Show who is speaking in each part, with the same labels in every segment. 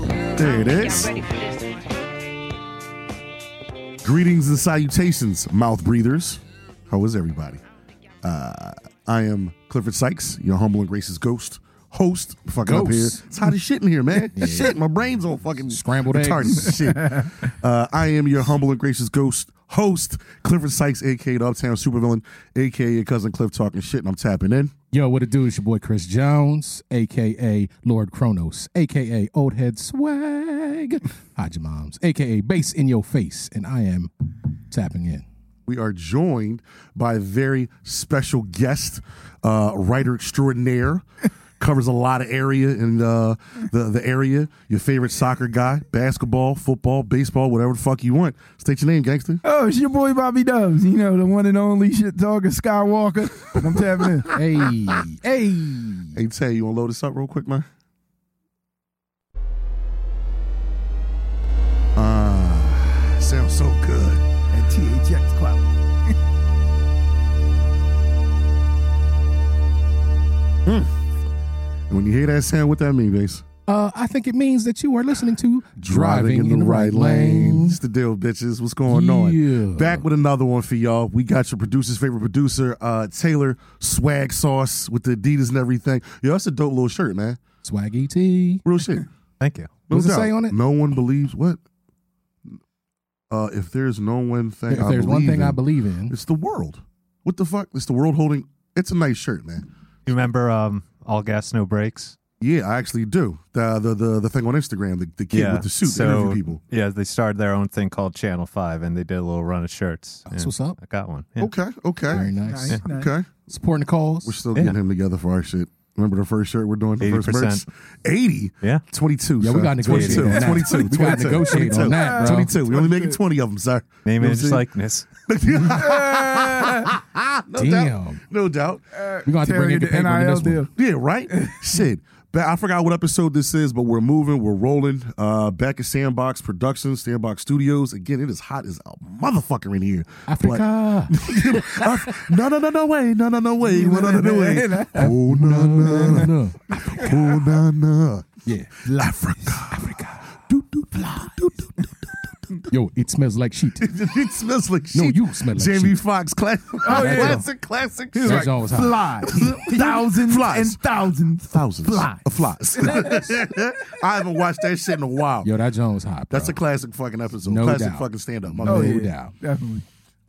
Speaker 1: it is.
Speaker 2: I'm ready for this one.
Speaker 1: Greetings and salutations, mouth breathers. How is everybody? Uh, I am Clifford Sykes, your humble and gracious ghost host. Fucking up here.
Speaker 3: Ghost.
Speaker 1: It's hot as shit in here, man. Shit, my brain's all fucking
Speaker 3: Scrambled
Speaker 1: retarded.
Speaker 3: eggs.
Speaker 1: Shit. Uh, I am your humble and gracious ghost host, Clifford Sykes, aka the Uptown Supervillain, aka your cousin Cliff talking shit, and I'm tapping in.
Speaker 3: Yo, what it do? It's your boy Chris Jones, aka Lord Kronos, aka Old Head Swag, Hodge Moms, aka Bass in Your Face, and I am tapping in.
Speaker 1: We are joined by a very special guest, uh, writer extraordinaire. Covers a lot of area in uh, the the area. Your favorite soccer guy, basketball, football, baseball, whatever the fuck you want. State your name, gangster.
Speaker 4: Oh, it's your boy Bobby Dubs. You know, the one and only shit talker Skywalker. I'm tapping in.
Speaker 3: Hey, hey,
Speaker 1: Hey, Tay, you want to load this up real quick, man? Ah, sounds so good.
Speaker 4: At THX Club.
Speaker 1: And when you hear that sound, what that mean, base?
Speaker 3: uh, I think it means that you are listening to
Speaker 1: It's the deal, bitches. What's going
Speaker 3: Yeah.
Speaker 1: on? Back with another one for y'all. We got your producer's favorite producer, uh, Taylor Swag Sauce with the Adidas and everything. Yo, that's a dope little shirt, man.
Speaker 3: Swaggy E T.
Speaker 1: Real shit. No
Speaker 5: Thank you.
Speaker 3: What does it
Speaker 1: doubt.
Speaker 3: say on it?
Speaker 1: No one believes what? Uh, if there's no one thing,
Speaker 3: If
Speaker 1: I
Speaker 3: there's one
Speaker 1: believe
Speaker 3: thing I
Speaker 1: in,
Speaker 3: believe in,
Speaker 1: it's the world. What the fuck? It's the world holding. It's a nice shirt, man.
Speaker 5: You remember um, all gas no breaks?
Speaker 1: Yeah, I actually do. The the the, the thing on Instagram, the, the kid with the suit, that
Speaker 5: So,
Speaker 1: interview people.
Speaker 5: Yeah, they started their own thing called Channel Five, and they did a little run of shirts.
Speaker 3: That's
Speaker 5: and
Speaker 3: what's up.
Speaker 5: I got one. Yeah.
Speaker 1: Okay, okay,
Speaker 3: very nice.
Speaker 4: Nice, nice.
Speaker 1: okay.
Speaker 3: Supporting the
Speaker 1: We're
Speaker 3: cause.
Speaker 1: still
Speaker 5: Yeah.
Speaker 1: getting him together for our shit. Remember the first shirt we're doing? The first
Speaker 5: 80%.
Speaker 1: merch? 80?
Speaker 5: Yeah.
Speaker 1: 22.
Speaker 3: Yeah, we
Speaker 1: sir.
Speaker 3: gotta negotiate
Speaker 1: 22.
Speaker 3: on that.
Speaker 1: 22.
Speaker 3: We gotta
Speaker 1: 22,
Speaker 3: negotiate on
Speaker 1: 22,
Speaker 3: that, bro.
Speaker 1: 22. We only making 20 of them, sir. You
Speaker 5: Name
Speaker 1: know
Speaker 5: image
Speaker 1: what I'm
Speaker 5: likeness.
Speaker 1: saying? no doubt.
Speaker 3: Damn.
Speaker 1: No doubt.
Speaker 3: We're going to have to bring
Speaker 4: Terry,
Speaker 3: in the
Speaker 4: the
Speaker 3: paper to
Speaker 4: NIL
Speaker 3: this one.
Speaker 4: deal.
Speaker 1: Yeah, right? Shit. Ba- I forgot what episode this is, but we're moving, we're rolling. Uh, back at Sandbox Productions, Sandbox Studios. Again, it is hot as a motherfucker in here.
Speaker 3: Africa.
Speaker 1: But- no, no, no, no way, no, no, no way, no, no, no way. Oh no,
Speaker 3: No,
Speaker 1: no,
Speaker 3: no, no.
Speaker 1: oh no, no.
Speaker 3: Yeah.
Speaker 1: Africa, Africa. Do, do, do, do, do, do,
Speaker 3: Yo, it smells like shit.
Speaker 1: do. it smells like shit.
Speaker 3: No, you smell like
Speaker 1: Jamie
Speaker 3: shit. Oh,
Speaker 1: Foxx, class-
Speaker 3: yeah.
Speaker 1: classic, classic.
Speaker 4: He was
Speaker 3: That's
Speaker 4: like,
Speaker 3: always hot.
Speaker 4: fly. thousands
Speaker 1: Flies.
Speaker 4: and thousands.
Speaker 1: Thousands
Speaker 4: Flies.
Speaker 1: of flies. I haven't watched that shit in a while.
Speaker 3: Yo, that Jones hot. Bro.
Speaker 1: That's oh, a classic fucking episode.
Speaker 3: No
Speaker 1: classic
Speaker 3: doubt.
Speaker 1: fucking stand up.
Speaker 3: No
Speaker 1: bad.
Speaker 3: doubt.
Speaker 4: Definitely.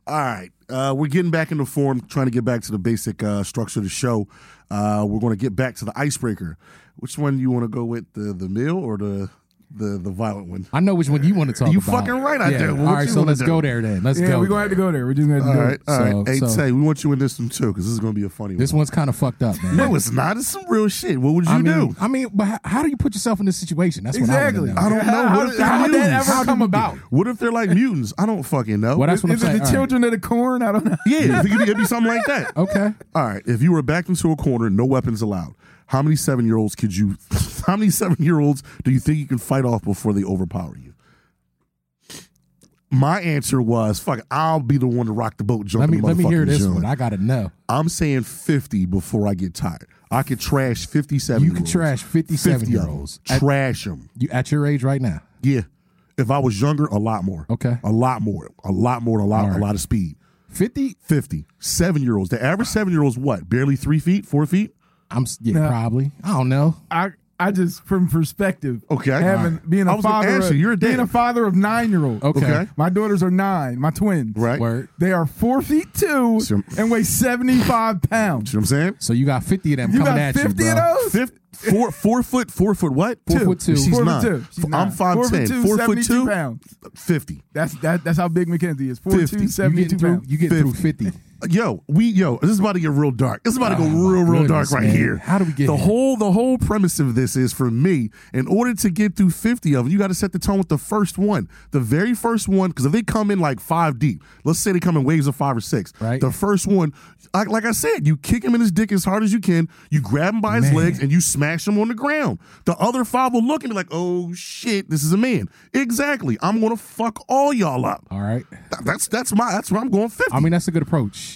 Speaker 1: All right, uh, we're getting back into form, trying to get back to the basic uh, structure of the show. Uh, we're going to get back to the icebreaker. Which one you want to go with, the the meal or the the the violent one?
Speaker 3: I know which one you want to talk
Speaker 1: You
Speaker 3: about.
Speaker 1: fucking right I do. What
Speaker 3: All right,
Speaker 1: you
Speaker 3: so
Speaker 1: wanna
Speaker 3: let's
Speaker 1: do?
Speaker 3: go there then. Let's
Speaker 4: Yeah,
Speaker 3: go.
Speaker 4: we're going to have to go there. We're just going to
Speaker 1: All
Speaker 4: have to do
Speaker 1: right,
Speaker 4: it.
Speaker 1: all right.
Speaker 3: So-
Speaker 1: hey
Speaker 3: so-
Speaker 1: Tay, we want you in this one too, because this is going to be a funny
Speaker 3: This
Speaker 1: one.
Speaker 3: one's kind of fucked up, man.
Speaker 1: No, it's not. It's some real shit. What would you
Speaker 3: I mean,
Speaker 1: do?
Speaker 3: I mean, but how, how do you put yourself in this situation? That's
Speaker 4: Exactly.
Speaker 3: what I
Speaker 1: I
Speaker 3: want
Speaker 1: don't know.
Speaker 4: How,
Speaker 1: What if
Speaker 4: did-
Speaker 1: they're
Speaker 4: how did that
Speaker 1: mutants?
Speaker 4: ever come about?
Speaker 1: What if they're like mutants? I don't fucking know.
Speaker 3: Well, that's
Speaker 4: Is
Speaker 3: what I'm
Speaker 4: it
Speaker 3: saying.
Speaker 4: the
Speaker 3: All right.
Speaker 4: children of the corn? I don't know.
Speaker 1: yeah, it could be- it'd be something like that.
Speaker 3: Okay.
Speaker 1: All right, if you were backed into a corner, no weapons allowed. How many seven year olds could you? How many seven year olds do you think you can fight off before they overpower you? My answer was, "Fuck, it, I'll be the one to rock the boat."
Speaker 3: Let
Speaker 1: Jump
Speaker 3: me
Speaker 1: in the
Speaker 3: let me hear
Speaker 1: motherfucking
Speaker 3: this
Speaker 1: gym.
Speaker 3: one. I gotta know.
Speaker 1: I'm saying fifty before I get tired. I could trash fifty seven.
Speaker 3: You could trash fifty-seven year olds at,
Speaker 1: Trash them.
Speaker 3: you, at your age right now.
Speaker 1: Yeah. If I was younger, a lot more.
Speaker 3: Okay.
Speaker 1: A lot more. A lot more. A lot.
Speaker 3: All right.
Speaker 1: A lot of speed.
Speaker 3: Fifty.
Speaker 1: 50 7 year olds. The average seven year olds what? Barely three feet, four feet.
Speaker 3: I'm s- yeah,
Speaker 4: No.
Speaker 3: probably. I don't know.
Speaker 4: I I just from perspective.
Speaker 1: Okay.
Speaker 4: having
Speaker 1: Alright.
Speaker 4: being
Speaker 1: I
Speaker 4: a
Speaker 1: was gonna
Speaker 4: father.
Speaker 1: ask
Speaker 4: of-
Speaker 1: you, you're a dad.
Speaker 4: being a father of nine year olds.
Speaker 3: Okay.
Speaker 1: Okay.
Speaker 4: My daughters are nine. My twins.
Speaker 1: Right.
Speaker 3: Word.
Speaker 4: They are four feet two
Speaker 1: So-
Speaker 4: and weigh seventy five pounds.
Speaker 1: You know what I'm saying?
Speaker 3: So you got fifty of them
Speaker 4: You
Speaker 3: coming
Speaker 4: got
Speaker 3: at you,
Speaker 4: fifty
Speaker 3: bro.
Speaker 4: of those.
Speaker 1: Fifth, four, four foot, four foot what?
Speaker 3: Four foot two.
Speaker 1: She's
Speaker 4: four
Speaker 1: nine.
Speaker 4: foot two. She's
Speaker 1: F- I'm
Speaker 4: nine. Four foot
Speaker 1: 5'10".
Speaker 4: two,
Speaker 1: Four foot
Speaker 4: 72
Speaker 1: two,
Speaker 4: pounds.
Speaker 1: 50.
Speaker 4: That's that. That's how big Mackenzie is. Four
Speaker 1: 50. You
Speaker 4: two,
Speaker 3: You
Speaker 4: 72
Speaker 3: getting through?
Speaker 4: pounds.
Speaker 3: You getting through fifty?
Speaker 1: Yo, we yo, this is about to get real dark. This is about to go real, real
Speaker 3: Oh,
Speaker 1: dark
Speaker 3: goodness,
Speaker 1: right
Speaker 3: man.
Speaker 1: here.
Speaker 3: How do we get
Speaker 1: the
Speaker 3: here?
Speaker 1: whole the whole premise of this is for me? In order to get through fifty of them, you got to set the tone with the first one, the very first one. Because if they come in like five deep, let's say they come in waves of five or six,
Speaker 3: Right.
Speaker 1: The first one, like, like I said, you kick him in his dick as hard as you can. You grab him by his
Speaker 3: Man.
Speaker 1: legs and you smash him on the ground. The other five will look and be like, "Oh shit, this is a man." Exactly. I'm gonna fuck all y'all up.
Speaker 3: All right.
Speaker 1: That's that's my that's where I'm going fifty.
Speaker 3: I mean, that's a good approach.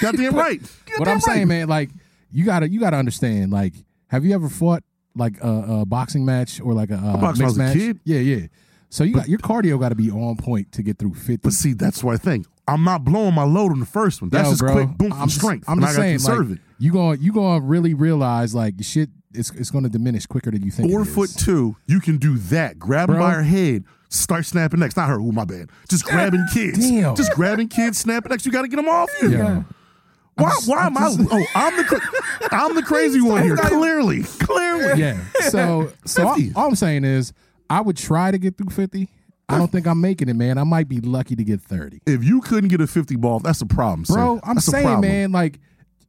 Speaker 1: Goddamn right.
Speaker 3: what
Speaker 1: Goddamn
Speaker 3: I'm saying,
Speaker 1: right.
Speaker 3: man, like you gotta you gotta understand. Like, have you ever fought like a, a boxing match or like a, uh,
Speaker 1: boxed when I
Speaker 3: mixed
Speaker 1: was a
Speaker 3: match.
Speaker 1: kid.
Speaker 3: Yeah, yeah. So you got, your cardio got to be on point to get through fifty.
Speaker 1: But see, that's what I think. I'm not blowing my load on the first one. That's
Speaker 3: Yo,
Speaker 1: just
Speaker 3: bro,
Speaker 1: quick boom from
Speaker 3: I'm just-
Speaker 1: strength.
Speaker 3: I'm
Speaker 1: and
Speaker 3: just
Speaker 1: I gotta
Speaker 3: saying,
Speaker 1: conserve
Speaker 3: like,
Speaker 1: it.
Speaker 3: you going you gonna really realize like your shit. It's it's gonna diminish quicker than you think.
Speaker 1: Four
Speaker 3: it is.
Speaker 1: foot two, you can do that. Grab him
Speaker 3: Bro.
Speaker 1: by her head, start snapping necks. Not her, ooh, my bad. Just grabbing kids.
Speaker 3: Damn.
Speaker 1: Just grabbing kids, snapping necks. You gotta get them off you.
Speaker 3: Yeah.
Speaker 1: Why,
Speaker 3: just-
Speaker 1: why am
Speaker 3: I'm
Speaker 1: I?
Speaker 3: just-
Speaker 1: Oh, I'm the cra- I'm the crazy one here. Clearly, clearly.
Speaker 3: Yeah. So so all,
Speaker 1: 50.
Speaker 3: all I'm saying is I would try to get through fifty. I don't think I'm making it, man. I might be lucky to get thirty.
Speaker 1: If you couldn't get a 50 ball, that's a problem, son.
Speaker 3: Bro, I'm
Speaker 1: That's a
Speaker 3: saying,
Speaker 1: problem.
Speaker 3: man, like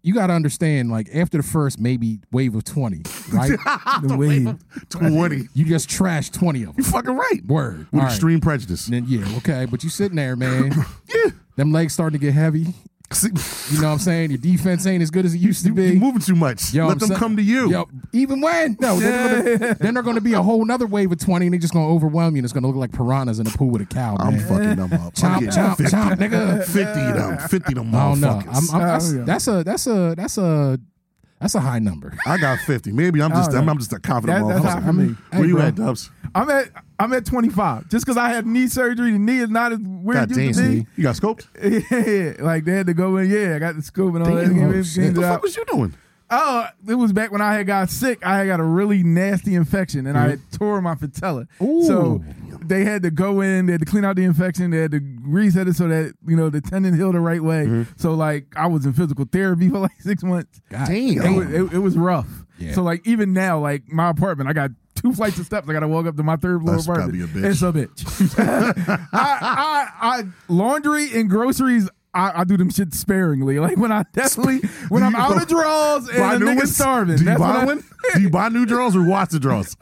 Speaker 3: you gotta understand, like after the first maybe wave of twenty, right? Ah,
Speaker 4: The wave.
Speaker 1: 20.
Speaker 3: you just trash twenty of
Speaker 1: You
Speaker 3: them.
Speaker 1: fucking right.
Speaker 3: Word.
Speaker 1: With
Speaker 3: All right.
Speaker 1: extreme prejudice.
Speaker 3: Then yeah, okay, but you sitting there, man.
Speaker 1: Yeah.
Speaker 3: Them legs starting to get heavy.
Speaker 1: See,
Speaker 3: You know what I'm saying? Your defense ain't as good as it used to
Speaker 1: you
Speaker 3: be.
Speaker 1: moving too much.
Speaker 3: Yo,
Speaker 1: Let
Speaker 3: I'm
Speaker 1: them
Speaker 3: saying-
Speaker 1: come to you.
Speaker 3: Yo, even when no, then they're, gonna, then they're gonna be a whole nother wave of twenty, and they're just gonna overwhelm you, and it's gonna look like piranhas in a pool with a cow.
Speaker 1: I'm
Speaker 3: man.
Speaker 1: fucking them up. I'm
Speaker 3: chomp,
Speaker 1: getting
Speaker 3: chomp,
Speaker 1: 50,
Speaker 3: chomp, nigga.
Speaker 1: 50 of them. 50 of them
Speaker 3: I don't know.
Speaker 1: motherfuckers.
Speaker 3: I'm, I'm, that's,
Speaker 4: Oh, yeah.
Speaker 3: that's a that's a that's a that's a high number.
Speaker 1: i got 50. Maybe I'm just
Speaker 4: I don't
Speaker 1: I'm,
Speaker 4: know.
Speaker 1: I'm just a confident
Speaker 4: That- that's
Speaker 1: motherfucker.
Speaker 4: not for me.
Speaker 1: Where
Speaker 3: Hey,
Speaker 1: you
Speaker 3: bro.
Speaker 1: at, Dubs?
Speaker 4: I'm at I'm at 25. Just because I had knee surgery, the knee is not as weird
Speaker 1: God
Speaker 4: as
Speaker 1: damn.
Speaker 4: it used to
Speaker 1: see? You got scoped?
Speaker 4: be. Yeah, like they had to go in. Yeah, I got the scoop and all that.
Speaker 3: Damn,
Speaker 4: and
Speaker 3: oh,
Speaker 4: everything
Speaker 3: shit.
Speaker 1: The
Speaker 4: that I-
Speaker 1: fuck was you doing?
Speaker 4: Oh, it was back when I had got sick. I had got a really nasty infection, and I had tore my patella.
Speaker 3: Ooh.
Speaker 4: So they had to go in. They had to clean out the infection. They had to reset it so that you know the tendon healed the right way. So like I was in physical therapy for like six months.
Speaker 3: God
Speaker 1: Damn.
Speaker 4: It was, it, it was rough.
Speaker 3: Yeah.
Speaker 4: So like even now, like my apartment, I got two flights of steps. I got to walk up to my third floor
Speaker 1: That's gotta
Speaker 4: apartment.
Speaker 1: be a bitch.
Speaker 4: It's a bitch. I, I, I laundry and groceries. I, I do them shit sparingly. Like when I definitely when I'm
Speaker 1: You
Speaker 4: out of
Speaker 1: go-
Speaker 4: drawers and
Speaker 1: Buy
Speaker 4: a
Speaker 1: new
Speaker 4: nigga
Speaker 1: ones?
Speaker 4: starving.
Speaker 1: Do you
Speaker 4: That's what
Speaker 1: buy
Speaker 4: I-
Speaker 1: one? Do you buy new draws or watch the draws?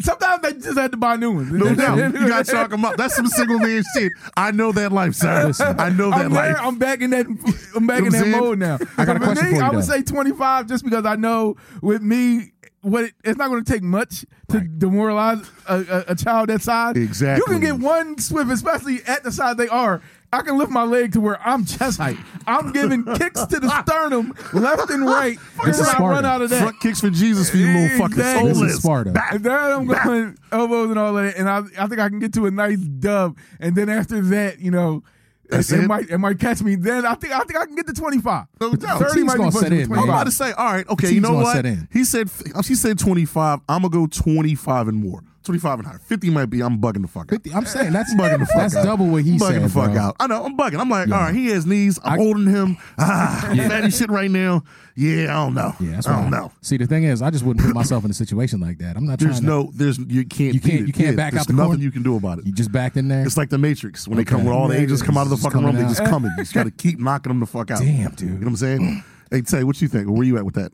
Speaker 4: Sometimes they just had to buy new ones.
Speaker 1: No doubt. You got to chalk them up. That's some single man shit. I know that life, sir. I know that
Speaker 4: I'm,
Speaker 1: life.
Speaker 4: there, I'm back in that. I'm back
Speaker 1: You know
Speaker 4: in
Speaker 1: what
Speaker 4: that
Speaker 1: I'm saying?
Speaker 4: mode now.
Speaker 3: I got a
Speaker 4: So
Speaker 3: question
Speaker 4: me,
Speaker 3: for you,
Speaker 4: I would
Speaker 3: though.
Speaker 4: say 25, just because I know with me, what it, it's not going to take much to demoralize a, a, a child that size.
Speaker 1: Exactly.
Speaker 4: You can get one swift, especially at the size they are. I can lift my leg to where I'm chest height. I'm giving kicks to the sternum, left and right.
Speaker 3: This is
Speaker 4: until I run
Speaker 3: Sparta.
Speaker 4: out of that.
Speaker 1: Front kicks for Jesus for you little fucking
Speaker 4: Exactly.
Speaker 1: soulless.
Speaker 4: This
Speaker 3: is Sparta.
Speaker 1: Back.
Speaker 4: And then I'm going elbows and all of that, and I, I think I can get to a nice dub, and then after that, you know,
Speaker 1: That's
Speaker 4: it,
Speaker 1: it?
Speaker 4: might it might catch me. Then I think I think I can get to 25.
Speaker 1: No doubt.
Speaker 3: The
Speaker 4: 30
Speaker 3: team's
Speaker 4: might be
Speaker 3: gonna
Speaker 4: pushing
Speaker 3: set in,
Speaker 4: it,
Speaker 1: I'm
Speaker 3: man.
Speaker 1: about to say, all right, okay,
Speaker 3: The
Speaker 1: you
Speaker 3: team's
Speaker 1: know
Speaker 3: gonna
Speaker 1: what?
Speaker 3: set in.
Speaker 1: He said, um, she said 25. I'm gonna go 25 and more. 25 and higher. 50 might be. I'm bugging the fuck out.
Speaker 3: 50, I'm saying that's
Speaker 1: Bugging the fuck
Speaker 3: that's
Speaker 1: out.
Speaker 3: double what he
Speaker 1: bugging
Speaker 3: said.
Speaker 1: the fuck
Speaker 3: bro.
Speaker 1: out. I know. I'm bugging. I'm like, all right, he has knees. I'm holding him. Ah, yeah. fatty shit right now. Yeah, I don't know.
Speaker 3: Yeah, that's
Speaker 1: I
Speaker 3: what
Speaker 1: don't know.
Speaker 3: See, the thing is, I just wouldn't put myself in a situation like that. I'm not
Speaker 1: There's
Speaker 3: trying. to,
Speaker 1: no. There's you can't.
Speaker 3: You
Speaker 1: beat
Speaker 3: can't-
Speaker 1: it.
Speaker 3: you can't
Speaker 1: Yeah,
Speaker 3: back
Speaker 1: there's
Speaker 3: out the
Speaker 1: nothing
Speaker 3: corner.
Speaker 1: you can do about it.
Speaker 3: You just backed in there.
Speaker 1: It's like the Matrix when they
Speaker 3: Okay.
Speaker 1: come when all the
Speaker 3: Yeah,
Speaker 1: agents come out of the
Speaker 3: it's
Speaker 1: fucking room.
Speaker 3: coming
Speaker 1: They just
Speaker 3: out.
Speaker 1: coming. You just gotta keep knocking them the fuck out.
Speaker 3: Damn, dude.
Speaker 1: You know what I'm saying? Hey, Tay, what you think? Where you at with that?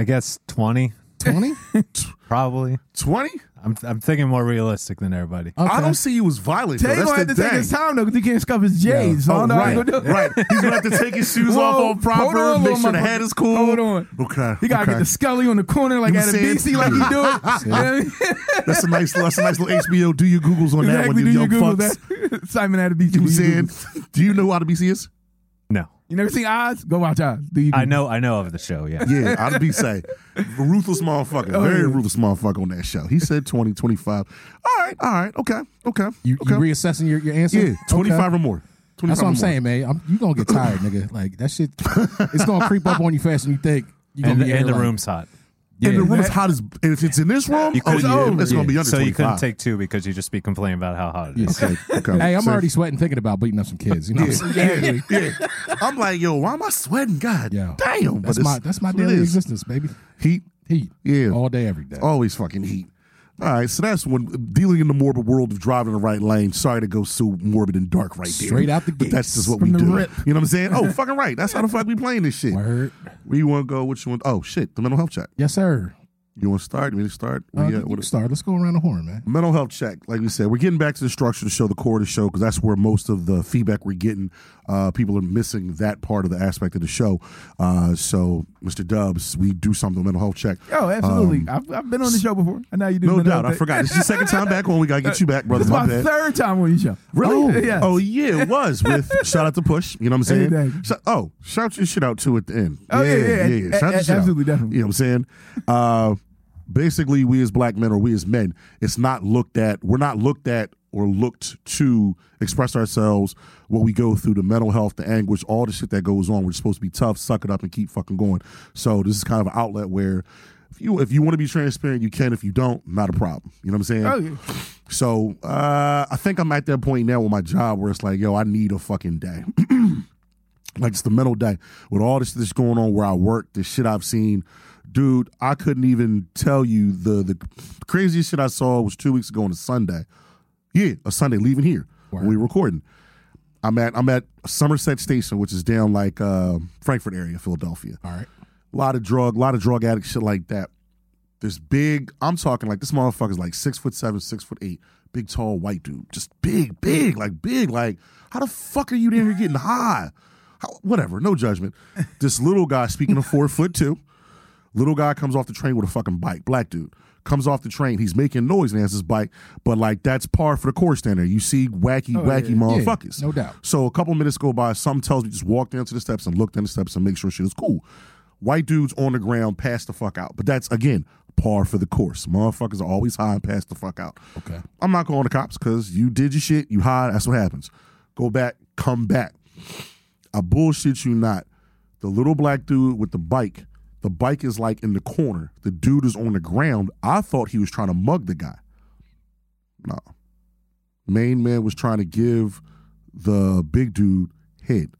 Speaker 5: I guess 20,
Speaker 3: Twenty.
Speaker 5: probably.
Speaker 1: Twenty?
Speaker 5: I'm, I'm thinking more realistic than everybody.
Speaker 1: I don't see you as violent. though.
Speaker 4: Tay
Speaker 1: That's
Speaker 4: gonna have
Speaker 1: the
Speaker 4: to take
Speaker 1: thing.
Speaker 4: his time though, because he can't scuff his J's. So I
Speaker 1: Oh,
Speaker 4: don't know how he
Speaker 1: right,
Speaker 4: gonna do it.
Speaker 1: right. He's gonna have to take his shoes
Speaker 4: Whoa,
Speaker 1: off all proper.
Speaker 4: hold on,
Speaker 1: make
Speaker 4: little
Speaker 1: sure the
Speaker 4: motherfucker.
Speaker 1: hat is cool.
Speaker 4: Hold on.
Speaker 1: Okay.
Speaker 4: He gotta
Speaker 1: okay.
Speaker 4: get the scully on the corner like
Speaker 1: You
Speaker 4: Adam
Speaker 1: saying-
Speaker 4: BC like he do it. You know what I mean?
Speaker 1: That's a nice. That's a nice little HBO. Do your googles on that one,
Speaker 4: Exactly.
Speaker 1: you
Speaker 4: Do you
Speaker 1: young
Speaker 4: Google
Speaker 1: fucks.
Speaker 4: that? Simon Adam BC.
Speaker 1: You know
Speaker 4: do
Speaker 1: what
Speaker 4: you
Speaker 1: I'm
Speaker 4: Google?
Speaker 1: saying? Do you know how BC is?
Speaker 5: No.
Speaker 4: You never seen Oz? Go watch Oz. Do you?
Speaker 5: I
Speaker 4: Google?
Speaker 5: know I know of the show, yeah.
Speaker 1: Yeah, I'd be say ruthless motherfucker.
Speaker 4: Oh,
Speaker 1: Very
Speaker 4: yeah.
Speaker 1: ruthless motherfucker on that show. He said 20, 25. All right, all right, okay, okay.
Speaker 3: You,
Speaker 1: okay.
Speaker 3: you reassessing your, your answer?
Speaker 1: yeah, twenty
Speaker 3: Okay.
Speaker 1: five or more. 25
Speaker 3: That's what
Speaker 1: or
Speaker 3: I'm
Speaker 1: more.
Speaker 3: saying, man. I'm, you gonna get tired, nigga. Like that shit, it's gonna creep up on you faster than you think. You gonna
Speaker 5: And,
Speaker 3: be
Speaker 5: the, and
Speaker 3: here
Speaker 5: the
Speaker 3: like-
Speaker 5: room's hot.
Speaker 3: Yeah.
Speaker 1: And the room is hot as and if it's in this room, oh,
Speaker 5: couldn't-
Speaker 1: yeah, it's gonna be under
Speaker 5: so you couldn't
Speaker 1: 25.
Speaker 5: take two because you'd just be complaining about how hot it is.
Speaker 3: Yes.
Speaker 1: Okay,
Speaker 3: Hey, I'm
Speaker 1: so-
Speaker 3: already sweating thinking about beating up some kids. You know, what I'm saying?
Speaker 1: yeah, yeah. I'm like, yo, why am I sweating? God
Speaker 3: Yo,
Speaker 1: damn.
Speaker 3: that's
Speaker 1: it's-
Speaker 3: my that's my
Speaker 1: what it
Speaker 3: daily
Speaker 1: is.
Speaker 3: existence, baby.
Speaker 1: Heat,
Speaker 3: Heat,
Speaker 1: Yeah. Oh.
Speaker 3: all day, every day.
Speaker 1: always fucking heat. All right, so that's when dealing in the morbid world of driving the right lane. Sorry to go so morbid and dark right there.
Speaker 3: Straight out the
Speaker 1: But that's
Speaker 3: gates.
Speaker 1: just what we
Speaker 4: From the
Speaker 1: do.
Speaker 4: rip.
Speaker 1: You know what I'm saying? Oh, fucking right. That's how the fuck we playing this shit.
Speaker 3: Word,
Speaker 1: Where you want to go? What you want? Oh, shit. The mental health check.
Speaker 3: yes, sir.
Speaker 1: You want to start? You want to start?
Speaker 3: Uh,
Speaker 1: Where you at
Speaker 3: you
Speaker 1: with it?
Speaker 3: start. Let's go around the horn, man.
Speaker 1: Mental health check, like we said, we're getting back to the structure of the show, the core of the show, because that's where most of the feedback we're getting. Uh, people are missing that part of the aspect of the show. Uh, so, Mr. Dubs, we do something mental health check.
Speaker 4: Oh, absolutely. I've, I've been on the show before. I know you do.
Speaker 1: No
Speaker 4: another
Speaker 1: doubt, I
Speaker 4: thing.
Speaker 1: forgot. This is the second time back on. We gotta get you back, brother.
Speaker 4: This is
Speaker 1: My
Speaker 4: my
Speaker 1: bad.
Speaker 4: third time on your show.
Speaker 1: Really?
Speaker 4: Oh, yes.
Speaker 1: Oh yeah, it was with shout out to Push. You know what I'm saying?
Speaker 4: Anything.
Speaker 1: Sh- oh, shout your shit out too at the end.
Speaker 4: Oh, yeah, yeah,
Speaker 1: yeah.
Speaker 4: yeah.
Speaker 1: Shout your
Speaker 4: A-
Speaker 1: shit out.
Speaker 4: absolutely, definitely.
Speaker 1: You know what I'm saying? Uh, basically we as black men or we as men, it's not looked at. We're not looked at or looked to express ourselves. What we go through, the mental health, the anguish, all the shit that goes on. We're supposed to be tough, suck it up, and keep fucking going. So this is kind of an outlet where. If you, if you want to be transparent, you can. If you don't, not a problem. You know what I'm saying?
Speaker 4: Oh, yeah.
Speaker 1: So uh, I think I'm at that point now with my job where it's like, yo, I need a fucking day. like it's the mental day with all this this going on where I work, the shit I've seen. Dude, I couldn't even tell you the the craziest shit I saw was two weeks ago on a Sunday. Yeah, a Sunday leaving here. When we were recording. I'm at I'm at Somerset Station, which is down like uh, Frankfurt area, Philadelphia.
Speaker 3: All right.
Speaker 1: A lot of drug, a lot of drug addict shit like that. This big, I'm talking like this motherfucker's like six foot seven, six foot eight, big tall white dude, just big, big, like big, like how the fuck are you down here getting high? How, whatever, no judgment. This little guy speaking of four foot two, little guy comes off the train with a fucking bike, black dude comes off the train, he's making noise and has his bike, but like that's par for the course down there. You see
Speaker 3: Oh,
Speaker 1: wacky, wacky motherfuckers,
Speaker 3: no doubt.
Speaker 1: so a couple minutes go by. Something tells me just walk down to the steps and look down the steps and make sure shit is cool. White dudes on the ground, pass the fuck out. But that's again par for the course. Motherfuckers are always high and pass the fuck out.
Speaker 3: Okay.
Speaker 1: I'm not calling the cops because you did your shit. You hide. That's what happens. Go back. Come back. I bullshit you not. The little black dude with the bike. The bike is like in the corner. The dude is on the ground. I thought he was trying to mug the guy. No. Main man was trying to give the big dude head.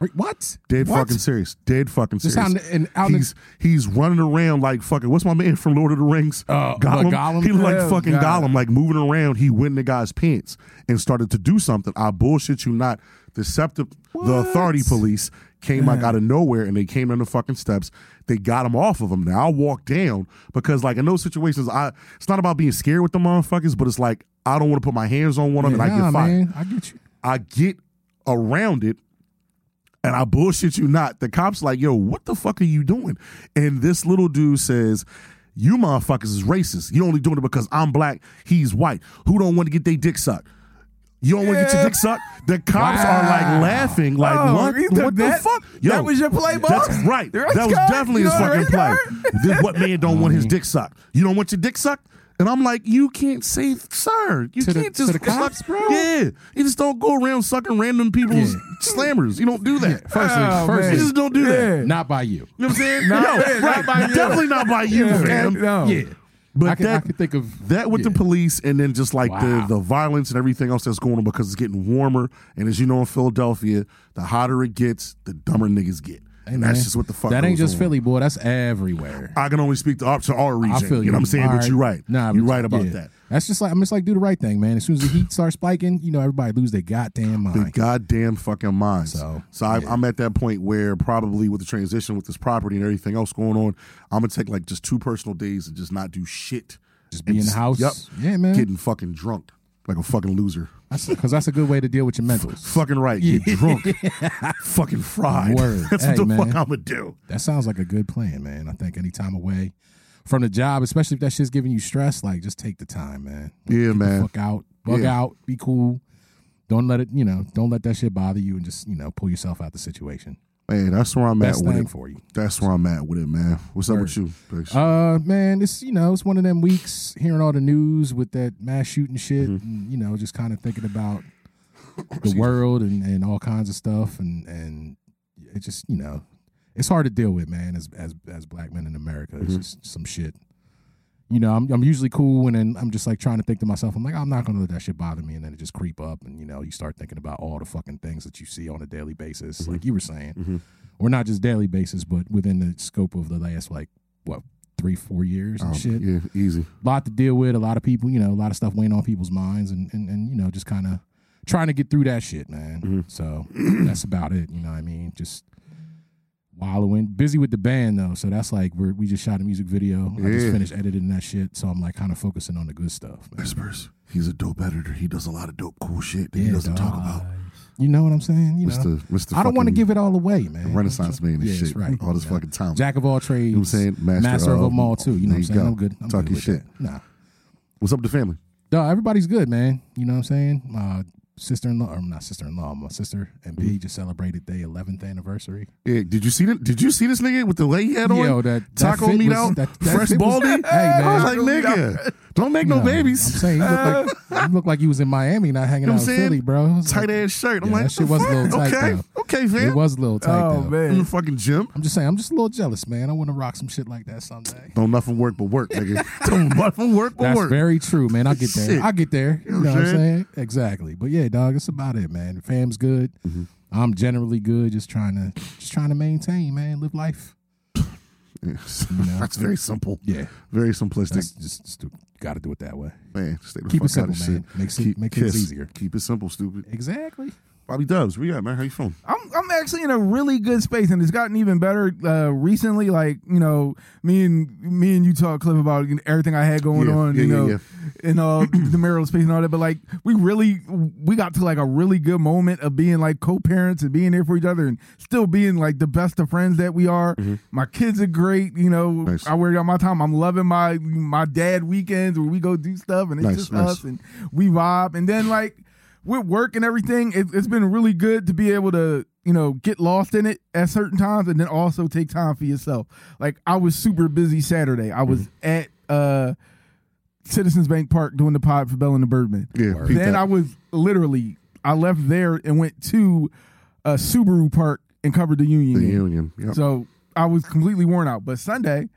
Speaker 3: Wait, what?
Speaker 1: Dead
Speaker 3: What?
Speaker 1: fucking serious. Dead fucking
Speaker 3: This
Speaker 1: serious.
Speaker 3: out in the- in- out in the-
Speaker 1: he's he's running around like fucking. What's my man from Lord of the Rings?
Speaker 3: Uh, what, Gollum?
Speaker 1: He looked like
Speaker 4: Oh,
Speaker 1: fucking
Speaker 4: God.
Speaker 1: Gollum, like moving around. He went in the guy's pants and started to do something. I bullshit you not. The septa, the authority police came like out of nowhere and they came down the fucking steps. They got him off of him. Now I walk down because like in those situations, I it's not about being scared with the motherfuckers, but it's like I don't want to put my hands on one of them and I
Speaker 3: Nah,
Speaker 1: get fired.
Speaker 3: man, I get you.
Speaker 1: I get around it, and I bullshit you not. The cops like, yo, what the fuck are you doing? And this little dude says, you motherfuckers is racist. You only doing it because I'm black, he's white. Who don't want to get their dick sucked? You don't want to get your dick sucked? The cops are
Speaker 3: Wow.
Speaker 1: like laughing, like
Speaker 4: Oh,
Speaker 1: what?
Speaker 4: he took
Speaker 1: What the
Speaker 4: that-
Speaker 1: fuck?
Speaker 4: that was your play, boss?
Speaker 1: That's right.
Speaker 4: Let's
Speaker 1: that was
Speaker 4: go.
Speaker 1: definitely
Speaker 4: You
Speaker 1: his
Speaker 4: on the
Speaker 1: fucking play.
Speaker 4: radar?
Speaker 1: This what man don't want his dick sucked? You don't want your dick sucked? And I'm like, you can't say, sir. You
Speaker 3: To the-
Speaker 1: can't
Speaker 3: to
Speaker 1: just
Speaker 3: the cops,
Speaker 1: suck-
Speaker 3: bro?
Speaker 1: Yeah, you just don't go around sucking random people's
Speaker 3: Yeah.
Speaker 1: slammers. You don't do that.
Speaker 3: Firstly,
Speaker 4: Oh,
Speaker 1: you
Speaker 3: firstly,
Speaker 1: just don't do that.
Speaker 4: Yeah.
Speaker 3: not by you.
Speaker 1: You know what I'm saying?
Speaker 4: Not-
Speaker 1: no,
Speaker 4: yeah, not
Speaker 1: right.
Speaker 4: by you.
Speaker 1: Definitely not by you,
Speaker 4: Yeah,
Speaker 1: fam.
Speaker 4: no.
Speaker 3: Yeah.
Speaker 1: But
Speaker 3: I can, I
Speaker 1: that-
Speaker 3: can think of
Speaker 1: That with
Speaker 3: yeah.
Speaker 1: the police, and then just like
Speaker 3: Wow.
Speaker 1: the the violence and everything else that's going on because it's getting warmer. And as you know, in Philadelphia, the hotter it gets, the dumber niggas get.
Speaker 3: Hey,
Speaker 1: and that's
Speaker 3: man,
Speaker 1: just what the fuck.
Speaker 3: That ain't
Speaker 1: goes
Speaker 3: just
Speaker 1: on.
Speaker 3: Philly, boy. That's everywhere.
Speaker 1: I can only speak to, up to our region.
Speaker 3: I feel
Speaker 1: know
Speaker 3: you.
Speaker 1: what I'm saying?
Speaker 3: All
Speaker 1: But you're right.
Speaker 3: Nah,
Speaker 1: you're
Speaker 3: but-
Speaker 1: right about
Speaker 3: yeah.
Speaker 1: that.
Speaker 3: That's just like I'm just like do the right thing, man. As soon as the heat starts spiking, you know everybody lose their goddamn
Speaker 1: the
Speaker 3: mind.
Speaker 1: goddamn fucking minds.
Speaker 3: So,
Speaker 1: So, I, I'm at that point where probably with the transition with this property and everything else going on, I'm gonna take like just two personal days and just not do shit.
Speaker 3: Just
Speaker 1: And
Speaker 3: be in the house.
Speaker 1: Yep.
Speaker 3: Yeah, man.
Speaker 1: Getting fucking drunk like a fucking loser.
Speaker 3: That's because that's a good way to deal with your mentals.
Speaker 1: Fucking right. Get drunk. fucking fried.
Speaker 3: Word.
Speaker 1: That's
Speaker 3: Hey,
Speaker 1: what the
Speaker 3: man.
Speaker 1: fuck I'm gonna do.
Speaker 3: That sounds like a good plan, man. I think any time away from the job, especially if that shit's giving you stress, like just take the time, man.
Speaker 1: Yeah, man.
Speaker 3: Fuck out, bug
Speaker 1: Yeah.
Speaker 3: out, be cool. Don't let it, you know, don't let that shit bother you, and just you know pull yourself out the situation.
Speaker 1: Man, that's where I'm
Speaker 3: Best
Speaker 1: at with
Speaker 3: thing
Speaker 1: it.
Speaker 3: for you.
Speaker 1: That's where I'm at with it, man. What's up with you? Bix?
Speaker 3: Uh, man, it's you know it's one of them weeks hearing all the news with that mass shooting shit, and, you know, just kind of thinking about the world and, and all kinds of stuff, and and it just you know it's hard to deal with, man. As as as black men in America, it's just some shit. You know, I'm I'm usually cool, and then I'm just like trying to think to myself, I'm like, I'm not gonna let that shit bother me, and then it just creep up, and you know, you start thinking about all the fucking things that you see on a daily basis, like you were saying, or not just daily basis, but within the scope of the last like what three four years and
Speaker 1: Um,
Speaker 3: shit
Speaker 1: Yeah, easy.
Speaker 3: lot to deal with. A lot of people, you know, a lot of stuff weighing on people's minds, and and, and you know, just kind of trying to get through that shit, man.
Speaker 1: Mm-hmm.
Speaker 3: So that's about it. You know, what I mean, just wallowing. Busy with the band though, so that's like we we just shot a music video. I just
Speaker 1: Yeah.
Speaker 3: finished editing that shit, so I'm like kind of focusing on the good stuff. man.
Speaker 1: Whispers. He's a dope editor. He does a lot of dope, cool shit that he
Speaker 3: Yeah,
Speaker 1: doesn't
Speaker 3: dog.
Speaker 1: talk about.
Speaker 3: You know what I'm saying? You know,
Speaker 1: Mr. Mr.
Speaker 3: I don't want to
Speaker 1: fucking-
Speaker 3: give it all away, man.
Speaker 1: Renaissance man and
Speaker 3: Yeah,
Speaker 1: shit.
Speaker 3: that's right.
Speaker 1: All this
Speaker 3: Yeah.
Speaker 1: fucking time.
Speaker 3: Jack of all trades,
Speaker 1: You know what I'm saying?
Speaker 3: master,
Speaker 1: Master
Speaker 3: of,
Speaker 1: of-
Speaker 3: them all too. You know what
Speaker 1: There
Speaker 3: I'm
Speaker 1: you
Speaker 3: saying?
Speaker 1: go.
Speaker 3: I'm good. I'm
Speaker 1: Talk
Speaker 3: good
Speaker 1: your
Speaker 3: with
Speaker 1: shit.
Speaker 3: that. Nah.
Speaker 1: What's up with the family?
Speaker 3: No, everybody's good, man. You know what I'm saying? Uh, sister in law, or not sister in law, my sister and B just celebrated their 11th anniversary.
Speaker 1: Yeah, did you see that? Did you see this nigga with the lay head on?
Speaker 3: Yo, that- that
Speaker 1: taco
Speaker 3: fit
Speaker 1: meat
Speaker 3: was-
Speaker 1: out,
Speaker 3: that- that
Speaker 1: fresh
Speaker 3: fit was-
Speaker 1: baldy.
Speaker 3: Hey,
Speaker 1: I was
Speaker 3: man.
Speaker 1: like, nigga, don't make no,
Speaker 3: No, I'm
Speaker 1: babies. Uh,
Speaker 3: saying you look, like, you look like you was in Miami, not hanging
Speaker 1: You know
Speaker 3: out
Speaker 1: what
Speaker 3: in
Speaker 1: I'm saying?
Speaker 3: Philly, bro. I was
Speaker 1: Tight
Speaker 3: like,
Speaker 1: ass shirt. I'm
Speaker 3: Yeah,
Speaker 1: like,
Speaker 3: that shit was a
Speaker 1: "The
Speaker 3: little
Speaker 1: fuck?
Speaker 3: tight,
Speaker 1: Okay,
Speaker 3: though.
Speaker 1: okay,
Speaker 3: It
Speaker 1: fam.
Speaker 3: was a little tight
Speaker 4: oh
Speaker 3: though.
Speaker 1: in the
Speaker 4: man,
Speaker 1: fucking gym.
Speaker 3: I'm just saying, I'm just a little jealous, man. I want to rock some shit like that someday.
Speaker 1: Don't nothing work but work, nigga. Don't nothing work but
Speaker 3: That's
Speaker 1: work.
Speaker 3: very true, man. I get there.
Speaker 1: Shit.
Speaker 3: I get there. You know,
Speaker 1: know
Speaker 3: what I'm
Speaker 1: what I'm
Speaker 3: saying? Exactly. But yeah, dog, it's about it, man. Fam's good. I'm generally good. Just trying to, just trying to maintain, man. Live life.
Speaker 1: Yes.
Speaker 3: You know?
Speaker 1: That's very simple.
Speaker 3: Yeah,
Speaker 1: Very simplistic.
Speaker 3: that's just, got to do it that way.
Speaker 1: man, stay the
Speaker 3: Keep
Speaker 1: fuck
Speaker 3: it simple,
Speaker 1: out of
Speaker 3: man.
Speaker 1: shit.
Speaker 3: Makes it,
Speaker 1: Keep-
Speaker 3: make things
Speaker 1: kiss.
Speaker 3: easier.
Speaker 1: Keep it simple, stupid.
Speaker 3: Exactly.
Speaker 1: Bobby Dubs, where you at, man? How you feeling?
Speaker 4: I'm I'm actually in a really good space, and it's gotten even better uh, recently. Like you know, me and me and you talked clip about everything I had going
Speaker 1: Yeah,
Speaker 4: on,
Speaker 1: yeah,
Speaker 4: you
Speaker 1: yeah,
Speaker 4: know,
Speaker 1: yeah.
Speaker 4: and all the marital space and all that. But like, we really we got to like a really good moment of being like co-parents and being there for each other, and still being like the best of friends that we are. My kids are great, you know.
Speaker 1: Mm-hmm. Nice.
Speaker 4: I wear out my time. I'm loving my my dad weekends where we go do stuff, and it's
Speaker 1: Nice,
Speaker 4: just
Speaker 1: nice.
Speaker 4: us and we vibe. And then like with work and everything, it, it's been really good to be able to you know get lost in it at certain times, and then also take time for yourself. Like I was super busy Saturday. I was
Speaker 1: Mm-hmm.
Speaker 4: at uh Citizens Bank Park doing the pod for Bell and the Birdman.
Speaker 1: Yeah, peep
Speaker 4: Then
Speaker 1: that.
Speaker 4: I was literally I left there and went to uh, Subaru Park and covered the Union.
Speaker 1: The
Speaker 4: game.
Speaker 1: Union. Yep.
Speaker 4: So I was completely worn out. But Sunday,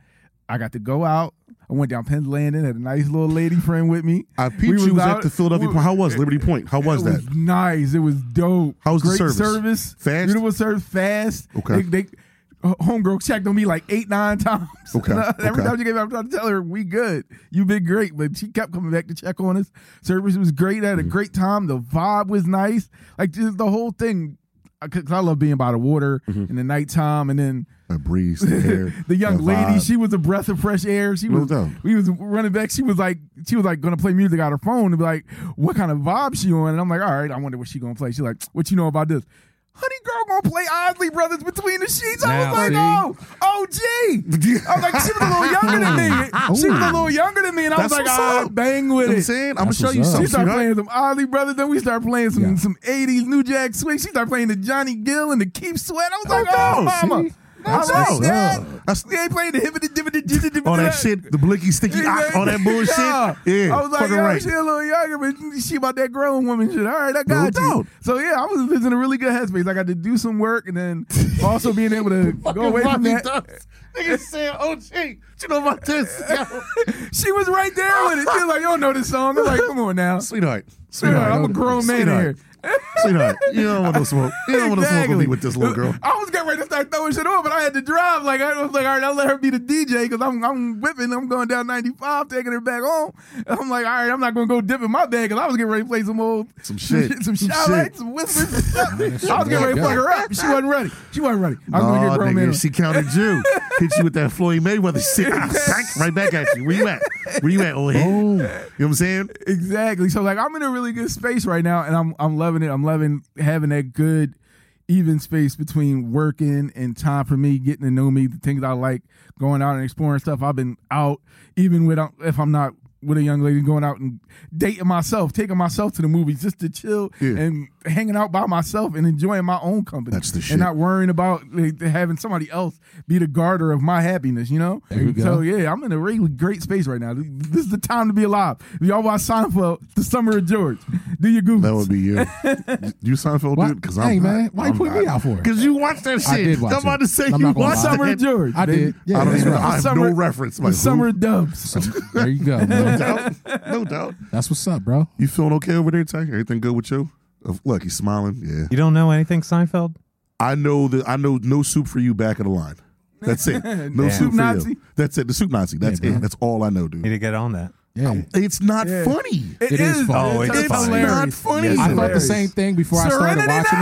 Speaker 4: I got to go out. I went down Penn's Landing, had a nice little lady friend with me.
Speaker 1: I peeped you was at the Philadelphia. Point. How was Liberty Point? How was
Speaker 4: it
Speaker 1: that?
Speaker 4: was nice. It was dope.
Speaker 1: How was the
Speaker 4: Great
Speaker 1: service?
Speaker 4: service?
Speaker 1: Fast?
Speaker 4: Beautiful service. Fast.
Speaker 1: Okay.
Speaker 4: They, they homegirl checked on me like eight, nine times.
Speaker 1: Okay, okay.
Speaker 4: Every time she came out, I'm trying to tell her we good. You've been great, but she kept coming back to check on us. Service was great. I had a
Speaker 1: Mm-hmm.
Speaker 4: great time. The vibe was nice. Like just the whole thing. I- Cause I love being by the water
Speaker 1: Mm-hmm.
Speaker 4: in the nighttime, and then
Speaker 1: A breeze, the air,
Speaker 4: the young
Speaker 1: the
Speaker 4: lady,
Speaker 1: vibe.
Speaker 4: she was a breath of fresh air. She
Speaker 1: No
Speaker 4: was
Speaker 1: doubt.
Speaker 4: we was running back. She was like she was like gonna play music on her phone and be like, what kind of vibe she on? And I'm like, all right, I wonder what she gonna play. She's like, what you know about this? Honey girl gonna play Osley Brothers between the sheets. I
Speaker 3: Now,
Speaker 4: was like,
Speaker 3: see?
Speaker 4: oh, oh gee. I was like, she was a little younger than me. She was a little younger than me, and I was
Speaker 1: Oh. That's
Speaker 4: like,
Speaker 1: what's
Speaker 4: all
Speaker 1: up.
Speaker 4: right,
Speaker 1: You
Speaker 4: bang with
Speaker 1: know what I'm
Speaker 4: it.
Speaker 1: saying I'm gonna
Speaker 3: That's
Speaker 1: show you
Speaker 3: what's up.
Speaker 1: something.
Speaker 4: She started
Speaker 1: sweetheart.
Speaker 4: playing some Ozzy Brothers, then we started playing some
Speaker 3: Yeah.
Speaker 4: some '80s New Jack Swing. She started playing the Johnny Gill and the Keep Sweat. I was like, oh,
Speaker 1: no,
Speaker 4: mama,
Speaker 3: see?
Speaker 4: I
Speaker 1: That's
Speaker 4: like
Speaker 1: what's
Speaker 4: that.
Speaker 1: up. That's-
Speaker 4: They ain't playing the hibbity dibbity dibbity dibbity.
Speaker 1: all that shit, the blicky, sticky, ah, all that bullshit. Yeah,
Speaker 4: I was like,
Speaker 1: fucking
Speaker 4: yo,
Speaker 1: right.
Speaker 4: she a little younger, but she about that grown woman shit. All right, I got you.
Speaker 1: doubt.
Speaker 4: So yeah, I was in a really good headspace. I got to do some work and then also being able to go away from that.
Speaker 1: Nigga said, "Oh, gee, you know about this,
Speaker 4: She was right there with it. She was like, you don't know this song. I'm like, come on now.
Speaker 1: sweetheart,
Speaker 4: Sweetheart,
Speaker 1: sweetheart,
Speaker 4: I'm a grown man
Speaker 1: Sweetheart.
Speaker 4: here.
Speaker 1: sweetheart. You don't want to smoke. You don't want to smoke with me with this little girl.
Speaker 4: I was getting ready to start throwing shit on, but I had to drive. Like I was like, all right, I'll let her be the DJ because I'm I'm whipping. I'm going down 95, taking her back home. And I'm like, all right, I'm not gonna go dip in my bag because I was getting ready to play some old
Speaker 1: Some shit.
Speaker 4: some
Speaker 1: Some
Speaker 4: shot lights,
Speaker 1: shit.
Speaker 4: some whispers. and stuff. I was
Speaker 3: shit
Speaker 4: getting ready to
Speaker 3: like
Speaker 4: fuck her up. She wasn't ready. She wasn't ready. I was gonna
Speaker 1: Nah,
Speaker 4: get grown man.
Speaker 1: nigga, she counted you. Hit you with that Floyd Mayweather shit. Ah, spank, right back at you. Where you at? Where you at, old
Speaker 4: Oh.
Speaker 1: head? You know what I'm saying?
Speaker 4: Exactly. So like I'm in a really good space right now and I'm I'm loving it. I'm loving having that good even space between working and time for me, getting to know me, the things I like, going out and exploring stuff. I've been out even without if I'm not with a young lady going out and dating myself, taking myself to the movies just to chill
Speaker 1: Yeah.
Speaker 4: and hanging out by myself and enjoying my own company.
Speaker 1: That's the shit.
Speaker 4: And not worrying about like, having somebody else be the garter of my happiness, you know?
Speaker 3: There you go.
Speaker 4: So yeah, I'm in a really great space right now. This is the time to be alive. If y'all watch Seinfeld, The Summer of George, do your goofs.
Speaker 1: That would be you. You Seinfeld
Speaker 3: Why-
Speaker 1: dude? Because
Speaker 3: hey,
Speaker 1: I'm
Speaker 3: man,
Speaker 1: not.
Speaker 3: why you
Speaker 1: I'm
Speaker 3: putting
Speaker 1: not.
Speaker 3: me out for it?
Speaker 1: Cause you watched that shit.
Speaker 3: I did watch
Speaker 1: am about
Speaker 3: it.
Speaker 1: to say
Speaker 3: I'm
Speaker 1: you
Speaker 3: not gonna
Speaker 1: watched
Speaker 3: lie.
Speaker 4: Summer
Speaker 1: it.
Speaker 4: of George.
Speaker 3: I
Speaker 4: baby.
Speaker 3: did. Yeah,
Speaker 1: I don't
Speaker 3: that's
Speaker 1: even know.
Speaker 3: right.
Speaker 1: I have
Speaker 4: Summer-
Speaker 1: no reference.
Speaker 4: The
Speaker 1: Like,
Speaker 4: Summer
Speaker 1: who?
Speaker 4: of Dubs.
Speaker 3: There you go. man.
Speaker 1: doubt. No doubt.
Speaker 3: That's what's up, bro.
Speaker 1: You feeling okay over there, Ty? Everything good with you? Uh, Look, he's smiling. Yeah.
Speaker 5: You don't know anything, Seinfeld?
Speaker 1: I know that I know no soup for you back of the line. That's it. No
Speaker 5: Damn.
Speaker 1: soup
Speaker 4: Soup
Speaker 1: for
Speaker 4: Nazi?
Speaker 1: you. That's it. The soup Nazi. That's
Speaker 3: Yeah,
Speaker 1: it.
Speaker 3: bro.
Speaker 1: That's all I know,
Speaker 5: Need
Speaker 1: dude.
Speaker 5: to get on that.
Speaker 3: Yeah.
Speaker 1: It's not
Speaker 4: Yeah.
Speaker 1: funny.
Speaker 3: It is
Speaker 5: Oh, it's
Speaker 1: it's
Speaker 5: funny.
Speaker 1: not
Speaker 4: hilarious.
Speaker 1: funny.
Speaker 5: Yes,
Speaker 3: I thought the
Speaker 5: hilarious.
Speaker 3: same thing before I
Speaker 4: Serenity
Speaker 3: started watching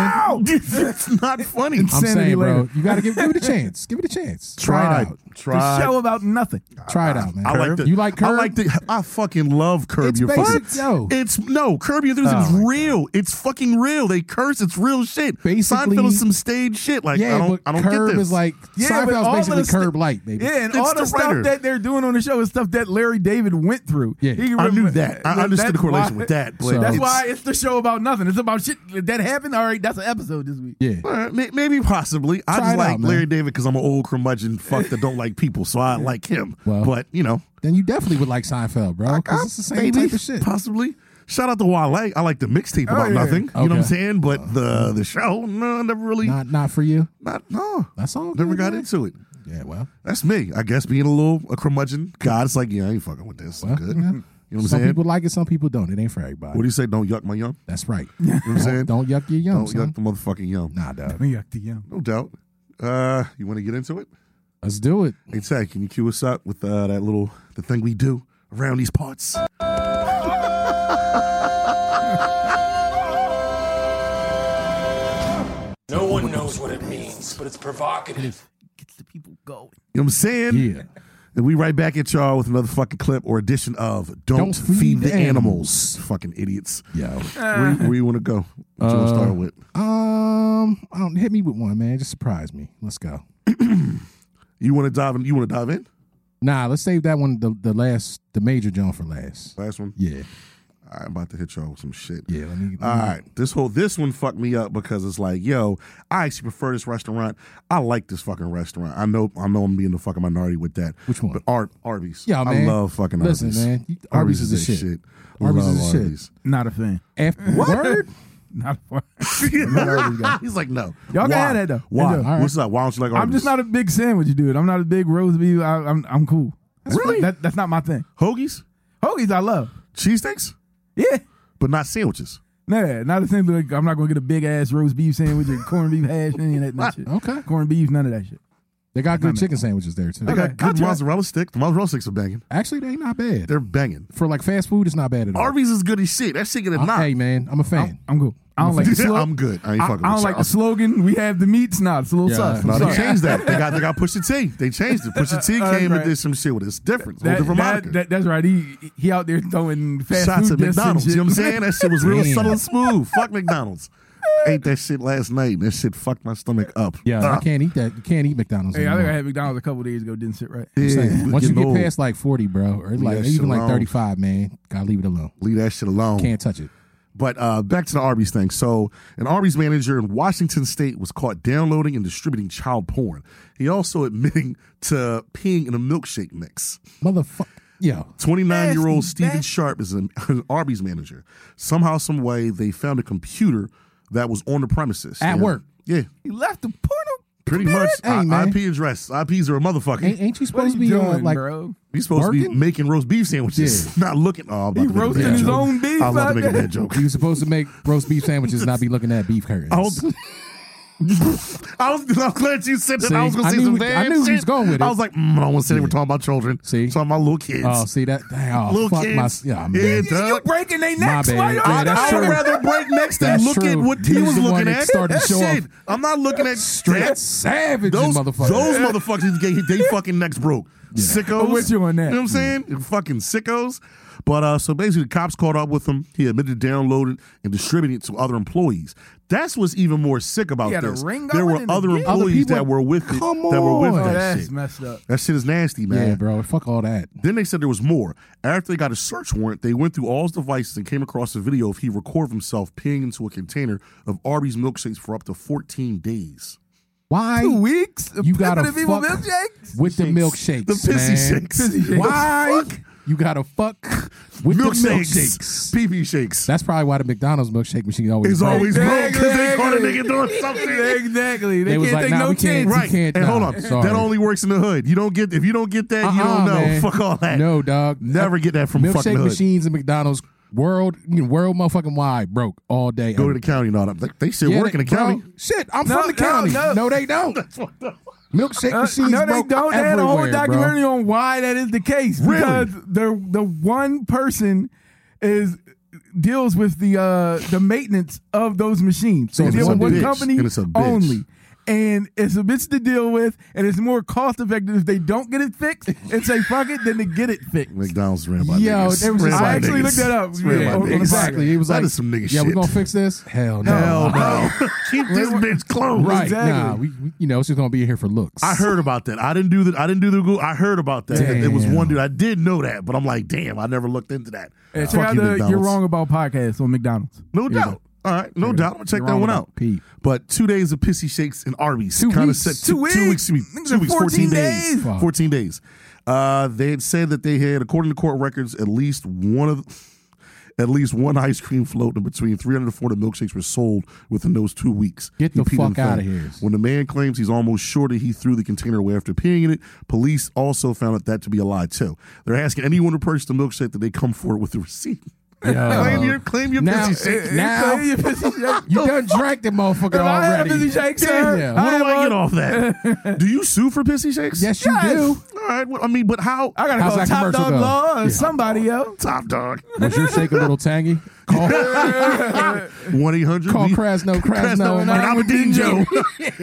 Speaker 3: it.
Speaker 4: now!
Speaker 1: it's not funny.
Speaker 3: I'm
Speaker 4: Sanity
Speaker 3: saying, bro,
Speaker 4: later.
Speaker 3: you gotta give give it a chance. Give it a chance. Try it out.
Speaker 1: Tried.
Speaker 4: The show about nothing.
Speaker 3: Try it out, man.
Speaker 1: I like the,
Speaker 3: You like Curb?
Speaker 1: I like the. I fucking love Curb.
Speaker 3: It's
Speaker 1: your
Speaker 3: basic,
Speaker 1: fucking,
Speaker 3: yo.
Speaker 1: It's no Curb Your Enthusiasm
Speaker 5: Oh,
Speaker 1: is
Speaker 5: my
Speaker 1: real. It's fucking real. They curse. It's real shit.
Speaker 3: Basically-
Speaker 1: Seinfeld is some stage shit. Like
Speaker 3: yeah,
Speaker 1: I don't.
Speaker 3: but
Speaker 1: I don't
Speaker 3: Curb
Speaker 1: get this.
Speaker 3: is like
Speaker 4: Yeah, but all of
Speaker 3: Seinfeld's basically
Speaker 4: the st-
Speaker 3: Curb light, baby.
Speaker 4: Yeah, and
Speaker 1: It's
Speaker 4: all
Speaker 1: the
Speaker 4: the, stuff
Speaker 1: writer.
Speaker 4: that they're doing on the show is stuff that Larry David went through.
Speaker 3: Yeah.
Speaker 4: can
Speaker 1: I knew
Speaker 4: remember-
Speaker 1: that. I understood the
Speaker 4: that's
Speaker 1: correlation
Speaker 4: why-
Speaker 1: with that. But
Speaker 3: So-
Speaker 4: That's
Speaker 1: it's-
Speaker 4: why it's the show about nothing. It's about shit that happened. All right, that's an episode this week.
Speaker 3: Yeah.
Speaker 1: All right, uh, may- Maybe possibly. I
Speaker 3: Try
Speaker 1: just
Speaker 3: it
Speaker 1: like
Speaker 3: out, man.
Speaker 1: Larry David because I'm an old curmudgeon fuck that don't like people, so I like him.
Speaker 3: Well.
Speaker 1: but you know,
Speaker 3: Then you definitely would like Seinfeld, bro. Because it's the same
Speaker 1: maybe
Speaker 3: type of shit. Oh,
Speaker 1: possibly. Shout out to Wale. I like the mixtape about
Speaker 4: yeah.
Speaker 1: nothing. You know what I'm
Speaker 3: Okay. Uh,
Speaker 1: saying? But the the show, no, never really, not,
Speaker 3: Not not for you.
Speaker 1: no,
Speaker 3: That's all.
Speaker 1: never
Speaker 3: good,
Speaker 1: got
Speaker 3: man.
Speaker 1: into it.
Speaker 3: Yeah, well,
Speaker 1: That's me, I guess, being a little a curmudgeon. God, it's like yeah, I ain't fucking with this. I'm
Speaker 3: Well,
Speaker 1: good.
Speaker 3: yeah.
Speaker 1: You know what I'm
Speaker 3: some
Speaker 1: saying?
Speaker 3: people like it, some people don't. It ain't for everybody.
Speaker 1: what do you say? Don't yuck my yum.
Speaker 3: That's right.
Speaker 1: You know what I'm saying?
Speaker 3: don't, don't yuck your yum,
Speaker 1: Don't
Speaker 3: son.
Speaker 1: yuck the motherfucking yum.
Speaker 3: Nah, dog.
Speaker 4: Let me yuck the yum.
Speaker 1: No doubt. Uh, you want to get into it?
Speaker 3: Let's do it.
Speaker 1: Hey, Tag, can you cue us up with uh, that little the thing we do around these parts?
Speaker 2: No one knows what it means, but it's provocative.
Speaker 4: Gets the people going.
Speaker 1: You know what I'm saying?
Speaker 3: Yeah.
Speaker 1: And we right back at y'all with another fucking clip or edition of Don't,
Speaker 3: Don't
Speaker 1: Feed,
Speaker 3: Feed
Speaker 1: the
Speaker 3: the
Speaker 1: Animals. Fucking idiots.
Speaker 3: Yo.
Speaker 1: Where, where you want to go? What you want
Speaker 3: Uh,
Speaker 1: to start with?
Speaker 3: Um, I don't hit me with one, man. Just surprise me. Let's go.
Speaker 1: You want to dive in? You want to dive in?
Speaker 3: Nah, let's save that one, the, the last, the major jump for last.
Speaker 1: Last one.
Speaker 3: Yeah.
Speaker 1: I'm about to hit y'all with some shit.
Speaker 3: Yeah. Let me.
Speaker 1: All right, this whole this one fucked me up because it's like, yo, I actually prefer this restaurant. I like this fucking restaurant. I know, I know, I'm being the fucking minority with that.
Speaker 3: Which one?
Speaker 1: But Ar- Arby's.
Speaker 3: Yeah, man.
Speaker 1: I love fucking
Speaker 3: Listen,
Speaker 1: Arby's.
Speaker 3: man, you- Arby's is the
Speaker 1: the
Speaker 3: shit. Arby's
Speaker 1: Love
Speaker 3: is the shit.
Speaker 1: Arby's.
Speaker 4: Not a fan.
Speaker 3: After, Word?
Speaker 4: Not a fan.
Speaker 1: He's like, no.
Speaker 4: Y'all can
Speaker 1: Why?
Speaker 4: have that, though.
Speaker 1: Why?
Speaker 4: Yeah,
Speaker 3: all right.
Speaker 1: What's up? Why don't you like Arby's?
Speaker 4: I'm just not a big sandwich dude. I'm not a big roast beef. I, I'm I'm cool. That's
Speaker 1: Really?
Speaker 4: That, that's not my thing.
Speaker 1: hoagies,
Speaker 4: Hoagies I love.
Speaker 1: cheesesteaks,
Speaker 4: Yeah.
Speaker 1: but not sandwiches.
Speaker 4: Nah, not a thing. Like, I'm not gonna get a big ass roast beef sandwich or corned beef hash any of that, that shit.
Speaker 3: Okay.
Speaker 4: Corned beef, none of that shit.
Speaker 3: They got good chicken sandwiches there, too.
Speaker 1: They
Speaker 4: Okay,
Speaker 1: got good
Speaker 4: I'll try.
Speaker 1: mozzarella stick. The mozzarella sticks are banging.
Speaker 3: Actually, they ain't not bad.
Speaker 1: They're banging.
Speaker 3: for like fast food, it's not bad at all.
Speaker 1: Arby's is good as shit. That shit get a
Speaker 3: I-
Speaker 1: knock.
Speaker 3: Hey, man, I'm a fan.
Speaker 4: I'm cool. I don't like the slow.
Speaker 1: I'm good. I ain't
Speaker 4: I,
Speaker 1: fucking
Speaker 4: I
Speaker 1: with
Speaker 4: don't like
Speaker 1: y'all.
Speaker 4: the slogan. We have the meats. Nah, it's a little
Speaker 3: Yeah,
Speaker 4: sus.
Speaker 1: No,
Speaker 4: I'm
Speaker 1: they
Speaker 4: sorry.
Speaker 1: changed that. They got they got Pusha T. They changed it. Pusha T
Speaker 4: Uh, uh,
Speaker 1: came and
Speaker 4: right.
Speaker 1: did some shit with it. It's different. It's a
Speaker 4: That-
Speaker 1: whole different
Speaker 4: that-
Speaker 1: moniker.
Speaker 4: that- that's right. He he out there throwing fast
Speaker 1: Shots at
Speaker 4: food discs and
Speaker 1: McDonald's. You know what I'm saying? That shit was real
Speaker 3: Damn.
Speaker 1: subtle and smooth. Fuck McDonald's. Ate that shit last night. and That shit fucked my stomach up.
Speaker 3: Yeah,
Speaker 1: Ah,
Speaker 3: I can't eat that. You can't eat McDonald's.
Speaker 4: Hey, I think I
Speaker 3: anymore.
Speaker 4: had McDonald's a couple days ago. Didn't sit right.
Speaker 1: yeah,
Speaker 3: I'm saying,
Speaker 1: we
Speaker 3: Once you
Speaker 1: getting old.
Speaker 3: get past like 40, bro, or like
Speaker 1: that shit
Speaker 3: even like
Speaker 1: alone.
Speaker 3: 35, man, gotta leave it alone.
Speaker 1: leave that shit alone.
Speaker 3: Can't touch it.
Speaker 1: But uh, back to the Arby's thing. So, an Arby's manager in Washington State was caught downloading and distributing child porn. He also admitting to peeing in a milkshake mix.
Speaker 3: Motherfucker. Yo,
Speaker 1: 29 year old
Speaker 4: Nasty
Speaker 1: Steven
Speaker 4: bastard.
Speaker 1: Sharp is an, an Arby's manager. Somehow, some way, they found a computer that was on the premises
Speaker 3: At
Speaker 1: Yeah.
Speaker 3: work.
Speaker 1: Yeah,
Speaker 4: He left the porno.
Speaker 1: pretty much.
Speaker 3: Hey,
Speaker 1: I-
Speaker 3: man.
Speaker 1: IP address. IPs are a motherfucker.
Speaker 3: ain't, ain't you
Speaker 4: What are
Speaker 3: supposed
Speaker 4: you
Speaker 3: to be
Speaker 4: doing,
Speaker 3: uh, like?
Speaker 4: bro?
Speaker 1: You're supposed to be
Speaker 3: working?
Speaker 1: making roast beef sandwiches, not looking. Oh, I'm about
Speaker 4: He
Speaker 1: to make a
Speaker 4: roasting
Speaker 1: bad
Speaker 4: his
Speaker 1: joke.
Speaker 4: own beef
Speaker 1: I'm about to
Speaker 4: out
Speaker 1: make a
Speaker 4: there.
Speaker 1: bad joke.
Speaker 3: You supposed to make roast beef sandwiches, not be looking at beef curtains.
Speaker 1: I was, I was, I'm glad you said that. I was
Speaker 3: See,
Speaker 1: going to
Speaker 3: I
Speaker 1: say
Speaker 3: knew
Speaker 1: some
Speaker 3: we-
Speaker 1: bad
Speaker 3: I knew
Speaker 1: shit.
Speaker 3: he was going with
Speaker 1: I
Speaker 3: it.
Speaker 1: was like, mm, I don't want to say they were talking about children.
Speaker 3: See?
Speaker 1: talking about little kids.
Speaker 3: oh, see that? Dang, oh,
Speaker 1: little
Speaker 3: fuck
Speaker 1: kids.
Speaker 3: my. Yeah, man.
Speaker 1: Yeah,
Speaker 4: You, you
Speaker 1: dog.
Speaker 4: breaking their necks.
Speaker 3: bad.
Speaker 4: Why you-
Speaker 3: Yeah, that's
Speaker 1: I
Speaker 3: true.
Speaker 1: would rather break next than
Speaker 3: That's
Speaker 1: look at
Speaker 3: true.
Speaker 1: what he
Speaker 3: He was
Speaker 1: was
Speaker 3: the one
Speaker 1: looking
Speaker 3: that
Speaker 1: at.
Speaker 3: started
Speaker 1: That
Speaker 3: the show
Speaker 1: shit.
Speaker 3: off.
Speaker 1: I'm not looking at
Speaker 3: Straight
Speaker 1: that.
Speaker 3: savage,
Speaker 1: Those,
Speaker 3: motherfucker.
Speaker 1: those motherfuckers, they, they fucking necks broke. Sickos.
Speaker 4: I'm with you on that.
Speaker 1: You know what I'm saying? You Fucking sickos. But uh, so basically, the cops caught up with him. He admitted to download it and distributed it to other employees. That's what's even more sick about
Speaker 4: He had a
Speaker 1: this.
Speaker 4: ring
Speaker 1: There
Speaker 4: going
Speaker 1: were
Speaker 4: and a
Speaker 1: other
Speaker 4: gig?
Speaker 1: employees
Speaker 4: Other
Speaker 3: people-
Speaker 1: that were with it.
Speaker 3: Come
Speaker 1: That were with
Speaker 3: on.
Speaker 4: Oh,
Speaker 1: that
Speaker 4: that's
Speaker 1: shit.
Speaker 4: messed up.
Speaker 1: That shit is nasty, man.
Speaker 3: yeah, bro. Fuck all that.
Speaker 1: Then they said there was more. After they got a search warrant, they went through all his devices and came across a video of he record himself peeing into a container of Arby's milkshakes for up to 14 days.
Speaker 3: Why
Speaker 4: Two weeks. of
Speaker 3: you gotta
Speaker 4: pimping the people
Speaker 3: fuck
Speaker 4: milkshakes?
Speaker 3: with the milkshakes?
Speaker 1: The pissy
Speaker 3: man.
Speaker 1: shakes.
Speaker 4: Pissy shakes.
Speaker 3: Why
Speaker 1: Fuck.
Speaker 3: you gotta fuck with the milkshakes?
Speaker 1: Milkshakes. Pee pee shakes.
Speaker 3: That's probably why the McDonald's milkshake machine always
Speaker 1: It's
Speaker 3: broke.
Speaker 1: always broke because they caught a
Speaker 4: Exactly.
Speaker 1: nigga doing something.
Speaker 4: Exactly.
Speaker 3: They
Speaker 4: They, can't
Speaker 3: was like,
Speaker 4: take
Speaker 3: nah,
Speaker 4: no
Speaker 3: we can't-
Speaker 4: chance.
Speaker 1: Right.
Speaker 3: can't-
Speaker 1: and hold
Speaker 3: nah,
Speaker 1: on.
Speaker 3: sorry.
Speaker 1: That only works in the hood. You don't get if you don't get that, you
Speaker 3: Uh-uh,
Speaker 1: don't know.
Speaker 3: man.
Speaker 1: Fuck all that.
Speaker 3: No, dog.
Speaker 1: Never get that from fucking
Speaker 3: Milkshake
Speaker 1: hood.
Speaker 3: machines and McDonald's world, you know, world motherfucking wide broke all day.
Speaker 1: Go to the county and all that. They- They should
Speaker 3: Yeah,
Speaker 1: work in
Speaker 3: they-
Speaker 1: the county.
Speaker 3: bro, shit, I'm
Speaker 4: No,
Speaker 3: from the
Speaker 4: no,
Speaker 3: county.
Speaker 4: no.
Speaker 3: No, they don't. Milkshake
Speaker 4: Uh,
Speaker 3: machines.
Speaker 4: no, they
Speaker 3: broke
Speaker 4: don't. They had a whole
Speaker 3: everywhere, bro.
Speaker 4: documentary on why that is the case.
Speaker 1: Really?
Speaker 4: Because the the one person is deals with the uh the maintenance of those machines.
Speaker 3: So
Speaker 4: they
Speaker 3: it's
Speaker 4: deal
Speaker 3: one
Speaker 4: with one
Speaker 1: bitch,
Speaker 4: company
Speaker 1: and it's a bitch.
Speaker 4: only. and it's a bitch to deal with, and it's more cost effective if they don't get it fixed and say fuck it than to get it fixed.
Speaker 1: McDonald's ran by
Speaker 3: Yo,
Speaker 1: niggas.
Speaker 3: there was
Speaker 1: Ran
Speaker 3: this-
Speaker 1: by
Speaker 3: I
Speaker 4: actually
Speaker 1: niggas.
Speaker 4: looked that up.
Speaker 1: It's ran
Speaker 4: Yeah,
Speaker 1: by
Speaker 4: on- on the
Speaker 1: niggas.
Speaker 3: Exactly. He was
Speaker 1: That
Speaker 3: like,
Speaker 1: is some nigga
Speaker 3: "Yeah, we're
Speaker 1: shit."
Speaker 3: gonna fix this." Hell no.
Speaker 1: Hell no. Keep this bitch closed.
Speaker 3: Right.
Speaker 4: Exactly.
Speaker 3: Nah, we, we- you know, it's just gonna be here for looks.
Speaker 1: I heard about that. I didn't do that. I didn't do the Google. I heard about that. It was
Speaker 3: Damn.
Speaker 1: one dude. I did know that, but I'm like, damn, I never looked into that.
Speaker 4: And
Speaker 1: Fuck
Speaker 4: check out
Speaker 1: you,
Speaker 4: the You're
Speaker 1: McDonald's.
Speaker 4: Wrong About podcast on McDonald's.
Speaker 1: No doubt. All right, no doubt. I'm gonna check that one out.
Speaker 3: Pete.
Speaker 1: But two days of pissy shakes and Arby's
Speaker 3: Two
Speaker 1: kind of
Speaker 3: weeks.
Speaker 1: set two,
Speaker 4: Two
Speaker 1: two
Speaker 4: weeks.
Speaker 1: weeks, excuse me,
Speaker 4: Niggas
Speaker 1: two
Speaker 4: in
Speaker 1: weeks,
Speaker 4: 14
Speaker 1: fourteen days,
Speaker 4: days. Fuck.
Speaker 1: fourteen days. Uh, they had said that they had, according to court records, at least one of, at least one ice cream float and between 300 and 400 milkshakes were sold within those two weeks.
Speaker 3: Get
Speaker 1: He
Speaker 3: the
Speaker 1: peed in
Speaker 3: fuck outta
Speaker 1: thing.
Speaker 3: here.
Speaker 1: When the man claims he's almost sure that he threw the container away after peeing in it, police also found that, that to be a lie too. They're asking anyone who purchased the milkshake that they come forward with the receipt. claim your claim your
Speaker 3: Uh, Now-
Speaker 1: pissy shake.
Speaker 3: Now-
Speaker 4: If I
Speaker 3: You done drank that motherfucker
Speaker 4: had
Speaker 3: already.
Speaker 4: a busy shake, sir,
Speaker 3: Damn.
Speaker 1: What do I
Speaker 4: had
Speaker 1: get
Speaker 4: one.
Speaker 1: off that? do you sue for pissy shakes?
Speaker 3: Yes, you
Speaker 4: Yes.
Speaker 3: do.
Speaker 1: All right. Well, I mean, but how?
Speaker 4: I gotta
Speaker 3: How's
Speaker 4: call
Speaker 3: that
Speaker 4: Top
Speaker 3: commercial
Speaker 4: Dog
Speaker 3: go?
Speaker 4: Law or somebody else.
Speaker 1: Top dog.
Speaker 3: Was your shake a little tangy? Call,
Speaker 1: One eight hundred.
Speaker 3: call Krasno, Krasno,
Speaker 1: and
Speaker 3: and
Speaker 1: Aberdeen Joe.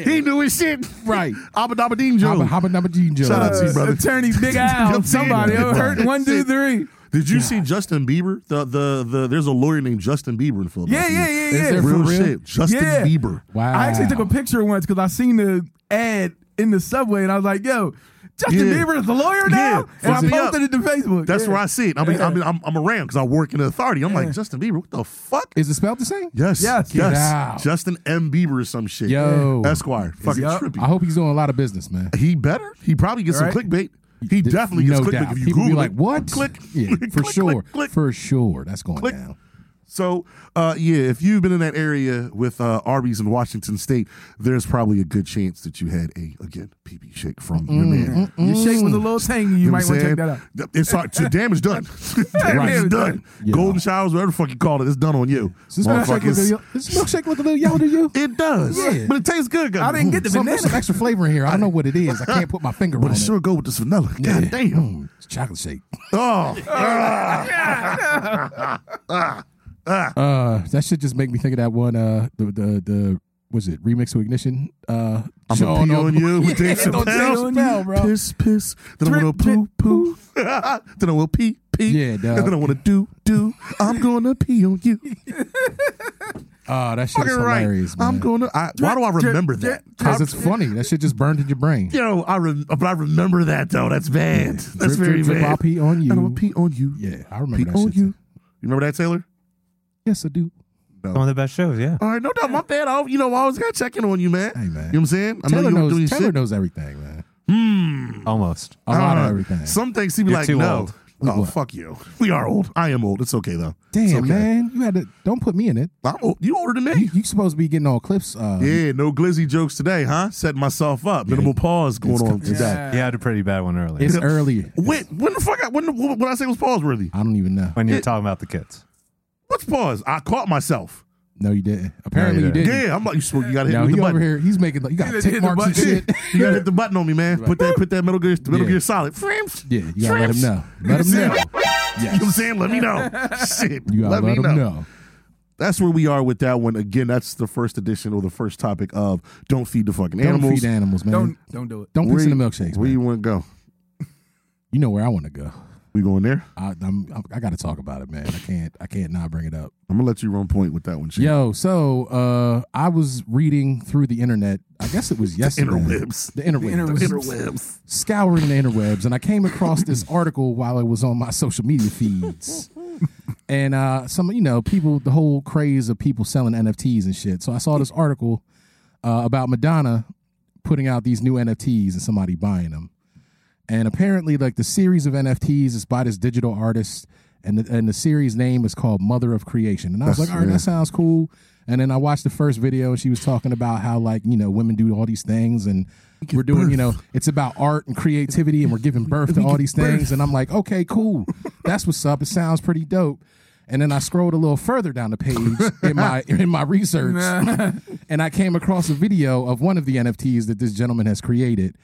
Speaker 1: he knew his shit.
Speaker 3: Right.
Speaker 1: Abba Dabadeen Joe.
Speaker 3: Haba Haba Dabba Jean Joe.
Speaker 1: Shout out to you, brother.
Speaker 4: Uh, Attorney Big Al,
Speaker 1: Come
Speaker 4: somebody.
Speaker 1: here.
Speaker 4: Oh, hurt one, two, three.
Speaker 1: Did you see Justin Bieber? The, the the there's a lawyer named Justin Bieber in
Speaker 4: Yeah,
Speaker 1: Philadelphia.
Speaker 4: yeah, yeah,
Speaker 3: Is
Speaker 4: yeah.
Speaker 3: there-
Speaker 1: Real,
Speaker 3: For real?
Speaker 1: shit. Justin
Speaker 4: Yeah.
Speaker 1: Bieber.
Speaker 3: Wow.
Speaker 4: I actually took
Speaker 1: Ah.
Speaker 4: a picture once because I seen the ad in the subway and I was like, yo, Justin
Speaker 1: Yeah.
Speaker 4: Bieber is the lawyer now?
Speaker 1: Yeah.
Speaker 4: And I
Speaker 1: Is it-
Speaker 4: posted it to Facebook.
Speaker 1: That's
Speaker 4: yeah.
Speaker 1: where I see it. I mean, I mean I'm, I'm around because I work in the authority. I'm like, Justin Bieber, what the fuck?
Speaker 3: Is it spelled the same?
Speaker 1: Yes.
Speaker 4: Yes.
Speaker 1: Yes.
Speaker 3: Get out.
Speaker 1: Justin M. Bieber or some shit.
Speaker 3: Yo.
Speaker 1: Esquire. Fucking
Speaker 4: Yup.
Speaker 1: trippy.
Speaker 3: I hope he's doing a lot of business, man.
Speaker 1: He better. He probably gets
Speaker 4: Right?
Speaker 1: some clickbait. He
Speaker 3: Th-
Speaker 1: definitely gets
Speaker 3: no
Speaker 1: clickbait
Speaker 3: doubt.
Speaker 1: if you
Speaker 3: People
Speaker 1: Google
Speaker 3: be like,
Speaker 1: it.
Speaker 3: "What?"
Speaker 1: Click.
Speaker 3: Yeah, for
Speaker 1: Click,
Speaker 3: sure.
Speaker 1: click, click.
Speaker 3: For sure, that's going
Speaker 1: Click.
Speaker 3: down.
Speaker 1: So, uh, yeah, if you've been in that area with uh, Arby's in Washington State, there's probably a good chance that you had a again PB shake from your man.
Speaker 4: Your shake was a little tangy.
Speaker 1: Mm.
Speaker 4: You,
Speaker 1: You know
Speaker 4: Mm-hmm. might
Speaker 1: what I'm
Speaker 4: want to check that
Speaker 1: saying?
Speaker 4: out.
Speaker 1: Th- It's all, so damage done. damage is
Speaker 4: Right.
Speaker 1: done.
Speaker 3: Yeah.
Speaker 1: Golden showers, whatever the fuck you call it, it's done on you.
Speaker 3: Does this milkshake look a
Speaker 1: Motherfuckers.
Speaker 3: little- does this milkshake look a little yellow to you?
Speaker 1: It does,
Speaker 3: Yeah.
Speaker 1: but it tastes good.
Speaker 4: I didn't get the
Speaker 3: Some, there's some
Speaker 4: banana.
Speaker 3: extra flavor in here. I don't know what it is. I can't put my finger
Speaker 1: but
Speaker 3: on
Speaker 1: it sure
Speaker 3: it.
Speaker 1: go with this vanilla. God damn.
Speaker 3: Mm, it's chocolate shake.
Speaker 1: Oh,
Speaker 3: Uh, that should just make me think of that one. Uh, the the the was it remix to ignition? Uh,
Speaker 1: I'm
Speaker 3: Sean
Speaker 1: gonna pee on you with Dave
Speaker 3: Yeah, don't Dave
Speaker 1: Chappelle.
Speaker 3: Chappelle, bro.
Speaker 1: Piss, piss. Then I'm gonna
Speaker 4: Drip,
Speaker 1: poo, poo. then I will pee, pee.
Speaker 3: Yeah, dog.
Speaker 1: And then I wanna do, do. I'm gonna pee on you.
Speaker 3: Oh, that shit is
Speaker 1: Fucking right.
Speaker 3: hilarious, man.
Speaker 1: I'm gonna. I, why do I
Speaker 4: Drip,
Speaker 1: remember
Speaker 4: drip,
Speaker 1: that?
Speaker 3: because it's funny. That shit just burned in your brain.
Speaker 1: Yo, I rem- but I remember that though. That's bad. That's
Speaker 3: Drip,
Speaker 1: very
Speaker 3: drip, drip, I'll
Speaker 1: bad.
Speaker 3: pee on
Speaker 1: And I'm gonna
Speaker 3: you.
Speaker 1: pee on you.
Speaker 3: Yeah, I remember
Speaker 1: Pee
Speaker 3: that
Speaker 1: on
Speaker 3: shit.
Speaker 1: you.
Speaker 3: too.
Speaker 1: You remember that, Taylor?
Speaker 3: Yes, I do.
Speaker 5: One of the best shows, yeah.
Speaker 1: All right, no doubt. My bad. I, you know, I always gotta check in on you, man.
Speaker 3: Hey, man.
Speaker 1: You know what I'm saying? I know
Speaker 3: Taylor
Speaker 1: you don't do
Speaker 3: knows.
Speaker 1: your
Speaker 3: Taylor
Speaker 1: shit.
Speaker 3: knows everything, man.
Speaker 5: Almost.
Speaker 3: A lot
Speaker 1: Uh,
Speaker 3: of everything.
Speaker 1: Some things he be
Speaker 5: You're
Speaker 1: like,
Speaker 5: too
Speaker 1: no.
Speaker 5: old.
Speaker 1: Oh,
Speaker 3: What?
Speaker 1: fuck you. We are old. I am old. It's okay though. It's
Speaker 3: Damn,
Speaker 1: okay.
Speaker 3: man, you had to. Don't put me in it.
Speaker 1: I'm old. You older than me.
Speaker 3: You, you supposed to be getting all clips. Uh,
Speaker 1: Yeah, no glizzy jokes today, huh? Setting myself up. Minimal pause going on today.
Speaker 5: You had a pretty bad one earlier.
Speaker 3: It's early.
Speaker 1: When, when the fuck? I, when, the- when when I say it was pause worthy?
Speaker 3: I don't even know.
Speaker 5: when you were
Speaker 1: it-
Speaker 5: talking about the kids.
Speaker 1: What's pause? I caught myself.
Speaker 3: No, you didn't. Apparently, you
Speaker 5: didn't.
Speaker 3: didn't.
Speaker 1: Yeah, I'm like you. smoke- You gotta hit
Speaker 3: No,
Speaker 1: me with
Speaker 3: he
Speaker 1: the
Speaker 3: over
Speaker 1: button.
Speaker 3: here. He's making. You
Speaker 4: He
Speaker 3: got
Speaker 4: didn't hit
Speaker 3: tick
Speaker 4: the
Speaker 3: marks and
Speaker 4: button.
Speaker 3: shit.
Speaker 1: You gotta hit the button on me, man. Put that. Put that Metal Gear. Metal
Speaker 3: Yeah.
Speaker 1: Gear Solid.
Speaker 3: Yeah, you gotta let him know. Let him know.
Speaker 1: You know what I'm saying? Let me know. Shit.
Speaker 3: You gotta let,
Speaker 1: me
Speaker 3: him know.
Speaker 1: That's where we are with that one. Again, that's the first edition or the first topic of don't feed the fucking
Speaker 3: Don't
Speaker 1: animals.
Speaker 3: feed animals, man.
Speaker 4: Don't
Speaker 3: Don't
Speaker 4: don't do it.
Speaker 3: don't
Speaker 1: Where
Speaker 3: piss in
Speaker 1: you-
Speaker 3: the milkshakes.
Speaker 1: Where
Speaker 3: man.
Speaker 1: you want to go?
Speaker 3: You know where I want to go.
Speaker 1: We going there?
Speaker 3: I, I'm, I'm, I got to talk about it, man. I can't. I can't not bring it up.
Speaker 1: I'm gonna let you run point with that one. Shit.
Speaker 3: Yo, so uh, I was reading through the internet. I guess it was yesterday.
Speaker 1: interwebs.
Speaker 3: The interwebs.
Speaker 4: interwebs.
Speaker 1: Interwebs.
Speaker 3: Scouring the interwebs, and I came across this article while it was on my social media feeds. and uh, some, you know, people, the whole craze of people selling NFTs and shit. So I saw this article uh, about Madonna putting out these new NFTs and somebody buying them. And apparently, like the series of NFTs is by this digital artist, and the, and the series name is called Mother of Creation. And I was
Speaker 1: That's-
Speaker 3: like, all right,
Speaker 1: yeah.
Speaker 3: that sounds cool. And then I watched the first video, and she was talking about how like you know women do all these things, and we're doing you know it's about art and creativity, and we're giving birth to all these things. And I'm like, okay, cool, that's what's up. It sounds pretty dope. And then I scrolled a little further down the page in my in my research, and I came across a video of one of the NFTs that this gentleman has created.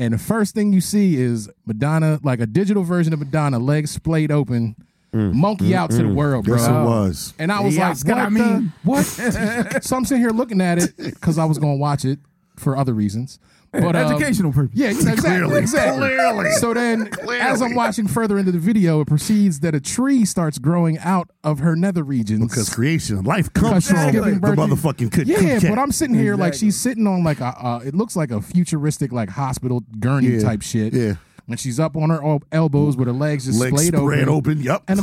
Speaker 3: And the first thing you see is Madonna, like a digital version of Madonna, legs splayed open, monkey out to the world, bro.
Speaker 1: Mm. Yes, it was.
Speaker 3: And I was
Speaker 4: Yeah,
Speaker 3: like,
Speaker 4: that's
Speaker 3: what?
Speaker 4: what I
Speaker 3: the-
Speaker 4: mean.
Speaker 3: what? so I'm sitting here looking at it because I was going to watch it for other reasons. But um,
Speaker 4: Educational purpose.
Speaker 3: Yeah, exactly.
Speaker 1: Clearly.
Speaker 3: exactly.
Speaker 1: Clearly.
Speaker 3: So then, as I'm watching further into the video, it proceeds that a tree starts growing out of her nether regions.
Speaker 1: Because creation, life comes from
Speaker 3: Exactly.
Speaker 1: the motherfucking cookie.
Speaker 3: yeah,
Speaker 1: cat.
Speaker 3: but I'm sitting here like
Speaker 4: Exactly.
Speaker 3: she's sitting on like a uh, it looks like a futuristic like hospital gurney
Speaker 1: Yeah,
Speaker 3: type shit.
Speaker 1: yeah.
Speaker 3: and she's up on her el- elbows with her legs just
Speaker 1: legs
Speaker 3: splayed
Speaker 1: spread
Speaker 3: open,
Speaker 1: open. Yep.
Speaker 3: and a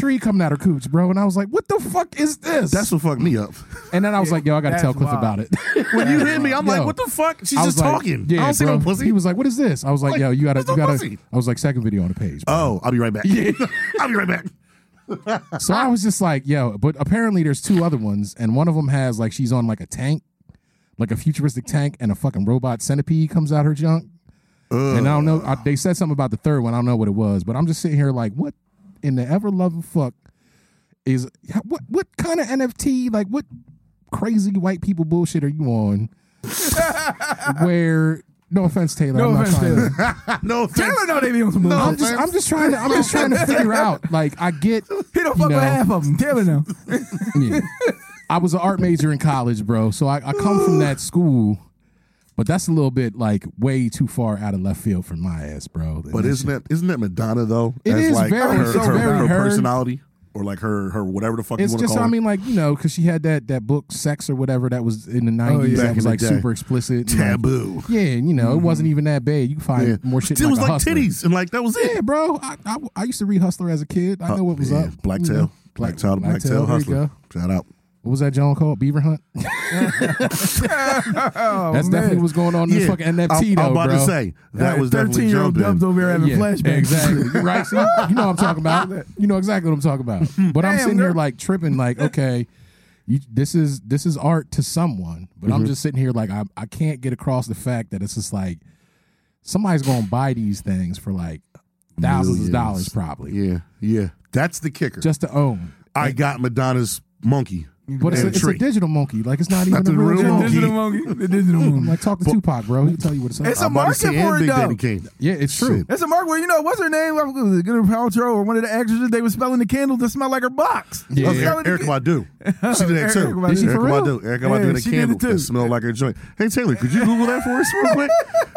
Speaker 3: tree coming out her cooch, bro. And I was like, "What the fuck is this?"
Speaker 1: That's what fucked me up.
Speaker 3: and then I was like, "Yo, I gotta
Speaker 4: That's
Speaker 3: tell Cliff
Speaker 4: wild.
Speaker 3: about it."
Speaker 1: When you hit me, I'm like,
Speaker 3: Yo.
Speaker 1: what the fuck? She's
Speaker 3: I was
Speaker 1: just
Speaker 3: like,
Speaker 1: talking.
Speaker 3: Yeah,
Speaker 1: I don't see no
Speaker 3: bro."
Speaker 1: pussy.
Speaker 3: He was like, "What is this?" I was like,
Speaker 1: Like,
Speaker 3: "Yo, you gotta,
Speaker 1: there's no
Speaker 3: you gotta."
Speaker 1: pussy.
Speaker 3: I was like, second video on the page." bro."
Speaker 1: oh, I'll be right back. I'll be right back.
Speaker 3: So I was just like, "Yo," but apparently there's two other ones, and one of them has like she's on like a tank, like a futuristic tank, and a fucking robot centipede comes out her junk. And I don't know. I, they said something about the third one. I don't know what it was, but I'm just sitting here like, what in the ever loving fuck is what? What kind of NFT? Like, what crazy white people bullshit are you on? Where, no offense, Taylor.
Speaker 4: No
Speaker 3: I'm not
Speaker 4: offense,
Speaker 3: trying
Speaker 4: Taylor.
Speaker 3: To,
Speaker 1: No, thanks.
Speaker 4: Taylor know they be on some bullshit.
Speaker 3: I'm just, I'm just trying to, I'm just trying to figure out. Like, I get,
Speaker 4: he don't
Speaker 3: you
Speaker 4: fuck
Speaker 3: know,
Speaker 4: with half of them. Taylor know.
Speaker 3: yeah. I was an art major in college, bro. So I, I come from that school, but that's a little bit like way too far out of left field for my ass, bro.
Speaker 1: But isn't that isn't that Madonna though?
Speaker 3: It is
Speaker 1: like
Speaker 3: very-
Speaker 1: her,
Speaker 3: so
Speaker 1: her,
Speaker 3: very
Speaker 1: her
Speaker 3: her.
Speaker 1: personality or like her her whatever the fuck
Speaker 3: It's
Speaker 1: you want to
Speaker 3: just,
Speaker 1: call
Speaker 3: I
Speaker 1: her.
Speaker 3: mean, like, you know, because she had that, that book, Sex or whatever, that was in the 90s,
Speaker 4: yeah.
Speaker 1: Oh, Back
Speaker 3: that
Speaker 1: in
Speaker 3: was
Speaker 1: the
Speaker 3: like
Speaker 1: day.
Speaker 3: super explicit. and, like,
Speaker 1: taboo. Mm-hmm.
Speaker 3: yeah, and, you know, it wasn't even that bad. You can find
Speaker 1: Yeah.
Speaker 3: more shit.
Speaker 1: It
Speaker 3: like
Speaker 1: was
Speaker 3: a
Speaker 1: like
Speaker 3: Hustler.
Speaker 1: titties and like that was
Speaker 3: Yeah,
Speaker 1: it.
Speaker 3: bro. I, I, I used to read Hustler as a kid. I know what was
Speaker 1: Uh, Yeah,
Speaker 3: up. Mm-hmm.
Speaker 1: Black
Speaker 3: you know.
Speaker 1: Tail, Black Tail, Black Tail
Speaker 3: there you
Speaker 1: Hustler.
Speaker 3: go.
Speaker 1: Shout out.
Speaker 3: What was that John called? Beaver Hunt? That's definitely what's going on in this fucking NFT,
Speaker 1: I'm,
Speaker 3: though,
Speaker 1: I'm about
Speaker 3: bro.
Speaker 1: to say that was definitely
Speaker 4: year old
Speaker 1: jumped
Speaker 4: dubs
Speaker 1: in.
Speaker 4: over here having
Speaker 3: Yeah,
Speaker 4: flashbacks.
Speaker 3: Exactly. You're right. See, you know what I'm talking about. You know exactly what I'm talking about. But I'm
Speaker 4: Damn,
Speaker 3: sitting here
Speaker 4: girl.
Speaker 3: like tripping, like, okay, you, this is this is art to someone. But I'm just sitting here like I I can't get across the fact that it's just like somebody's gonna buy these things for like thousands
Speaker 1: Millions.
Speaker 3: of dollars probably.
Speaker 1: Yeah, yeah. That's the kicker.
Speaker 3: Just to own.
Speaker 1: I got Madonna's monkey.
Speaker 3: But it's a,
Speaker 1: And
Speaker 3: it's a
Speaker 1: tree.
Speaker 3: digital monkey. Like it's not even
Speaker 1: the
Speaker 3: a
Speaker 1: real
Speaker 3: real
Speaker 4: The
Speaker 1: monkey.
Speaker 3: monkey.
Speaker 4: digital monkey. The digital monkey.
Speaker 3: Like talk to Tupac, bro. He'll tell you what it's,
Speaker 4: It's
Speaker 3: up.
Speaker 4: a
Speaker 1: I'm about to
Speaker 4: market
Speaker 1: say,
Speaker 4: for
Speaker 1: and
Speaker 4: it
Speaker 1: Big Daddy
Speaker 4: though.
Speaker 1: Kane.
Speaker 3: Yeah, it's true.
Speaker 1: Shit.
Speaker 4: That's a mark where you know what's her name? What Was it Gwyneth Paltrow or one of the actresses? They were spelling the candle to smell like her box.
Speaker 3: Yeah.
Speaker 4: They
Speaker 1: That's
Speaker 4: were
Speaker 1: Eric,
Speaker 4: spelling
Speaker 1: Eric
Speaker 4: the-
Speaker 1: Badu. She did that
Speaker 4: Eric
Speaker 1: too.
Speaker 4: Badu.
Speaker 3: Is she
Speaker 1: Eric
Speaker 3: for real?
Speaker 1: Badu. Eric Badu
Speaker 4: Yeah,
Speaker 1: had a
Speaker 4: she did
Speaker 1: candle
Speaker 4: it too.
Speaker 1: that smelled like her joint. Hey Taylor, could you Google that for us real quick?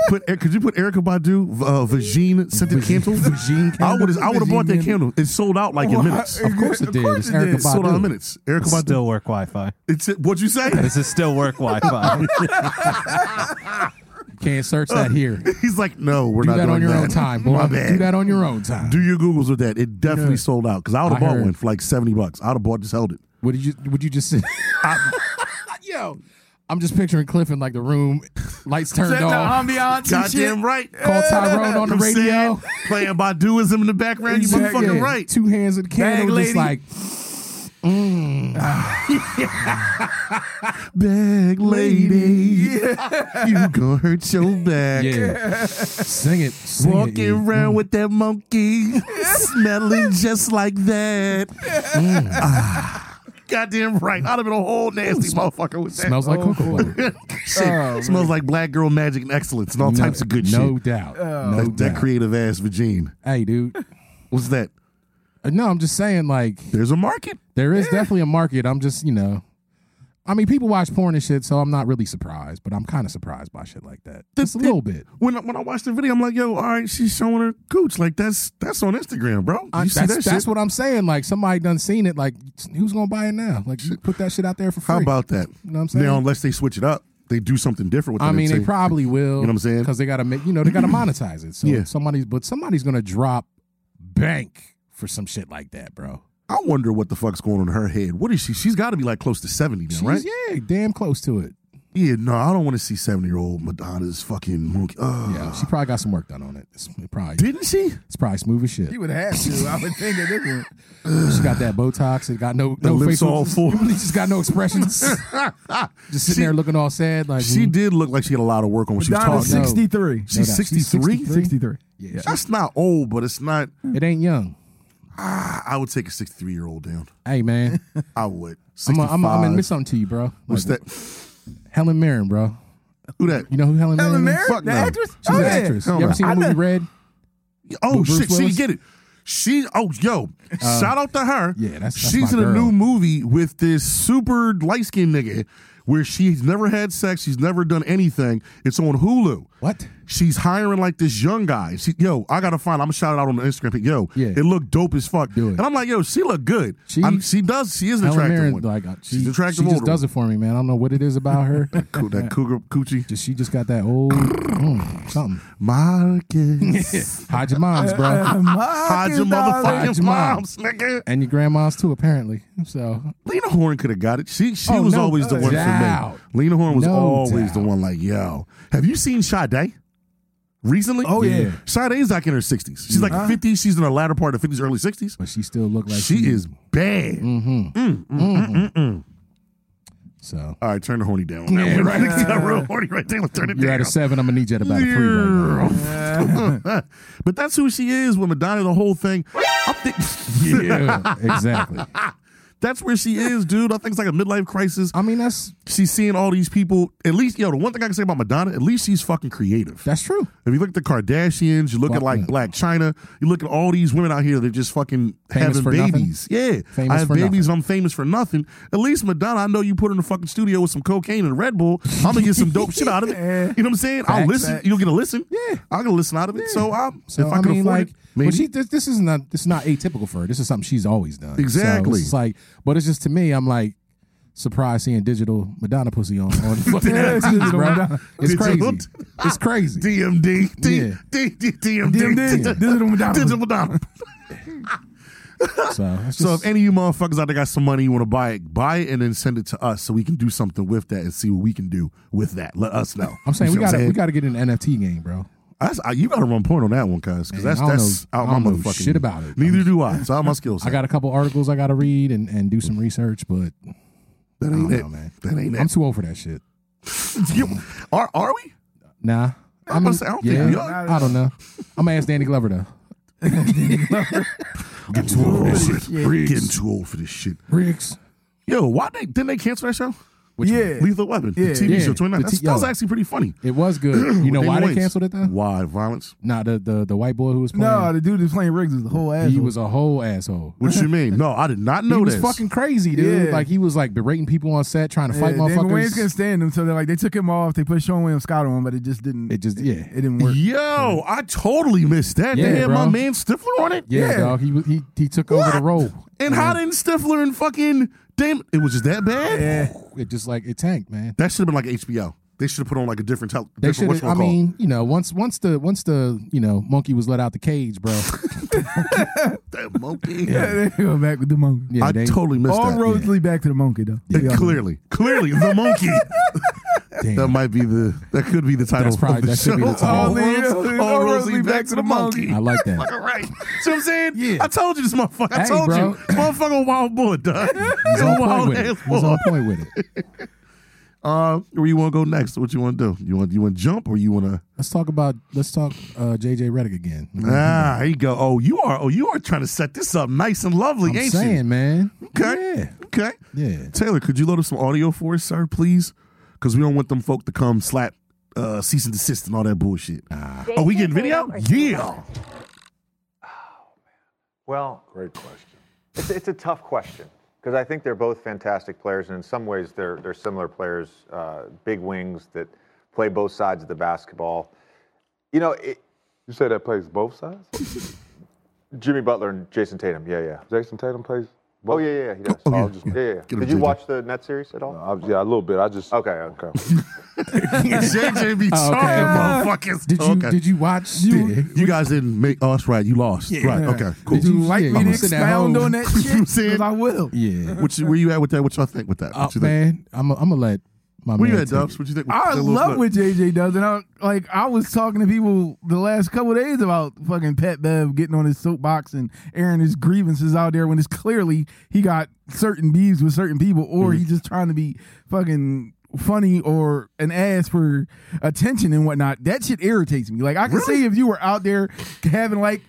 Speaker 1: Put eh, could you put Erica Badu uh, vagine scented candle?
Speaker 3: Vagine
Speaker 1: I would I would have bought that
Speaker 3: Vagine
Speaker 1: candle. It sold out like in minutes.
Speaker 3: Of course it did. It's Erica
Speaker 1: It sold out in
Speaker 3: Badu.
Speaker 1: minutes. Erica
Speaker 5: It's
Speaker 1: Badu.
Speaker 5: still work Wi-Fi.
Speaker 1: It's it- what'd you say?
Speaker 5: This is still work Wi-Fi.
Speaker 3: Can't search that here.
Speaker 1: He's like, no, we're
Speaker 3: Do
Speaker 1: Uh, not
Speaker 3: that
Speaker 1: doing
Speaker 3: on your
Speaker 1: that.
Speaker 3: own time, boy.
Speaker 1: My
Speaker 3: Do
Speaker 1: bad.
Speaker 3: that on your own time.
Speaker 1: Do your Googles with that. It definitely
Speaker 3: Yeah.
Speaker 1: sold out because I would
Speaker 3: I
Speaker 1: have bought
Speaker 3: heard.
Speaker 1: one for like seventy bucks. I'd have bought just held it.
Speaker 3: Would you would you just Yo, I'm just picturing Cliff in like the room, lights turned
Speaker 4: Set
Speaker 3: off.
Speaker 4: the ambiance and shit.
Speaker 1: Goddamn right.
Speaker 3: Call Tyrone on the
Speaker 1: I'm
Speaker 3: radio.
Speaker 1: saying, playing Baduism in the background. You
Speaker 4: Exactly.
Speaker 1: motherfucking
Speaker 3: Yeah,
Speaker 1: right.
Speaker 3: Two hands in the
Speaker 4: Bag
Speaker 3: candle,
Speaker 4: lady.
Speaker 3: just like
Speaker 1: Bag lady, you gonna hurt your back.
Speaker 3: yeah. sing it, sing it.
Speaker 1: Walking
Speaker 3: E.
Speaker 1: around with that monkey, smelling just like that. Ah. Goddamn right. I'd have been a whole nasty motherfucker with that.
Speaker 3: Smells like cocoa butter.
Speaker 1: Shit. Smells like black girl magic and excellence and all types of good
Speaker 3: Oh, no
Speaker 1: shit. Uh.
Speaker 3: doubt. no
Speaker 1: That, that
Speaker 3: doubt.
Speaker 1: creative ass vagine.
Speaker 3: hey, dude.
Speaker 1: What's that?
Speaker 3: Uh, No, I'm just saying, like,
Speaker 1: There's a market.
Speaker 3: there is definitely a market. I'm just, you know, I mean, people watch porn and shit, so I'm not really surprised, but I'm kind of surprised by shit like that. Just a little bit.
Speaker 1: When when I watched the video, I'm like, yo, all right, she's showing her cooch. Like that's that's on Instagram, bro. You
Speaker 3: I-
Speaker 1: see
Speaker 3: Uh, that's,
Speaker 1: that
Speaker 3: that's
Speaker 1: shit?
Speaker 3: what I'm saying. Like somebody done seen it. Like who's gonna buy it now? Like you put that shit out there for free.
Speaker 1: How about that?
Speaker 3: You know what I'm saying?
Speaker 1: Now, unless they switch it up, they do something different with.
Speaker 3: I
Speaker 1: the
Speaker 3: mean, they
Speaker 1: NFT.
Speaker 3: probably will. You know
Speaker 1: what I'm saying?
Speaker 3: Because they gotta make. You know, they gotta monetize it. So
Speaker 1: Yeah.
Speaker 3: somebody's, but somebody's gonna drop bank for some shit like that, bro.
Speaker 1: I wonder what the fuck's going on in her head. What is she? She's got to be like close to seventy now,
Speaker 3: She's
Speaker 1: right?
Speaker 3: yeah, damn close to it.
Speaker 1: Yeah. No, I don't want to see seventy year old Madonna's fucking monkey. Ugh.
Speaker 3: Yeah, she probably got some work done on it. It's probably
Speaker 1: Didn't she?
Speaker 3: it's probably smooth as shit.
Speaker 4: You would have to. I would think at this point.
Speaker 3: She got that Botox. It got no
Speaker 1: The
Speaker 3: no
Speaker 1: lips
Speaker 3: facial-
Speaker 1: all full.
Speaker 3: She's got no expressions. Just sitting
Speaker 1: She-
Speaker 3: there looking all sad. Like
Speaker 1: She
Speaker 3: mm,
Speaker 1: did look like she had a lot of work on when she was
Speaker 4: Madonna
Speaker 1: talking.
Speaker 3: Oh, no.
Speaker 4: 63.
Speaker 3: no
Speaker 1: She's
Speaker 3: doubt. She's
Speaker 1: 63?
Speaker 4: 63.
Speaker 3: Yeah,
Speaker 1: That's not old, but it's not.
Speaker 3: it ain't young.
Speaker 1: I I would take a 63 year old down.
Speaker 3: Hey man,
Speaker 1: I would.
Speaker 3: I'm a,
Speaker 1: 65.
Speaker 3: I'm a, I'm gonna miss something to you, bro. Like,
Speaker 1: What's that?
Speaker 3: Helen Mirren, bro.
Speaker 1: Who that?
Speaker 3: You know who Helen
Speaker 4: Helen
Speaker 3: Mirren? is?
Speaker 4: Mirren,
Speaker 1: Fuck
Speaker 4: the
Speaker 1: no.
Speaker 4: actress.
Speaker 3: She's
Speaker 4: oh,
Speaker 3: an
Speaker 4: yeah.
Speaker 3: actress.
Speaker 1: Hell
Speaker 3: you
Speaker 1: no.
Speaker 3: ever seen the
Speaker 4: I
Speaker 3: movie
Speaker 4: know-
Speaker 3: Red?
Speaker 1: Oh
Speaker 3: Bruce
Speaker 1: shit,
Speaker 3: Willis? Uh,
Speaker 1: she get it. She oh yo, shout out to her.
Speaker 3: yeah, that's- that's
Speaker 1: she's in
Speaker 3: my
Speaker 1: a
Speaker 3: girl.
Speaker 1: new movie with this super light skinned nigga where she's never had sex, she's never done anything. It's on Hulu.
Speaker 3: What?
Speaker 1: She's hiring like this young guy. She, yo, I gotta find. I'm gonna shout it out on the Instagram. pic. Yo,
Speaker 3: Yeah.
Speaker 1: it looked dope as fuck.
Speaker 3: Do it.
Speaker 1: And I'm like, yo, she look good.
Speaker 3: She-
Speaker 1: She, she does. She is an
Speaker 3: Helen
Speaker 1: attractive
Speaker 3: Mirren,
Speaker 1: one.
Speaker 3: like uh, she,
Speaker 1: She's an attractive
Speaker 3: she just
Speaker 1: older
Speaker 3: does
Speaker 1: one.
Speaker 3: it for me, man. I don't know what it is about her.
Speaker 1: Coo- that cougar coochie.
Speaker 3: just she just got that old mm, something.
Speaker 1: Marcus.
Speaker 3: Hide your moms, bro,
Speaker 1: Hide your
Speaker 3: Hide
Speaker 1: motherfucking
Speaker 3: your mom.
Speaker 1: moms, nigga.
Speaker 3: and your grandmas too, apparently. So
Speaker 1: Lena Horne could have got it. She she
Speaker 3: Oh,
Speaker 1: was
Speaker 3: no
Speaker 1: always the one
Speaker 3: doubt.
Speaker 1: for me. Lena Horne was
Speaker 3: No
Speaker 1: always the
Speaker 3: doubt.
Speaker 1: one like, yo. Have you seen Sade? Recently?
Speaker 4: Oh, yeah. Yeah.
Speaker 1: Sade's like in her 60s. She's like 50. She's in the latter part of 50s, early 60s.
Speaker 3: Uh-huh. but she Mm. still looked like
Speaker 1: she is bad.
Speaker 3: So
Speaker 1: All right, turn the horny down. Yeah, right. got real horny right there. Let's Turn it
Speaker 3: you're
Speaker 1: down.
Speaker 3: at a seven. I'm gonna need you at about a three. Right now.
Speaker 1: Yeah. but that's who she is when Madonna the whole thing. I think
Speaker 3: Yeah, exactly.
Speaker 1: that's where she is, dude. I think it's like a midlife crisis.
Speaker 3: I mean, that's
Speaker 1: She's seeing all these people. At least, yo, the one thing I can say about Madonna, at least she's fucking creative.
Speaker 3: that's true.
Speaker 1: If you look at the Kardashians, you look at
Speaker 3: Fuck
Speaker 1: like
Speaker 3: yeah.
Speaker 1: Black China, you look at all these women out here, they're just fucking
Speaker 3: Famous
Speaker 1: having
Speaker 3: for nothing?
Speaker 1: babies. Yeah.
Speaker 3: Famous
Speaker 1: I have
Speaker 3: for
Speaker 1: babies and I'm famous for nothing. At least Madonna, I know you put her in the fucking studio with some cocaine and Red Bull. I'm gonna get some dope shit out of it. You know what I'm saying? I'll
Speaker 3: Facts.
Speaker 1: listen.
Speaker 4: Facts.
Speaker 1: You'll get a listen.
Speaker 3: Yeah.
Speaker 1: I'm gonna listen out of it. So I'm
Speaker 3: So
Speaker 1: if
Speaker 3: I,
Speaker 1: I, can
Speaker 3: mean,
Speaker 1: afford
Speaker 3: like,
Speaker 1: it, maybe.
Speaker 3: but she this, this is not this is not atypical for her. This is something she's always done. So
Speaker 1: Exactly.
Speaker 3: it's like, but it's just to me, I'm like surprised seeing digital Madonna pussy on on fucking NFTs,
Speaker 4: Digital
Speaker 3: bro.
Speaker 4: Madonna.
Speaker 3: It's
Speaker 1: Digital-
Speaker 3: crazy. It's crazy.
Speaker 1: DMD. D,
Speaker 3: Yeah.
Speaker 1: D, D, DMD.
Speaker 4: DMD. Digital Madonna.
Speaker 1: Digital Madonna.
Speaker 3: So it's
Speaker 1: So
Speaker 3: just-
Speaker 1: if any of you motherfuckers out there got some money, you want to buy it, buy it and then send it to us so we can do something with that and see what we can do with that. Let us know.
Speaker 3: I'm saying
Speaker 1: You see what
Speaker 3: we got to
Speaker 1: saying?
Speaker 3: we got to get in the NFT game, bro.
Speaker 1: That's, I, you got to run point on that one, cuz, because
Speaker 3: Man,
Speaker 1: that's
Speaker 3: I don't
Speaker 1: that's
Speaker 3: know-
Speaker 1: out
Speaker 3: I don't
Speaker 1: my
Speaker 3: know
Speaker 1: motherfucking
Speaker 3: shit about it.
Speaker 1: Neither do I. It's out my skill set.
Speaker 3: I got a couple articles I got to read and, and do some research,
Speaker 1: that
Speaker 3: but
Speaker 1: ain't
Speaker 3: I don't
Speaker 1: it,
Speaker 3: know, man.
Speaker 1: That ain't
Speaker 3: I'm
Speaker 1: it.
Speaker 3: too old for that shit.
Speaker 1: You- are are we?
Speaker 3: Nah, I
Speaker 1: I'm
Speaker 3: mean,
Speaker 1: gonna say, I don't think
Speaker 3: yeah,
Speaker 1: we
Speaker 4: are.
Speaker 3: I don't know. I'm gonna ask Danny Glover though.
Speaker 1: Getting too old for this shit. Getting too old for this shit.
Speaker 3: Riggs,
Speaker 1: Yo, why they, didn't they cancel that show?
Speaker 4: Yeah.
Speaker 1: Lethal Weapon,
Speaker 4: Yeah.
Speaker 1: the TV
Speaker 3: Yeah.
Speaker 1: show. Twenty nine.
Speaker 3: The
Speaker 1: That's
Speaker 3: t-
Speaker 1: that was
Speaker 3: yo.
Speaker 1: actually pretty funny.
Speaker 3: it was good. You know
Speaker 1: With
Speaker 3: why
Speaker 1: Damon
Speaker 3: they
Speaker 1: Wayans.
Speaker 3: canceled it though?
Speaker 1: Why violence?
Speaker 3: Nah, the the the white boy who was playing.
Speaker 4: No, the dude that's playing Riggs is the whole ass.
Speaker 3: he was a whole asshole.
Speaker 1: What you mean? No, I did not know
Speaker 3: he was
Speaker 1: this.
Speaker 3: fucking crazy, dude.
Speaker 4: Yeah.
Speaker 3: Like he was like berating people on set, trying to
Speaker 4: yeah,
Speaker 3: fight
Speaker 4: Damon Wayans couldn't
Speaker 3: motherfuckers.
Speaker 4: stand him, so they like they took him off. They put Sean William Scott on, but it just didn't.
Speaker 3: It just- yeah.
Speaker 4: it didn't work.
Speaker 1: Yo, I totally missed that.
Speaker 3: Yeah,
Speaker 1: they had my
Speaker 3: bro.
Speaker 1: man Stifler on it.
Speaker 3: Yeah,
Speaker 4: Yeah.
Speaker 3: dog. He was- he he took over the
Speaker 1: What?
Speaker 3: role.
Speaker 1: And how didn't Stifler and fucking Damon? It was just that bad.
Speaker 4: Yeah,
Speaker 3: It just like it tanked, man.
Speaker 1: That should have been like HBO. They should have put on like a different tel-
Speaker 3: They
Speaker 1: different
Speaker 3: should.
Speaker 1: what's
Speaker 3: I mean, you know, once once the once the you know monkey was let out the cage, bro.
Speaker 1: that monkey.
Speaker 4: they go back with the monkey.
Speaker 3: Yeah,
Speaker 1: I
Speaker 3: they,
Speaker 1: totally missed
Speaker 4: All
Speaker 1: that.
Speaker 4: roads lead back to the monkey, though.
Speaker 1: And Clearly, clearly, the monkey.
Speaker 3: damn.
Speaker 1: That might be the that could be the title.
Speaker 3: That's probably-
Speaker 1: of the
Speaker 3: that should
Speaker 1: show.
Speaker 3: be the title.
Speaker 1: All roads,
Speaker 4: All roads-
Speaker 1: all roads lead back to the monkey.
Speaker 3: I like that.
Speaker 1: Fucking right. See what I'm saying?
Speaker 4: Yeah.
Speaker 1: I told you this motherfucker. I
Speaker 3: Hey,
Speaker 1: told
Speaker 3: bro.
Speaker 1: you, this motherfucker, a wild boy, dog. He's
Speaker 3: He's
Speaker 1: a
Speaker 3: on point
Speaker 1: wild
Speaker 3: with
Speaker 1: ass
Speaker 3: it. He's
Speaker 1: boy.
Speaker 3: on point with it.
Speaker 1: Uh, where you want to go next? What you want to do? You want you want to jump or you want to?
Speaker 3: Let's talk about let's talk uh, JJ Redick again.
Speaker 1: Ah, here you go. Oh, you are. Oh, you are trying to set this up nice and lovely,
Speaker 3: I'm
Speaker 1: ain't
Speaker 3: saying, man.
Speaker 1: you? Okay.
Speaker 3: Yeah.
Speaker 1: Okay.
Speaker 3: Yeah.
Speaker 1: Taylor, could you load up some audio for us, sir, please? Because we don't want them folk to come slap, uh, cease and desist and all that bullshit. oh, we getting video? Yeah.
Speaker 6: Well,
Speaker 7: Great question.
Speaker 6: it's, it's a tough question because I think they're both fantastic players, and in some ways they're they're similar players, uh, big wings that play both sides of the basketball. You know, it,
Speaker 7: You say that plays both sides?
Speaker 6: Jimmy Butler and Jason Tatum. Yeah, yeah.
Speaker 7: Jason Tatum plays both?
Speaker 6: Oh yeah, yeah, yeah. He does.
Speaker 1: Oh, yeah.
Speaker 7: I'll just-
Speaker 6: yeah, yeah. yeah.
Speaker 1: him,
Speaker 6: Did you
Speaker 1: JJ.
Speaker 6: watch the net series at all?
Speaker 7: I, yeah, a little bit. I just.
Speaker 6: Okay, okay.
Speaker 1: JJ be
Speaker 3: Oh, okay.
Speaker 1: talking, motherfuckers.
Speaker 3: Did you
Speaker 1: okay.
Speaker 3: did you watch?
Speaker 1: you, guys didn't make us right. You lost. Right. Okay. Cool.
Speaker 3: Did you
Speaker 4: Like
Speaker 3: yeah,
Speaker 4: me
Speaker 3: you
Speaker 4: to
Speaker 3: sit at
Speaker 4: expound
Speaker 3: home.
Speaker 4: on that
Speaker 1: You know what I'm
Speaker 4: shit,
Speaker 1: saying?
Speaker 4: 'Cause I will.
Speaker 3: Yeah.
Speaker 1: What you, where you at with that? What y'all think with that?
Speaker 3: Uh,
Speaker 1: What you think?
Speaker 3: man, I'm gonna let my
Speaker 1: Where
Speaker 3: man.
Speaker 1: you at,
Speaker 3: take
Speaker 1: Dubs?
Speaker 3: it.
Speaker 1: What you think? with
Speaker 4: I
Speaker 1: that little
Speaker 4: love
Speaker 1: clip?
Speaker 4: what JJ does, and I like. I was talking to people the last couple of days about fucking Pet Bev getting on his soapbox and airing his grievances out there when it's clearly he got certain beefs with certain people, or
Speaker 3: Mm.
Speaker 4: he's just trying to be fucking funny or an ass for attention and whatnot. That shit irritates me. Like I can see if you were out there having like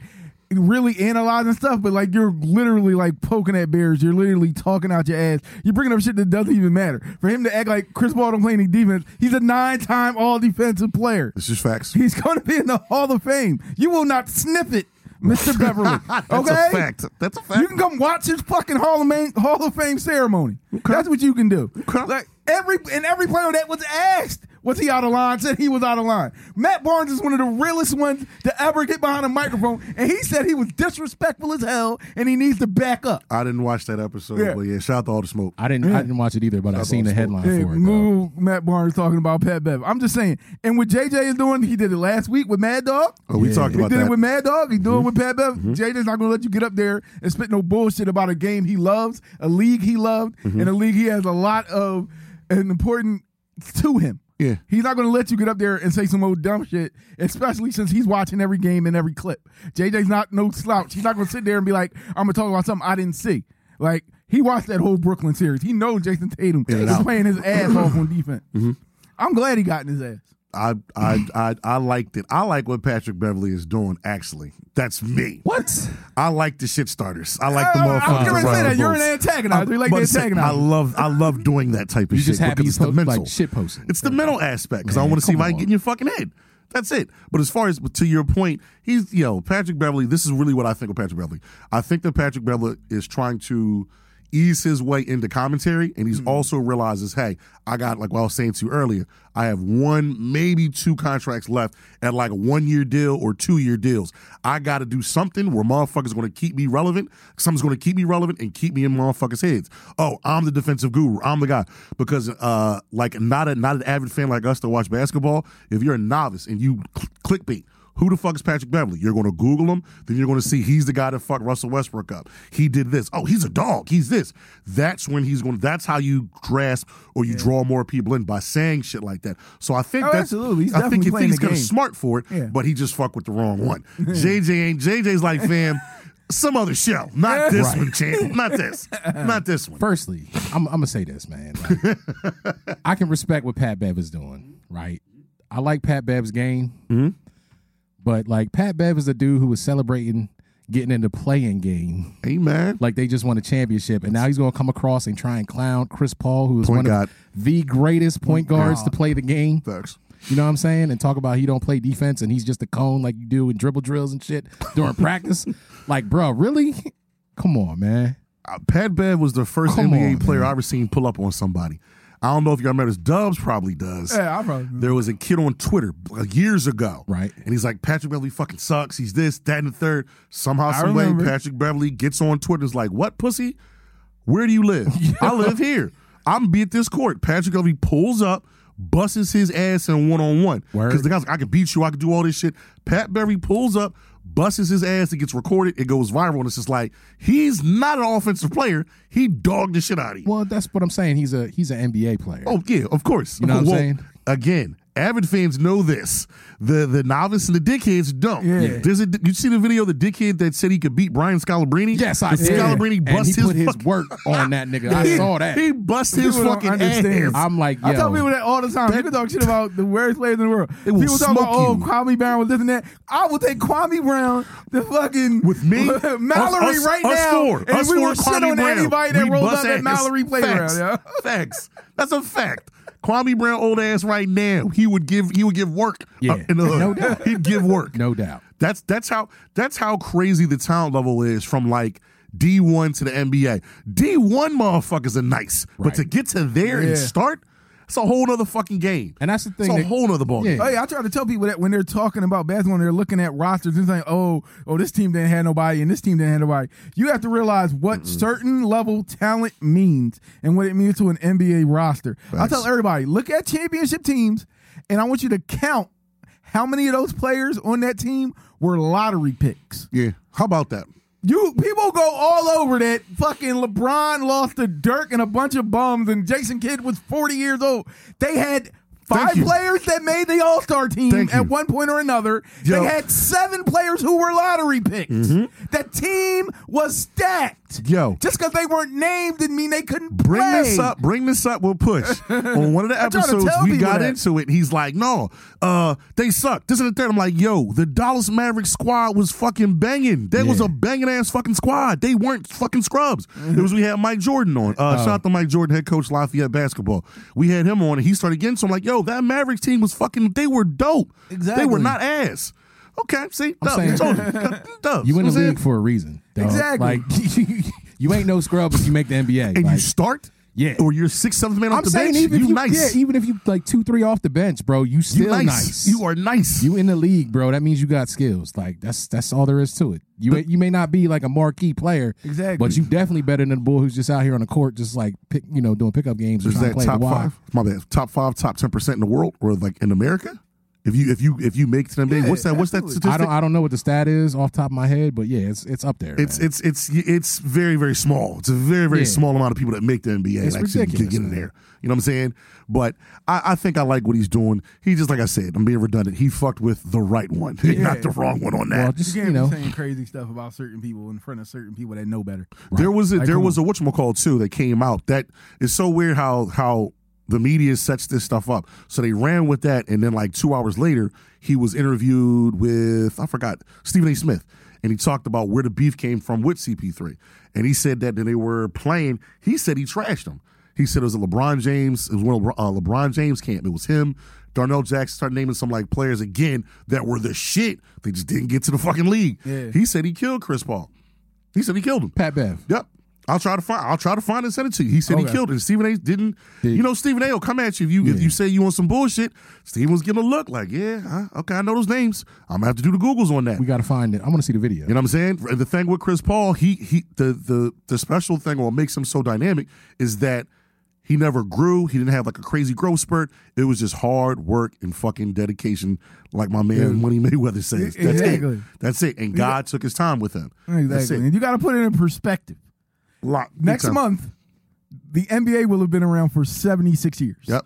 Speaker 4: really analyzing stuff, but like you're literally like poking at bears. You're literally talking out your ass. You're bringing up shit that doesn't even matter. For him to act like Chris Paul don't play any defense, he's a nine-time All Defensive player.
Speaker 1: It's just facts.
Speaker 4: He's going to be in the Hall of Fame. You will not sniff it Mr. Beverly.
Speaker 1: That's
Speaker 4: okay?
Speaker 1: a fact. That's a fact.
Speaker 4: You can come watch his fucking Hall of Fame, Hall of Fame ceremony. That's what you can do.
Speaker 1: Okay.
Speaker 4: Like every and every player that was asked, was he out of line? Said he was out of line. Matt Barnes is one of the realest ones to ever get behind a microphone, and he said he was disrespectful as hell, and he needs to back up.
Speaker 1: I didn't watch that episode,
Speaker 4: Yeah.
Speaker 1: but yeah, shout out to all the smoke.
Speaker 3: I didn't. I didn't watch it either, but I seen the headline
Speaker 4: Hey,
Speaker 3: for it. though.
Speaker 4: move Matt Barnes talking about Pat Bev. I'm just saying. And what JJ is doing, he did it last week with Mad Dog.
Speaker 1: Oh, we talked
Speaker 4: He
Speaker 1: about
Speaker 4: did it
Speaker 1: that. Mm-hmm.
Speaker 4: with Mad Dog. He doing it with Pat Bev. JJ's not gonna let you get up there and spit no bullshit about a game he loves, a league he loved,
Speaker 1: Mm-hmm.
Speaker 4: and a league he has a lot of an important to him.
Speaker 1: Yeah.
Speaker 4: He's not gonna let you get up there and say some old dumb shit, especially since he's watching every game and every clip. JJ's not no slouch. He's not gonna sit there and be like, I'm gonna talk about something I didn't see. Like he watched that whole Brooklyn series. He knows Jason Tatum
Speaker 1: In and
Speaker 4: is
Speaker 1: out.
Speaker 4: playing his ass off on defense.
Speaker 1: Mm-hmm.
Speaker 4: I'm glad he got in his ass.
Speaker 1: I, I I I liked it. I like what Patrick Beverly is doing. Actually, that's me.
Speaker 3: What?
Speaker 1: I like the shit starters. I like the
Speaker 4: I- I- I
Speaker 1: motherfuckers.
Speaker 4: was gonna
Speaker 1: around
Speaker 4: say
Speaker 1: the
Speaker 4: that you're an
Speaker 1: ropes.
Speaker 4: antagonizer. You like
Speaker 1: But
Speaker 4: to
Speaker 1: say-
Speaker 4: antagonize.
Speaker 1: I love I love doing that type of
Speaker 3: You
Speaker 1: shit
Speaker 3: just happy
Speaker 1: because
Speaker 3: he's
Speaker 1: it's the
Speaker 3: po-
Speaker 1: mental
Speaker 3: like shit posting.
Speaker 1: It's the mental aspect because I
Speaker 3: Man,
Speaker 1: want to see
Speaker 3: come
Speaker 1: if I
Speaker 3: on.
Speaker 1: can get in your fucking head. That's it. But as far as to your point, he's yo Patrick Beverly. This is really what I think of Patrick Beverly. I think that Patrick Beverly is trying to ease his way into commentary, and
Speaker 4: Hmm.
Speaker 1: he's also realizes, hey, I got like what I was saying to you earlier. I have one, maybe two contracts left at like a one year deal or two year deals. I got to do something where motherfuckers going to keep me relevant. Something's going to keep me relevant and keep me in motherfuckers' heads. Oh, I'm the defensive guru. I'm the guy because uh, like not a not an avid fan like us to watch basketball. If you're a novice and you cl- clickbait. Who the fuck is Patrick Beverly? You're going to Google him, then you're going to see he's the guy that fucked Russell Westbrook up. He did this. Oh, he's a dog. He's this. That's when he's going. That's how you grasp or you draw more people in by saying shit like that. So I think
Speaker 4: Oh,
Speaker 1: that's
Speaker 4: absolutely. He's
Speaker 1: I think
Speaker 4: definitely
Speaker 1: he
Speaker 4: playing
Speaker 1: thinks
Speaker 4: the
Speaker 1: kind of
Speaker 4: game.
Speaker 1: smart for it,
Speaker 4: Yeah.
Speaker 1: but he just fucked with the wrong one. JJ ain't JJ's like fam. Some other show, not this one, champ. Not this, not this one.
Speaker 3: Firstly, I'm, I'm gonna say this, man. Like, I can respect what Pat Bev is doing, right? I like Pat Bev's game,
Speaker 1: Mm-hmm.
Speaker 3: but like Pat Bev is a dude who was celebrating getting into playing game,
Speaker 1: Amen.
Speaker 3: like they just won a championship, and now he's gonna come across and try and clown Chris Paul, who is
Speaker 1: Point
Speaker 3: one
Speaker 1: guard.
Speaker 3: of the greatest point guards to play the game.
Speaker 1: Facts.
Speaker 3: You know what I'm saying? And talk about he don't play defense and he's just a cone like you do in dribble drills and shit during practice. Like, bro, really? Come on, man.
Speaker 1: Uh, Pat Bev was the first
Speaker 3: Come
Speaker 1: NBA
Speaker 3: on,
Speaker 1: player I ever seen pull up on somebody. I don't know if y'all remember this. Dubs probably does.
Speaker 4: Yeah, I probably
Speaker 1: There was a kid on Twitter like, years ago.
Speaker 3: Right.
Speaker 1: And he's like, Patrick Beverly fucking sucks. He's this, that, and the third. Somehow,
Speaker 4: I
Speaker 1: some way,
Speaker 4: remember.
Speaker 1: Patrick Beverly gets on Twitter and is like, What pussy? Where do you live? I live here. I'm be at this court. Patrick Beverly pulls up, busts his ass in one on one.
Speaker 3: Word.
Speaker 1: Because the guy's like, I can beat you, I can do all this shit. Pat Beverly pulls up, busts his ass, it gets recorded, it goes viral, and it's just like, he's not an offensive player. He dogged the shit out of you.
Speaker 3: Well, that's what I'm saying. He's a he's an NBA player.
Speaker 1: Oh yeah, of course.
Speaker 3: You know what I'm
Speaker 1: Well,
Speaker 3: saying?
Speaker 1: Again, avid fans know this. The the novice and the dickheads don't.
Speaker 4: Yeah.
Speaker 1: There's a you see the video of the dickhead that said he could beat Brian Scalabrine.
Speaker 3: yes, I
Speaker 1: The
Speaker 3: did.
Speaker 1: Scalabrine
Speaker 3: and he
Speaker 1: bust
Speaker 3: put
Speaker 1: his,
Speaker 3: his
Speaker 1: fuck-
Speaker 3: work on that nigga. I
Speaker 1: He-
Speaker 3: saw that.
Speaker 1: He bust his
Speaker 4: People don't
Speaker 1: fucking
Speaker 4: understand.
Speaker 1: ass.
Speaker 3: I'm like, yo,
Speaker 4: I tell people that all the time. You can talk shit about the worst players in the world.
Speaker 1: will
Speaker 4: People talk about,
Speaker 1: smoke
Speaker 4: oh,
Speaker 1: you.
Speaker 4: Kwame Brown was this and that. I will take Kwame Brown, the fucking
Speaker 1: With me,
Speaker 4: Mallory
Speaker 1: us, us,
Speaker 4: right
Speaker 1: us
Speaker 4: now,
Speaker 1: Four,
Speaker 4: and
Speaker 1: us
Speaker 4: we
Speaker 1: four,
Speaker 4: will shit
Speaker 1: Kwame
Speaker 4: on
Speaker 1: Brown.
Speaker 4: anybody that
Speaker 1: We
Speaker 4: rolls
Speaker 1: bust
Speaker 4: up at
Speaker 1: ass.
Speaker 4: Mallory
Speaker 1: Facts.
Speaker 4: playground. Yeah.
Speaker 1: Facts. That's a fact. Kwame Brown, old ass, right now. He would give. He would give work. uh,
Speaker 3: Yeah.
Speaker 1: in the hood.
Speaker 3: No doubt.
Speaker 1: He'd give work.
Speaker 3: no doubt.
Speaker 1: That's that's how that's how crazy the talent level is from like D one to the NBA. D one motherfuckers are nice, but
Speaker 3: Right.
Speaker 1: to get to there
Speaker 4: Yeah.
Speaker 1: and start, it's a whole nother fucking game.
Speaker 3: And that's the thing
Speaker 1: It's a
Speaker 3: that-
Speaker 1: whole nother ball.
Speaker 3: Yeah.
Speaker 4: Oh yeah, I try to tell people that when they're talking about basketball, and they're looking at rosters and saying, "Oh, oh, this team didn't have nobody, and this team didn't have nobody." You have to realize what certain level talent means and what it means to an NBA roster. I tell everybody, look at championship teams, and I want you to count how many of those players on that team were lottery picks.
Speaker 1: Yeah. How about that?
Speaker 4: You people go all over that fucking LeBron lost to Dirk and a bunch of bums, and Jason Kidd was forty years old. They had
Speaker 1: Thank
Speaker 4: five
Speaker 1: you.
Speaker 4: players that made the All Star team
Speaker 1: Thank you.
Speaker 4: at one point or another.
Speaker 1: Yo.
Speaker 4: They had seven players who were lottery picks. The team was stacked.
Speaker 1: Mm-hmm. Yo.
Speaker 4: just because they weren't named didn't mean they couldn't
Speaker 1: Bring
Speaker 4: play.
Speaker 1: this up. Bring this up. We'll push on one of the
Speaker 4: I try to
Speaker 1: episodes.
Speaker 4: tell
Speaker 1: We
Speaker 4: people
Speaker 1: got
Speaker 4: that.
Speaker 1: into it. He's like, "No, uh, they suck." This and the third. I'm like, "Yo, the Dallas Mavericks squad was fucking banging. They was
Speaker 3: Yeah.
Speaker 1: a banging ass fucking squad. They weren't fucking scrubs." It was we had Mike Jordan on. Uh,
Speaker 3: Oh.
Speaker 1: Shout out to Mike Jordan, head coach Lafayette basketball. We had him on, and he started getting. So I'm like, "Yo, that Mavericks team was fucking. They were dope. They were
Speaker 4: Exactly.
Speaker 1: not ass." Okay, see,
Speaker 3: I'm
Speaker 1: dub,
Speaker 3: saying-
Speaker 1: told you, dub. know
Speaker 3: You in the
Speaker 1: what I'm saying?
Speaker 3: league for a reason. dog.
Speaker 4: Exactly.
Speaker 3: Like you ain't no scrub if you make the NBA.
Speaker 1: and you
Speaker 3: Like,
Speaker 1: start,
Speaker 3: Yeah.
Speaker 1: or you're sixth, seventh man
Speaker 3: I'm
Speaker 1: off the
Speaker 3: saying
Speaker 1: bench.
Speaker 3: even if
Speaker 1: you
Speaker 3: you
Speaker 1: nice,
Speaker 3: yeah, even if you like two three off the bench, bro, you still
Speaker 1: you nice. you are nice.
Speaker 3: You in the league, bro. That means you got skills. Like that's that's all there is to it. You may- you may not be like a marquee player,
Speaker 4: Exactly.
Speaker 3: but you definitely better than the bull who's just out here on the court, just like pick, you know, doing pickup games or
Speaker 1: is
Speaker 3: trying to
Speaker 1: that
Speaker 3: play the
Speaker 1: top
Speaker 3: wide.
Speaker 1: five? My bad. Top five, top ten percent in the world, or like in America. If you if you if you make to them, big, what's that? What's that statistic?
Speaker 3: I don't I don't know what the stat is off the top of my head, but yeah, it's it's up there.
Speaker 1: it's
Speaker 3: man.
Speaker 1: it's it's it's very very small. It's a very very
Speaker 3: Yeah.
Speaker 1: small amount of people that make the NBA
Speaker 3: It's
Speaker 1: and actually get,
Speaker 3: ridiculous,
Speaker 1: get in
Speaker 3: man.
Speaker 1: there. You know what I'm saying? But I, I think I like what he's doing. He just like I said, I'm being redundant. He fucked with the right one, not the wrong one on that.
Speaker 3: well,
Speaker 4: You
Speaker 3: just you,
Speaker 4: can't be
Speaker 3: know,
Speaker 4: saying crazy stuff about certain people in front of certain people that know better.
Speaker 1: There was a,
Speaker 4: Like,
Speaker 1: there
Speaker 4: come
Speaker 1: was a whatchamacallit too that came out that is so weird how how the media sets this stuff up. So they ran with that, and then like two hours later, he was interviewed with I forgot Stephen A. Smith, and he talked about where the beef came from with CP3, and he said that then they were playing. He said he trashed him. He said it was a LeBron James. It was one of Le- uh, LeBron James camp. It was him. Darnell Jackson started naming some like players again that were the shit. They just didn't get to the fucking league.
Speaker 4: Yeah.
Speaker 1: He said he killed Chris Paul. He said he killed him.
Speaker 3: Pat Bev.
Speaker 1: Yep. I'll try to find. I'll try to find and send it to you. He said he
Speaker 4: Okay.
Speaker 1: killed it. Stephen A. didn't. You know, Stephen A. will come at you if you if you say you want some bullshit. Stephen's gonna look like, yeah, huh, okay, I know those names. I'm gonna have to do the googles on that.
Speaker 3: We gotta find it. I wanna see the video.
Speaker 1: You know what I'm saying? And The thing with Chris Paul, he he the the the special thing what makes him so dynamic is that he never grew. He didn't have like a crazy growth spurt. It was just hard work and fucking dedication, like my man Money Mayweather says. That's it.
Speaker 4: Exactly.
Speaker 1: That's it. And God took his time with him. That's
Speaker 4: Exactly.
Speaker 1: it.
Speaker 4: And you got to put it in perspective.
Speaker 1: Lot- big
Speaker 4: Next
Speaker 1: time.
Speaker 4: month, the NBA will have been around for 76 years.
Speaker 1: Yep.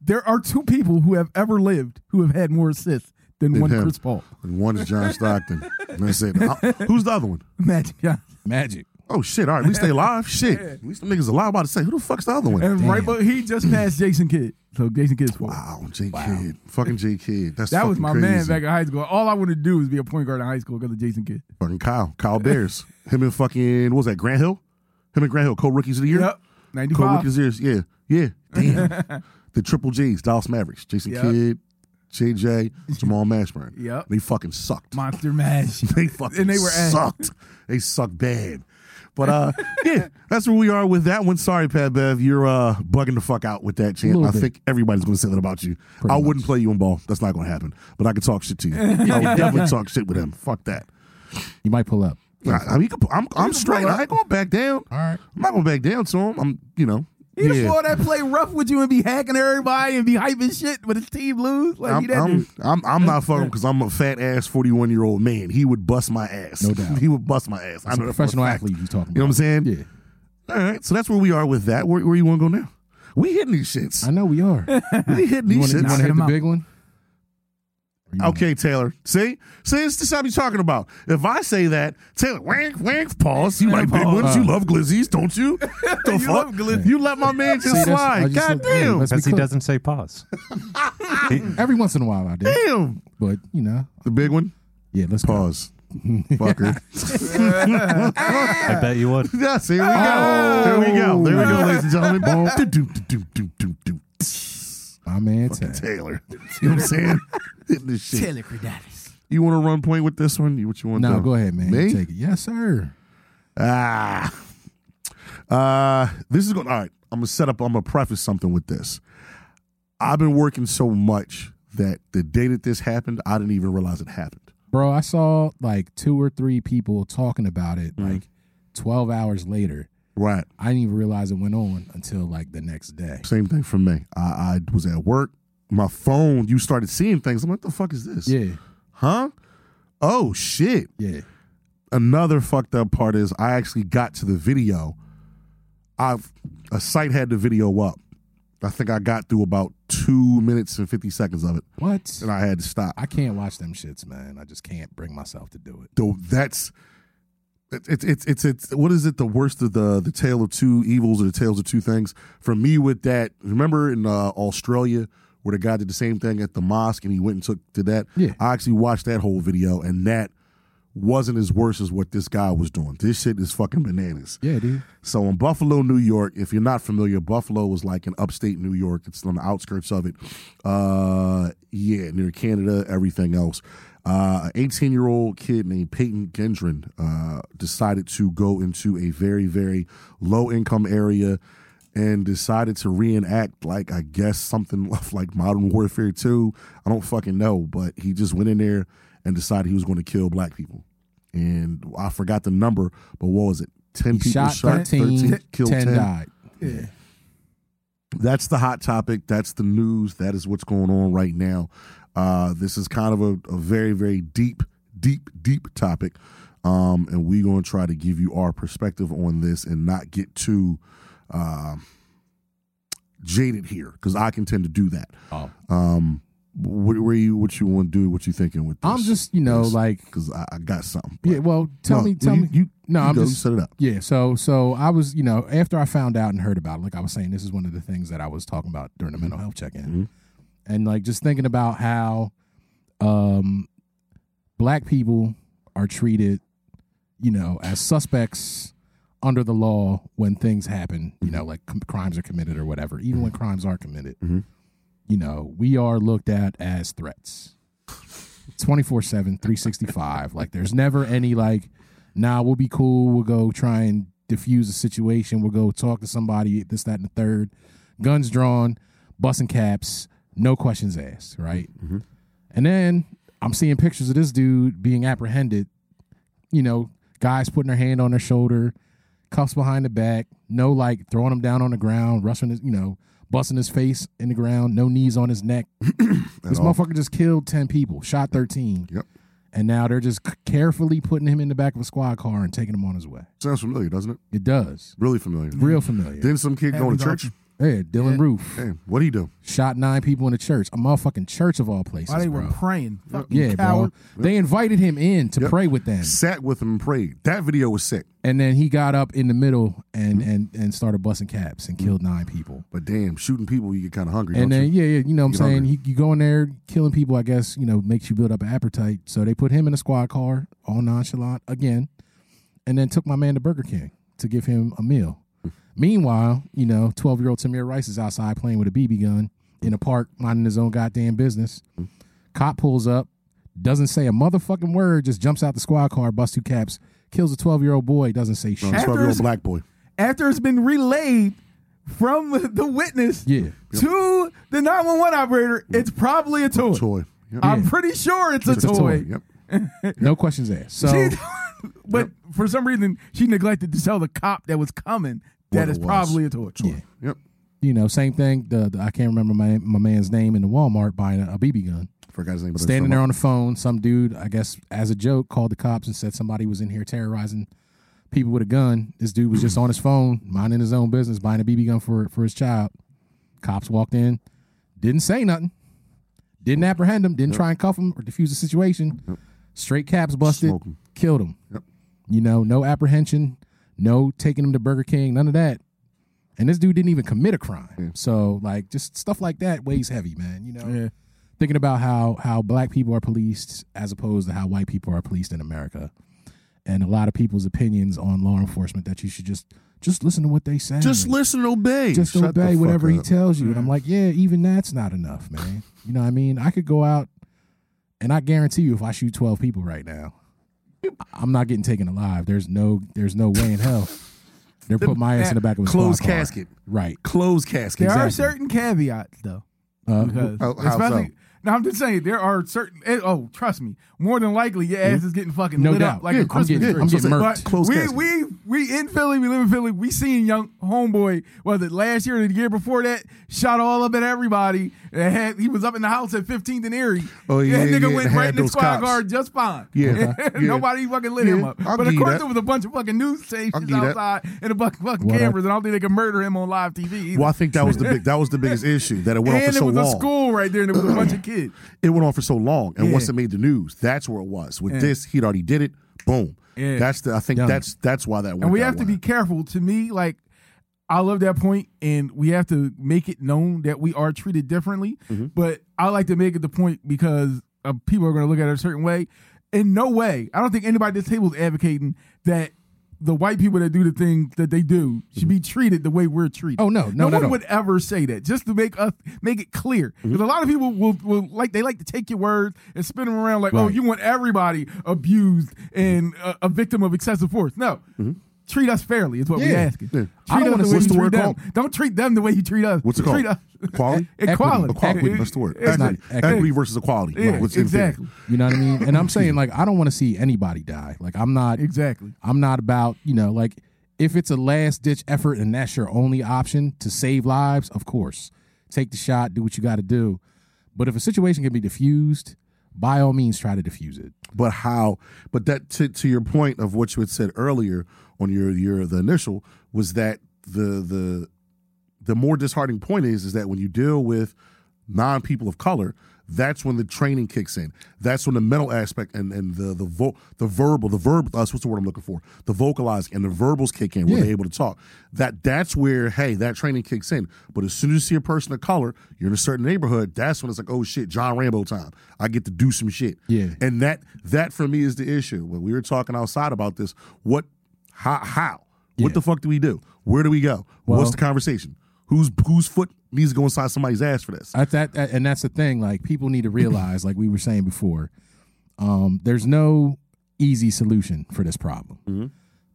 Speaker 4: There are two people who have ever lived who have had more assists than one
Speaker 1: him.
Speaker 4: Chris Paul.
Speaker 1: And one is John Stockton. That's it. I- who's the other one?
Speaker 4: Magic Johnson.
Speaker 3: Magic.
Speaker 1: Oh shit! All right, at least they alive. Shit, at least the niggas alive. About to say, who the fuck's the other one?
Speaker 4: And right, but he just passed Jason Kidd. So Jason Kidd's four.
Speaker 1: Wow, J Kid, fucking J Kid. That's
Speaker 4: That was
Speaker 1: fucking
Speaker 4: my
Speaker 1: crazy.
Speaker 4: man back in high school. All I wanted to do was be a point guard in high school because of Jason Kidd.
Speaker 1: Fucking Kyle, Kyle Bears. Him and fucking what was that Grant Hill? Him and Grant Hill, co rookies of the year.
Speaker 4: Yep.
Speaker 1: Co
Speaker 4: 95.
Speaker 1: rookies of the year. Yeah, yeah. Damn. the Triple J's, Dallas Mavericks, Jason
Speaker 4: Yep.
Speaker 1: Kidd, JJ, Jamal Mashburn.
Speaker 4: Yep.
Speaker 1: They fucking sucked.
Speaker 4: Monster Mash.
Speaker 1: they fucking
Speaker 4: And they were ass.
Speaker 1: sucked. They sucked bad. But uh, yeah, that's where we are with that one. Sorry, Pat Bev, you're uh bugging the fuck out with that champ.
Speaker 3: Little
Speaker 1: I
Speaker 3: bit.
Speaker 1: think everybody's gonna say that about you.
Speaker 3: Pretty
Speaker 1: I
Speaker 3: much.
Speaker 1: wouldn't play you in ball. That's not gonna happen. But I could talk shit to you. I would definitely talk shit with him. Fuck that.
Speaker 3: You might pull up.
Speaker 1: Nah, I mean, you can- I'm I'm straight. I ain't going back down.
Speaker 3: All right.
Speaker 1: I'm not going back down to him. I'm you know.
Speaker 4: He the
Speaker 1: yeah.
Speaker 4: boy that play rough with you and be hacking everybody and be hyping shit, but his team lose. Like he
Speaker 1: I'm,
Speaker 4: that
Speaker 1: I'm,
Speaker 4: dude.
Speaker 1: I'm, I'm not fucking because I'm a fat ass 41 year old man. He would bust my ass.
Speaker 3: No doubt.
Speaker 1: He would bust my ass.
Speaker 3: It's
Speaker 1: I'm
Speaker 3: a professional athlete you talking about.
Speaker 1: You know what I'm saying?
Speaker 3: Yeah.
Speaker 1: All right, so that's where we are with that. Where, where you want to go now? We hitting these shits.
Speaker 3: I know we are.
Speaker 1: We hitting
Speaker 3: you
Speaker 1: these
Speaker 3: wanna, you
Speaker 1: shits.
Speaker 3: wanna hit
Speaker 4: him
Speaker 3: the
Speaker 4: out.
Speaker 3: big one? Or you wanna-
Speaker 1: Okay, Taylor. See, see, it's the stuff you're talking about. If I say that, Taylor, wank, wank, pause. You like big ones?
Speaker 3: Uh-huh.
Speaker 1: You love glizzies, don't you? The fuck? You let my man just
Speaker 3: See, that's- I
Speaker 1: slide.
Speaker 3: just
Speaker 1: God
Speaker 3: let- hey,
Speaker 1: damn,
Speaker 3: let's be
Speaker 5: Because he
Speaker 3: clear.
Speaker 5: doesn't say pause.
Speaker 3: Every once in a while I do.
Speaker 1: damn.
Speaker 3: But you know,
Speaker 1: The big one.
Speaker 3: yeah, let's go.
Speaker 1: Pause. Fucker.
Speaker 5: I bet you would.
Speaker 1: yes, here we go. There we go. There we
Speaker 3: Oh.
Speaker 1: go, ladies and gentlemen. Do-do-do-do-do-do.
Speaker 3: My man Ted.
Speaker 1: Taylor. You know what I'm saying? Hitting this shit.
Speaker 4: Taylor Credatis.
Speaker 1: You want to run point with this one? You What you want?
Speaker 3: No,
Speaker 1: to
Speaker 3: go ahead, man.
Speaker 1: Me?
Speaker 3: Take it. Yes, sir.
Speaker 1: Ah. Uh, this is going. All right, I'm gonna set up. I'm gonna preface something with this. I've been working so much that the day that this happened, I didn't even realize it happened.
Speaker 3: Bro, I saw like two or three people talking about it
Speaker 1: Mm-hmm.
Speaker 3: like 12 hours later.
Speaker 1: Right.
Speaker 3: I didn't even realize it went on until like the next day.
Speaker 1: Same thing for me. I, I was at work. My phone. You started seeing things. I'm like, what the fuck is this?
Speaker 3: Yeah,
Speaker 1: Huh? Oh shit.
Speaker 3: yeah.
Speaker 1: another fucked up part is I actually got to the video. I've a site had the video up. I think I got through about two minutes and fifty seconds of it,
Speaker 3: What?
Speaker 1: and I had to stop.
Speaker 3: I can't watch them shits, man. I just can't bring myself to do it.
Speaker 1: Though that's it's it's it's it's it's what is it? The worst of the the tale of two evils or the tales of two things. For me, with that, remember in uh, Australia where the guy did the same thing at the mosque and he went and took to that.
Speaker 3: Yeah.
Speaker 1: I actually watched that whole video, and that wasn't as worse as what this guy was doing. This shit is fucking bananas.
Speaker 3: Yeah, dude.
Speaker 1: So in Buffalo, New York, if you're not familiar, Buffalo was like in upstate New York. It's on the outskirts of it. Uh, yeah, near Canada, everything else. Uh, an 18 year old kid named Peyton Gendron uh, decided to go into a very, very low income area and decided to reenact, like, I guess something like Modern Warfare 2. I don't fucking know, but he just went in there and decided he was going to kill black people. And I forgot the number, but what was it? 10
Speaker 3: He
Speaker 1: people
Speaker 3: shot 13, 10,
Speaker 1: killed 10
Speaker 3: died.
Speaker 1: that's the hot topic. That's the news. That is what's going on right now. Uh, this is kind of a, a very, very deep, deep, deep topic. Um, and we're going to try to give you our perspective on this and not get too uh, jaded here because I can tend to do that.
Speaker 3: Oh.
Speaker 1: Um, what, where you, what you want to do, what you thinking with this?
Speaker 3: I'm just, you know, like,
Speaker 1: because I, I got something.
Speaker 3: yeah, well, tell
Speaker 1: No,
Speaker 3: me, tell
Speaker 1: you,
Speaker 3: me.
Speaker 1: You,
Speaker 3: no,
Speaker 1: you
Speaker 3: I'm
Speaker 1: go,
Speaker 3: just,
Speaker 1: set it up.
Speaker 3: Yeah, so so I was, you know, after I found out and heard about it, like I was saying, this is one of the things that I was talking about during the mental health check-in.
Speaker 1: Mhm.
Speaker 3: And like just thinking about how um black people are treated, you know, as suspects under the law when things happen, you
Speaker 1: Mm-hmm.
Speaker 3: know, like com- crimes are committed or whatever, even when crimes are committed.
Speaker 1: Mhm.
Speaker 3: You know, we are looked at as threats. 24/7, 365. like there's never any like nah, we'll be cool. We'll go try and diffuse the situation. We'll go talk to somebody, this, that, and the third. Guns drawn, busting caps, no questions asked, right? And then I'm seeing pictures of this dude being apprehended, you know, guys putting their hand on their shoulder, cuffs behind the back, no like throwing him down on the ground, rushing his, you know, busting his face in the ground, no knees on his neck. this
Speaker 1: all.
Speaker 3: motherfucker just killed 10 people, shot 13.
Speaker 1: Yep.
Speaker 3: And now they're just c- carefully putting him in the back of a squad car and taking him on his way.
Speaker 1: Sounds familiar, doesn't it?
Speaker 3: It does.
Speaker 1: Really familiar.
Speaker 3: Real familiar.
Speaker 1: Then some kid going to church.
Speaker 3: Hey, Dylan Roof
Speaker 1: Damn, what do you do?
Speaker 3: shot nine people in a church, a motherfucking church of all places.
Speaker 4: While they
Speaker 3: bro.
Speaker 4: were praying. Fucking
Speaker 3: yeah,
Speaker 4: coward.
Speaker 3: bro. They invited him in to
Speaker 1: Yep.
Speaker 3: pray with them,
Speaker 1: Sat with him and prayed. That video was sick.
Speaker 3: and then he got up in the middle and
Speaker 1: Mm-hmm.
Speaker 3: and and started busting caps and killed nine people.
Speaker 1: But damn, shooting people, you get kind of hungry.
Speaker 3: And
Speaker 1: don't
Speaker 3: then
Speaker 1: you?
Speaker 3: yeah, yeah, you know what I'm
Speaker 1: You
Speaker 3: saying.
Speaker 1: hungry.
Speaker 3: You, you go in there killing people, I guess you know makes you build up an appetite. So they put him in a squad car, all nonchalant again, and then took my man to Burger King to give him a meal. Meanwhile, you know, twelve year old Tamir Rice is outside playing with a BB gun in a park, minding his own goddamn business. Cop pulls up, doesn't say a motherfucking word, just jumps out the squad car, busts two caps, kills a twelve year old boy, doesn't say shit.
Speaker 1: No, it's probably
Speaker 4: After
Speaker 1: on
Speaker 4: it's-
Speaker 1: black boy.
Speaker 4: After it's been relayed from the witness
Speaker 3: Yeah.
Speaker 4: to the 911 operator, it's probably a toy.
Speaker 1: Toy. Yep.
Speaker 4: I'm pretty sure it's,
Speaker 1: It's
Speaker 4: a toy.
Speaker 1: Yep.
Speaker 3: No questions asked. So
Speaker 4: She- but for some reason, she neglected to tell the cop that was coming
Speaker 1: What
Speaker 4: that
Speaker 1: it
Speaker 4: it's
Speaker 1: was.
Speaker 4: probably a toy.
Speaker 3: Yeah.
Speaker 1: Yep.
Speaker 3: you know, same thing. The, the I can't remember my my man's name in the Walmart buying a, a BB gun.
Speaker 1: Forgot his name. But it's
Speaker 3: Standing
Speaker 1: from-
Speaker 3: there on the phone, some dude, I guess, as a joke, called the cops and said somebody was in here terrorizing people with a gun. This dude was just on his phone, minding his own business, buying a BB gun for for his child. Cops walked in, didn't say nothing, didn't apprehend him, didn't try and cuff him or defuse the situation. Straight caps busted,
Speaker 1: Smoke 'em.
Speaker 3: killed him.
Speaker 1: Yep.
Speaker 3: You know, no apprehension, no taking him to Burger King, none of that. And this dude didn't even commit a crime. So like just stuff like that weighs heavy, man. You know, thinking about how how black people are policed as opposed to how white people are policed in America, and a lot of people's opinions on law enforcement that you should just just listen to what they say.
Speaker 1: Just
Speaker 3: and
Speaker 1: listen and obey.
Speaker 3: just
Speaker 1: Shut the
Speaker 3: obey
Speaker 1: fuck
Speaker 3: whatever he
Speaker 1: up. Mm-hmm.
Speaker 3: tells you. And I'm like, yeah, even that's not enough, man. You know what I mean? I could go out and I guarantee you if I shoot 12 people right now, I- I'm not getting taken alive. There's no there's no way in hell. They're putting my ass in the back of a squad
Speaker 1: Closed
Speaker 3: car.
Speaker 1: casket.
Speaker 3: Right.
Speaker 1: Closed casket.
Speaker 4: There
Speaker 1: Exactly.
Speaker 4: are certain caveats, though.
Speaker 3: Uh,
Speaker 4: Because
Speaker 1: Oh, How- how
Speaker 4: especially,
Speaker 1: so?
Speaker 4: no, I'm just saying there are certain. eh, Oh, trust me, more than likely your ass is getting fucking
Speaker 3: Hmm? No
Speaker 4: lit
Speaker 3: doubt.
Speaker 4: up like
Speaker 3: Yeah,
Speaker 4: a
Speaker 3: I'm
Speaker 4: Christmas
Speaker 3: getting-
Speaker 4: tree.
Speaker 3: I'm getting
Speaker 4: But
Speaker 3: murked.
Speaker 1: Close
Speaker 4: we
Speaker 1: casket.
Speaker 4: we we in Philly, we live in Philly. We seen young homeboy was it last year or the year before that shot all up at everybody. And had, he was up in the house at 15th and Erie.
Speaker 1: Oh,
Speaker 4: And
Speaker 1: yeah,
Speaker 4: that nigga
Speaker 1: yeah,
Speaker 4: went
Speaker 1: had
Speaker 4: right in the
Speaker 1: those
Speaker 4: squad
Speaker 1: cops.
Speaker 4: guard just fine.
Speaker 1: Yeah, yeah.
Speaker 4: nobody fucking lit him
Speaker 1: Yeah,
Speaker 4: up.
Speaker 1: I'll
Speaker 4: but
Speaker 1: give
Speaker 4: of
Speaker 1: you
Speaker 4: course
Speaker 1: that.
Speaker 4: there was a bunch of fucking news
Speaker 1: I'll give
Speaker 4: stations
Speaker 1: you that.
Speaker 4: outside and the fucking, fucking
Speaker 3: What I-
Speaker 4: cameras, and I don't think they can murder him on live TV. Either.
Speaker 1: Well, I think that was the big that was the biggest issue that it went on for
Speaker 4: and
Speaker 1: so
Speaker 4: it was
Speaker 1: long.
Speaker 4: a school right there, and it was a bunch of kids.
Speaker 1: It went on for so long, and
Speaker 4: Yeah.
Speaker 1: once it made the news, that's where it was. With this, he'd already did it. Boom.
Speaker 4: Yeah.
Speaker 1: That's the. I think
Speaker 3: Done.
Speaker 1: that's that's why that. Went
Speaker 4: And we
Speaker 1: that
Speaker 4: have to
Speaker 1: way.
Speaker 4: be careful. To me, like I love that point, and we have to make it known that we are treated differently. But I like to make it the point because uh, people are going to look at it a certain way. In no way, I don't think anybody at this table is advocating that the white people that do the thing that they do should be treated the way we're treated.
Speaker 3: Oh, no, no,
Speaker 4: no
Speaker 3: not at
Speaker 4: one
Speaker 3: all.
Speaker 4: would ever say that. Just to make us make it clear, because a lot of people will, will like they like to take your words and spin them around like, oh,
Speaker 3: Right.
Speaker 4: you want everybody abused and uh, a victim of excessive force. No. Treat us fairly is what we're
Speaker 3: Yeah.
Speaker 4: asking.
Speaker 1: Yeah.
Speaker 4: Treat
Speaker 1: I don't
Speaker 4: us
Speaker 1: wanna-
Speaker 4: the way
Speaker 1: what's
Speaker 4: you
Speaker 1: the
Speaker 4: treat
Speaker 1: word
Speaker 4: them.
Speaker 1: called?
Speaker 4: Don't treat them the way you treat us.
Speaker 1: What's it
Speaker 4: Treat
Speaker 1: called?
Speaker 4: us-
Speaker 1: Equality?
Speaker 4: Equality.
Speaker 1: Equality, that's the word.
Speaker 4: That's
Speaker 3: not
Speaker 1: Equity versus equality.
Speaker 4: Yeah,
Speaker 1: What's in favor.
Speaker 4: exactly.
Speaker 3: You know what I mean? And I'm saying like I don't want to see anybody die. Like I'm not
Speaker 4: Exactly.
Speaker 3: I'm not about, you know, like if it's a last ditch effort and that's your only option to save lives, of course. Take the shot, do what you got to do. But if a situation can be diffused, by all means try to diffuse it.
Speaker 1: but how but that to, to your point of what you had said earlier on your your the initial was that the the the more disheartening point is is that when you deal with non people of color that's when the training kicks in that's when the mental aspect and and the the vo- the verbal the verb uh, what's the word i'm looking for the vocalizing and the verbals kick in where
Speaker 3: Yeah.
Speaker 1: they're able to talk that that's where hey that training kicks in but as soon as you see a person of color you're in a certain neighborhood that's when it's like oh shit john rambo time i get to do some shit
Speaker 3: Yeah.
Speaker 1: and that that for me is the issue. When we were talking outside about this, what how how? What the fuck do we do? Where do we go? What's
Speaker 3: Well-
Speaker 1: the conversation? Who's whose foot needs to go inside somebody's ass for this?
Speaker 3: That's that, that- and that's the thing. Like people need to realize, like we were saying before, um, there's no easy solution for this problem.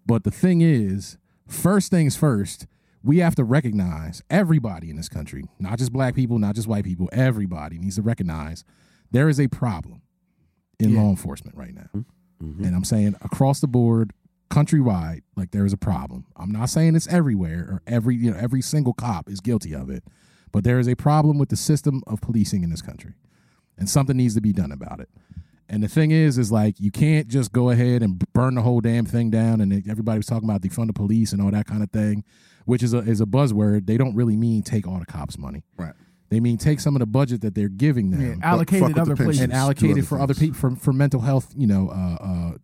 Speaker 3: But the thing is, first things first, we have to recognize everybody in this country, not just black people, not just white people. Everybody needs to recognize there is a problem in law enforcement right now, and I'm saying across the board. Countrywide, like there is a problem. I'm not saying it's everywhere or every you know every single cop is guilty of it, but there is a problem with the system of policing in this country, and something needs to be done about it. And the thing is, is like you can't just go ahead and burn the whole damn thing down. And everybody was talking about defund the police and all that kind of thing, which is a is a buzzword. They don't really mean take all the cops' money.
Speaker 1: Right.
Speaker 3: They mean take some of the budget that they're giving them
Speaker 4: Yeah,
Speaker 1: fuck with
Speaker 4: allocated
Speaker 1: the
Speaker 4: other
Speaker 1: pensions.
Speaker 4: places.
Speaker 3: and
Speaker 1: to
Speaker 3: allocate
Speaker 1: other
Speaker 3: it for other
Speaker 1: things.
Speaker 3: people for, for mental health, you know, uh, uh,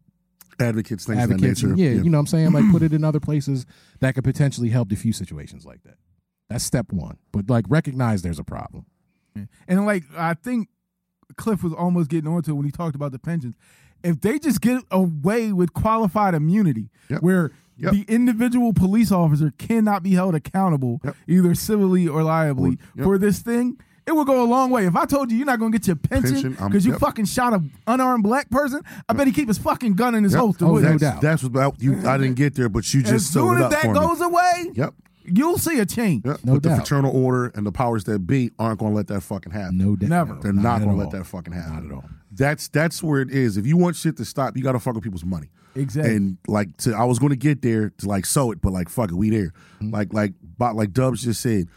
Speaker 1: Advocates, things
Speaker 3: advocates.
Speaker 1: of that
Speaker 3: and-
Speaker 1: nature.
Speaker 3: yeah, you know what I'm saying? Like put it in other places that could potentially help diffuse situations like that. That's step one. But like recognize there's a problem.
Speaker 4: And like I think Cliff was almost getting onto it when he talked about the pensions. If they just get away with qualified immunity,
Speaker 1: Yep.
Speaker 4: where
Speaker 1: Yep.
Speaker 4: the individual police officer cannot be held accountable, either civilly or liably,
Speaker 1: yep.
Speaker 4: for this thing, it will go a long way. If I told you you're not going to get your pension
Speaker 1: Pension, I'm-
Speaker 4: because you
Speaker 1: yep.
Speaker 4: fucking shot an unarmed black person, I bet he keep his fucking gun in his
Speaker 1: Yep.
Speaker 4: holster.
Speaker 3: Oh,
Speaker 4: wouldn't
Speaker 1: that's,
Speaker 4: he?
Speaker 3: doubt.
Speaker 1: That's what you. I didn't get there, but you just
Speaker 4: As
Speaker 1: summed
Speaker 4: soon
Speaker 1: it
Speaker 4: as
Speaker 1: up
Speaker 4: that
Speaker 1: for me.
Speaker 4: goes away,
Speaker 1: Yep.
Speaker 4: you'll see a change.
Speaker 1: Yep.
Speaker 3: No
Speaker 1: but the
Speaker 3: doubt.
Speaker 1: fraternal order and the powers that be aren't going to let that fucking happen.
Speaker 3: No doubt.
Speaker 4: Never.
Speaker 1: They're not,
Speaker 3: at
Speaker 1: going to let
Speaker 3: all.
Speaker 1: that fucking happen.
Speaker 3: Not at all.
Speaker 1: That's that's where it is. If you want shit to stop, you got to fuck with people's money.
Speaker 4: Exactly.
Speaker 1: And like, to, I was going to get there to like sow it, but like, fuck it, we there.
Speaker 3: Mm-hmm.
Speaker 1: Like, like, but like Dubs just said,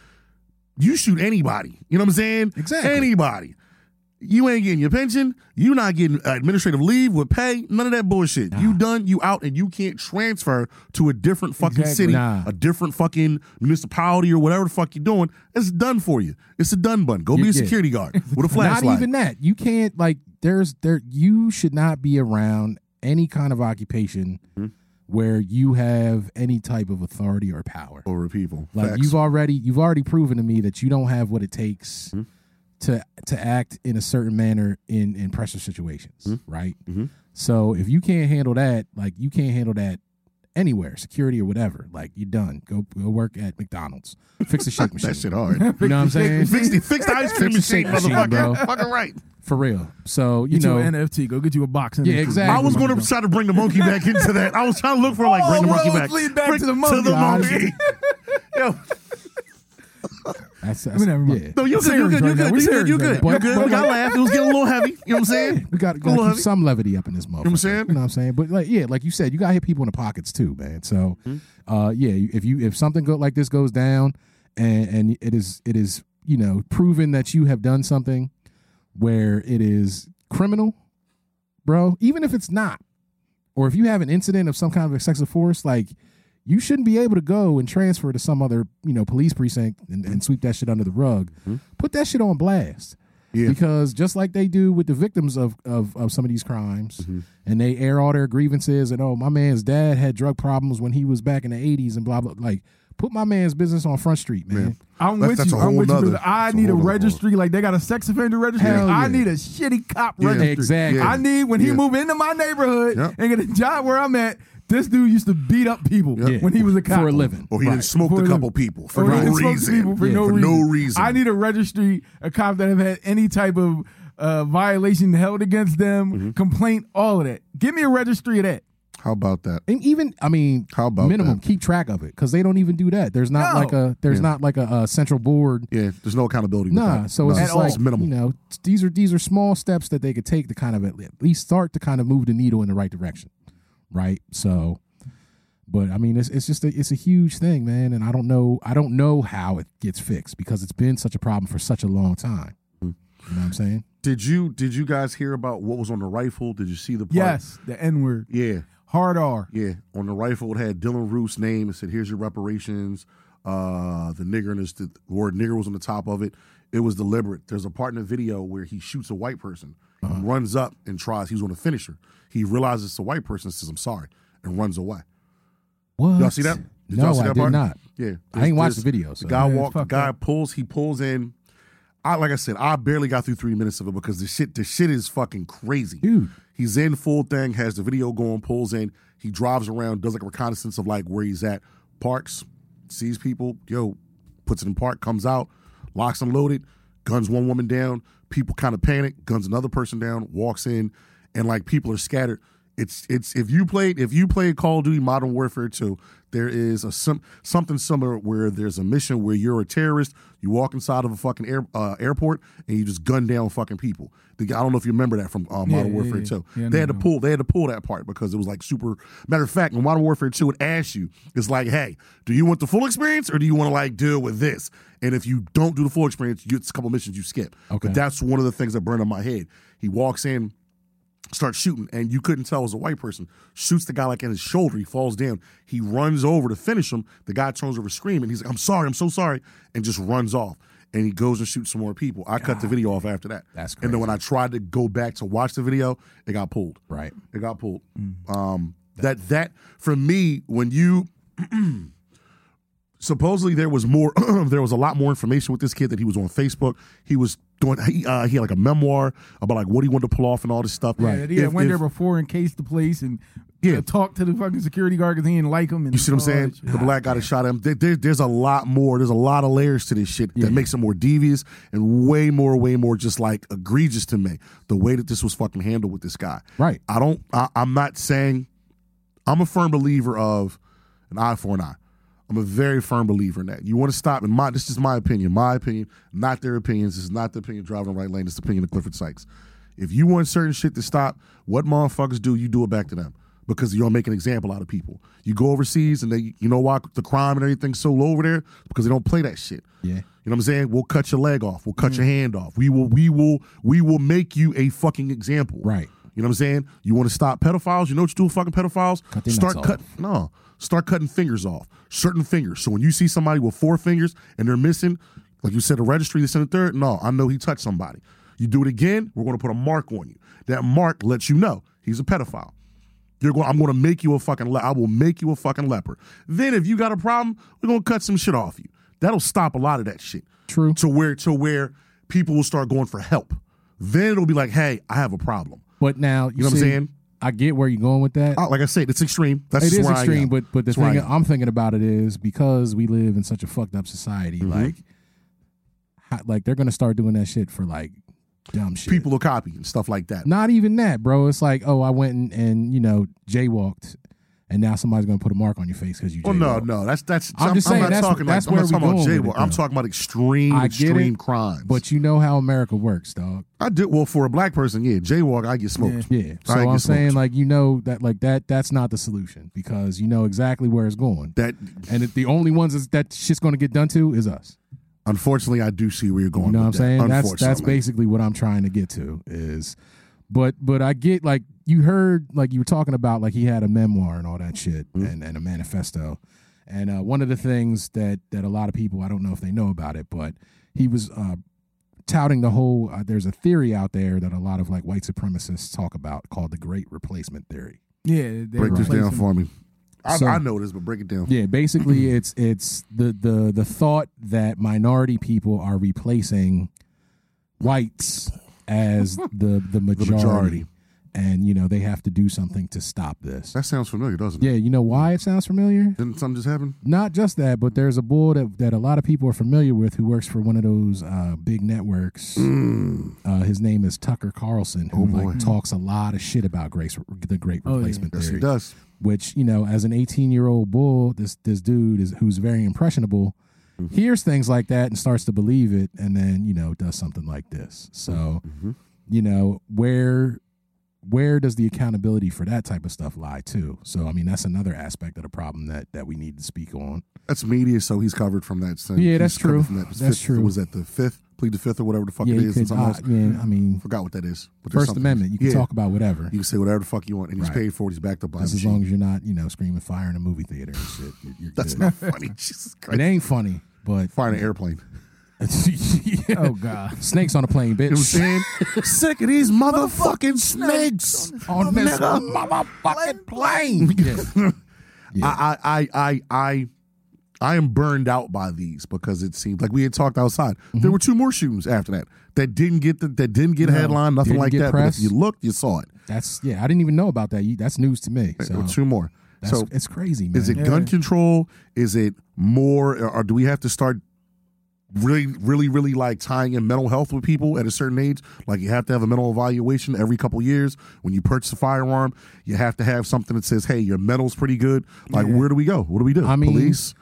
Speaker 1: you shoot anybody. You know what I'm saying?
Speaker 3: Exactly.
Speaker 1: Anybody. You ain't getting your pension. You not getting administrative leave with pay. None of that bullshit. You done. You out, and you can't transfer to a different fucking
Speaker 4: Exactly.
Speaker 1: city,
Speaker 3: Nah.
Speaker 1: a different fucking municipality, or whatever the fuck you're doing. It's done for you. It's a done button. Go be
Speaker 3: Yeah.
Speaker 1: a security guard with a flashlight.
Speaker 3: Not even that. You can't like there's there you should not be around any kind of occupation
Speaker 1: Mm-hmm.
Speaker 3: where you have any type of authority or power.
Speaker 1: over people.
Speaker 3: Like
Speaker 1: Facts.
Speaker 3: you've already you've already proven to me that you don't have what it takes
Speaker 1: Mm-hmm.
Speaker 3: to to act in a certain manner in in pressure situations,
Speaker 1: Mm-hmm.
Speaker 3: right? So if you can't handle that, like you can't handle that anywhere, security or whatever, like you're done. Go go work at McDonald's, fix the shake machine.
Speaker 1: that shit hard.
Speaker 3: You know what I'm saying?
Speaker 1: fix the fix the ice cream
Speaker 3: Fix the
Speaker 1: machine,
Speaker 3: shake machine,
Speaker 1: motherfucker.
Speaker 3: bro.
Speaker 1: Fucking right.
Speaker 3: For real. So you
Speaker 4: Get you
Speaker 3: know,
Speaker 4: an NFT. Go get you a box.
Speaker 3: Yeah,
Speaker 4: NFT.
Speaker 3: exactly.
Speaker 1: I was going to try to bring the monkey back into that. I was trying to look for like bring the
Speaker 4: Oh,
Speaker 1: monkey
Speaker 4: well,
Speaker 1: back.
Speaker 4: lead back
Speaker 1: Bring-
Speaker 4: to the monkey, guys.
Speaker 1: monkey. Yo,
Speaker 3: That's, that's,
Speaker 4: I mean, never mind.
Speaker 3: yeah.
Speaker 1: no, you good, you
Speaker 4: Serious
Speaker 1: good, you
Speaker 4: right now.
Speaker 1: good,
Speaker 4: We're
Speaker 1: you good, you
Speaker 4: serious
Speaker 1: good,
Speaker 4: right
Speaker 3: now.
Speaker 1: you good. We got laughed. It was getting a little heavy. You know what I'm saying?
Speaker 3: We got to
Speaker 1: A little
Speaker 3: keep
Speaker 1: heavy.
Speaker 3: some levity up in this motherfucker. You know
Speaker 1: I'm saying?
Speaker 3: You know what I'm saying? But like, yeah, like you said, you got to hit people in the pockets too, man. So, uh, yeah, you- if you if something go, like this goes down, and and it is it is you know proven that you have done something where it is criminal, bro. Even if it's not, or if you have an incident of some kind of excessive force, like you shouldn't be able to go and transfer to some other you know police precinct and, and sweep that shit under the rug. Put that shit on blast.
Speaker 1: Yeah.
Speaker 3: Because just like they do with the victims of, of, of some of these crimes,
Speaker 1: Mm-hmm.
Speaker 3: and they air all their grievances, and oh, my man's dad had drug problems when he was back in the 80s, and blah, blah. Like, put my man's business on Front Street, man.
Speaker 4: I'm
Speaker 1: That's-
Speaker 4: with
Speaker 1: that's
Speaker 4: you.
Speaker 1: a
Speaker 4: I'm
Speaker 1: whole
Speaker 4: with you.
Speaker 1: nother-
Speaker 4: Because I
Speaker 1: that's a
Speaker 4: need a
Speaker 1: whole nother
Speaker 4: registry. Like they got a sex offender registry.
Speaker 3: Hell
Speaker 4: I
Speaker 3: yeah.
Speaker 4: need a shitty cop
Speaker 1: Yeah.
Speaker 4: registry.
Speaker 3: Exactly.
Speaker 4: I need when he
Speaker 1: Yeah.
Speaker 4: move into my neighborhood
Speaker 1: Yep.
Speaker 4: and get a job where I'm at. This dude used to beat up people
Speaker 1: Yeah.
Speaker 4: when he was a cop
Speaker 3: For a living.
Speaker 1: Or he didn't smoke
Speaker 4: For
Speaker 1: a
Speaker 4: a
Speaker 1: couple
Speaker 4: living.
Speaker 1: people for
Speaker 4: Or he
Speaker 1: no
Speaker 4: didn't smoke to people
Speaker 1: reason.
Speaker 4: for no
Speaker 1: For
Speaker 4: reason.
Speaker 1: no reason.
Speaker 4: I need a registry a cop that have had any type of uh, violation held against them,
Speaker 1: Mm-hmm.
Speaker 4: complaint, all of that. Give me a registry of that.
Speaker 1: How about that?
Speaker 3: And even I mean,
Speaker 1: How about
Speaker 3: minimum
Speaker 1: that?
Speaker 3: keep track of it because they don't even do that. There's not
Speaker 4: No.
Speaker 3: like a there's
Speaker 1: Yeah.
Speaker 3: not like a, uh central board.
Speaker 1: Yeah, there's no accountability. with
Speaker 3: Nah,
Speaker 1: that.
Speaker 3: so it's
Speaker 1: No,
Speaker 3: just like
Speaker 1: minimal.
Speaker 3: you know t- these are these are small steps that they could take to kind of at le- at least start to kind of move the needle in the right direction, right? So, but I mean it's it's just a, it's a huge thing, man, and I don't know I don't know how it gets fixed because it's been such a problem for such a long time.
Speaker 1: Hmm.
Speaker 3: You know what I'm saying?
Speaker 1: Did you did you guys hear about what was on the rifle? Did you see the part?
Speaker 4: Yes, the N word.
Speaker 1: Yeah,
Speaker 4: Hard R.
Speaker 1: yeah. On the rifle, it had Dylan Roof's name. It said, "Here's your reparations." Uh, the nigger and his, the word nigger was on the top of it. It was deliberate. There's a part in the video where he shoots a white person, He runs up and tries. He was on the finisher. He realizes it's a white person, says, "I'm sorry," and runs away.
Speaker 3: What?
Speaker 1: Y'all see that? Did
Speaker 3: no,
Speaker 1: y'all see
Speaker 3: I
Speaker 1: that
Speaker 3: did
Speaker 1: part?
Speaker 3: not.
Speaker 1: Yeah,
Speaker 3: I ain't watched the
Speaker 1: There's-
Speaker 3: video, so-
Speaker 1: The guy
Speaker 4: Yeah, it's
Speaker 1: walked. The
Speaker 4: fucked
Speaker 1: guy
Speaker 4: up.
Speaker 1: pulls. He pulls in. I like I said, I barely got through three minutes of it because the shit, the shit is fucking crazy.
Speaker 3: Dude.
Speaker 1: he's in full thing, has the video going, pulls in. He drives around, does like a reconnaissance of like where he's at, parks, sees people, yo, puts it in park, comes out, locks and loaded, guns one woman down. People kind of panic, guns another person down, walks in, and like people are scattered. It's it's if you played if you played Call of Duty Modern Warfare 2, there is a sim- something similar where there's a mission where you're a terrorist, you walk inside of a fucking air, uh, airport and you just gun down fucking people. The, I don't know if you remember that from uh, Modern
Speaker 4: yeah,
Speaker 1: Warfare
Speaker 4: yeah.
Speaker 1: 2.
Speaker 4: Yeah, I
Speaker 1: they had
Speaker 4: know,
Speaker 1: to pull they had to pull that part because it was like super matter of fact, in Modern Warfare 2 it asks you, it's like, hey, do you want the full experience or do you want to like deal with this? And if you don't do the full experience, you, it's a couple missions you skip.
Speaker 3: Okay.
Speaker 1: But that's one of the things that burned in my head. He walks in, starts shooting, and you couldn't tell it was a white person. Shoots the guy like in his shoulder. He falls down. He runs over to finish him. The guy turns over screaming. He's like, "I'm sorry, I'm so sorry," and just runs off. And he goes and shoots some more people. I cut the video off after that.
Speaker 3: That's
Speaker 1: And then when I tried to go back to watch the video, it got pulled.
Speaker 3: Right. Mm.
Speaker 1: It got pulled. Um, that that for me, when you supposedly there was more, there was a lot more information with this kid that he was on Facebook. He was doing he, uh, he had like a memoir about like what he wanted to pull off and all this stuff.
Speaker 4: Yeah, that he had
Speaker 1: If-
Speaker 4: went
Speaker 1: if-
Speaker 4: there before and cased the place and
Speaker 1: Yeah.
Speaker 4: uh, talked to the fucking security guard because he didn't like him. And
Speaker 1: You see what I'm
Speaker 4: all
Speaker 1: saying?
Speaker 4: that shit.
Speaker 1: The black guy that shot him. There, there- there's a lot more. There's a lot of layers to this shit that makes it more devious and way more, way more just like egregious to me. The way that this was fucking handled with this guy.
Speaker 3: Right.
Speaker 1: I don't. I, I'm not saying. I'm a firm believer of an eye for an eye. I'm a very firm believer in that. You want to stop, and my this is my opinion. My opinion, not their opinions. This is not the opinion of driving the right lane. It's the opinion of Clifford Sykes. If you want certain shit to stop, what motherfuckers do, you do it back to them because you don't make an example out of people. You go overseas, and they, you know why the crime and everything's so low over there because they don't play that shit.
Speaker 3: Yeah.
Speaker 1: You know what I'm saying? We'll cut your leg off. We'll cut your hand off. We will. We will. We will make you a fucking example.
Speaker 3: Right.
Speaker 1: You know what I'm saying? You want to stop pedophiles? You know what you do with fucking pedophiles?
Speaker 3: Cut their
Speaker 1: start
Speaker 3: nuts off.
Speaker 1: cutting no. Start cutting fingers off. Certain fingers. So when you see somebody with four fingers and they're missing, like you said, the registry that's in the third, no, I know he touched somebody. You do it again, we're gonna put a mark on you. That mark lets you know he's a pedophile. You're going. I'm going to make you a fucking. Le- I will make you a fucking leper. Then, if you got a problem, we're going to cut some shit off you. That'll stop a lot of that shit.
Speaker 3: True.
Speaker 1: To where to where people will start going for help. Then it'll be like, hey, I have a problem.
Speaker 3: But now you,
Speaker 1: know what I'm
Speaker 3: see,
Speaker 1: saying?
Speaker 3: I get where you're going with that.
Speaker 1: Uh, like I said, it's extreme. That's
Speaker 3: it
Speaker 1: just
Speaker 3: is
Speaker 1: where I am.
Speaker 3: extreme, but but the
Speaker 1: That's where I
Speaker 3: thing
Speaker 1: am.
Speaker 3: I'm thinking about it is because we live in such a fucked up society.
Speaker 1: Mm-hmm.
Speaker 3: Like, how, like they're gonna start doing that shit for like dumb shit.
Speaker 1: people will copy and stuff like that.
Speaker 3: not even that, bro. It's like, oh, I went and, and you know jaywalked, and now somebody's gonna put a mark on your face because you.
Speaker 1: Oh no,
Speaker 3: jaywalked.
Speaker 1: no, that's that's.
Speaker 3: I'm just saying
Speaker 1: not
Speaker 3: that's-
Speaker 1: talking
Speaker 3: that's
Speaker 1: like,
Speaker 3: where
Speaker 1: I'm
Speaker 3: we
Speaker 1: not talking
Speaker 3: going
Speaker 1: about
Speaker 3: with
Speaker 1: jaywalk.
Speaker 3: it,
Speaker 1: I'm
Speaker 3: though.
Speaker 1: talking about extreme,
Speaker 3: I get
Speaker 1: extreme
Speaker 3: it,
Speaker 1: crimes.
Speaker 3: But you know how America works, dog.
Speaker 1: I did well for a black person. Yeah, jaywalk, I get smoked.
Speaker 3: Yeah. So
Speaker 1: I get
Speaker 3: I'm saying,
Speaker 1: smoked.
Speaker 3: like, you know that, like that, that's not the solution because you know exactly where it's going,
Speaker 1: that.
Speaker 3: and it, the only ones that's, that shit's gonna get done to is us.
Speaker 1: Unfortunately, I do see where you're going.
Speaker 3: You know what I'm
Speaker 1: with that,
Speaker 3: saying? That's that's
Speaker 1: unfortunately.
Speaker 3: basically what I'm trying to get to is but but I get like you heard like you were talking about like he had a memoir and all that shit
Speaker 1: Mm-hmm.
Speaker 3: and, and a manifesto. And uh, one of the things that that a lot of people I don't know if they know about it, but he was uh, touting the whole uh, there's a theory out there that a lot of like white supremacists talk about called the great replacement theory.
Speaker 4: Yeah, they
Speaker 1: Break this
Speaker 4: replaced
Speaker 1: down
Speaker 4: him.
Speaker 1: for me. I,
Speaker 3: So-
Speaker 1: I know this, but break it down.
Speaker 3: Yeah, basically
Speaker 1: Mm-hmm.
Speaker 3: it's it's the the the thought that minority people are replacing whites as the the majority.
Speaker 1: majority.
Speaker 3: and you know they have to do something to stop this.
Speaker 1: That sounds familiar, doesn't it?
Speaker 3: Yeah, you know why it sounds familiar?
Speaker 1: Didn't something just happen?
Speaker 3: Not just that, but there's a bull that, that a lot of people are familiar with who works for one of those uh, big networks.
Speaker 1: Mm.
Speaker 3: Uh, his name is Tucker Carlson, who
Speaker 1: Oh,
Speaker 3: like talks a lot of shit about Grace, the Great Replacement
Speaker 1: Yes,
Speaker 3: Theory
Speaker 1: it does.
Speaker 3: which you know as an 18 year old bull this this dude is who's very impressionable
Speaker 1: Mm-hmm.
Speaker 3: hears things like that and starts to believe it and then you know does something like this so
Speaker 1: Mm-hmm.
Speaker 3: you know where where does the accountability for that type of stuff lie too so i mean that's another aspect of the problem that that we need to speak on
Speaker 1: That's media, so he's covered from that. Sense.
Speaker 3: Yeah, that's true.
Speaker 1: That
Speaker 3: That's
Speaker 1: fifth-
Speaker 3: true.
Speaker 1: Was that the fifth? Plead the fifth or whatever the fuck
Speaker 3: yeah,
Speaker 1: it
Speaker 3: you
Speaker 1: is. and
Speaker 3: could,
Speaker 1: something
Speaker 3: uh,
Speaker 1: else.
Speaker 3: yeah i mean
Speaker 1: Forgot what that is. But there's
Speaker 3: first
Speaker 1: something
Speaker 3: amendment you can
Speaker 1: Yeah.
Speaker 3: talk about whatever
Speaker 1: You can say whatever the fuck you want, and he's
Speaker 3: Right.
Speaker 1: paid for it. He's backed up by a
Speaker 3: just as
Speaker 1: machine.
Speaker 3: long as you're not you know screaming fire in a movie theater and shit you're, you're
Speaker 1: That's
Speaker 3: good.
Speaker 1: not funny. Jesus
Speaker 3: it
Speaker 1: Christ.
Speaker 3: ain't funny but
Speaker 1: Fire an airplane.
Speaker 3: oh god snakes on a plane bitch
Speaker 1: You know what I'm saying? Sick of these motherfucking snakes
Speaker 3: on this
Speaker 1: motherfucking
Speaker 3: plane.
Speaker 1: I, I, I, I, I, I am burned out by these because it seemed like we had talked outside.
Speaker 3: Mm-hmm.
Speaker 1: There were two more shootings after that that didn't get the, that didn't get a headline, nothing
Speaker 3: didn't
Speaker 1: like
Speaker 3: get
Speaker 1: that. But
Speaker 3: press.
Speaker 1: if you looked, you saw it.
Speaker 3: That's yeah. I didn't even know about that. You, that's news to me.
Speaker 1: There
Speaker 3: So
Speaker 1: were two more.
Speaker 3: that's,
Speaker 1: So
Speaker 3: it's crazy, man.
Speaker 1: is it gun control? Is it more? Or, or do we have to start really, really, really like tying in mental health with people at a certain age? Like you have to have a mental evaluation every couple years when you purchase a firearm. You have to have something that says, "Hey, your mental's pretty good." Like, where do we go? What do we do?
Speaker 3: I mean,
Speaker 1: Police.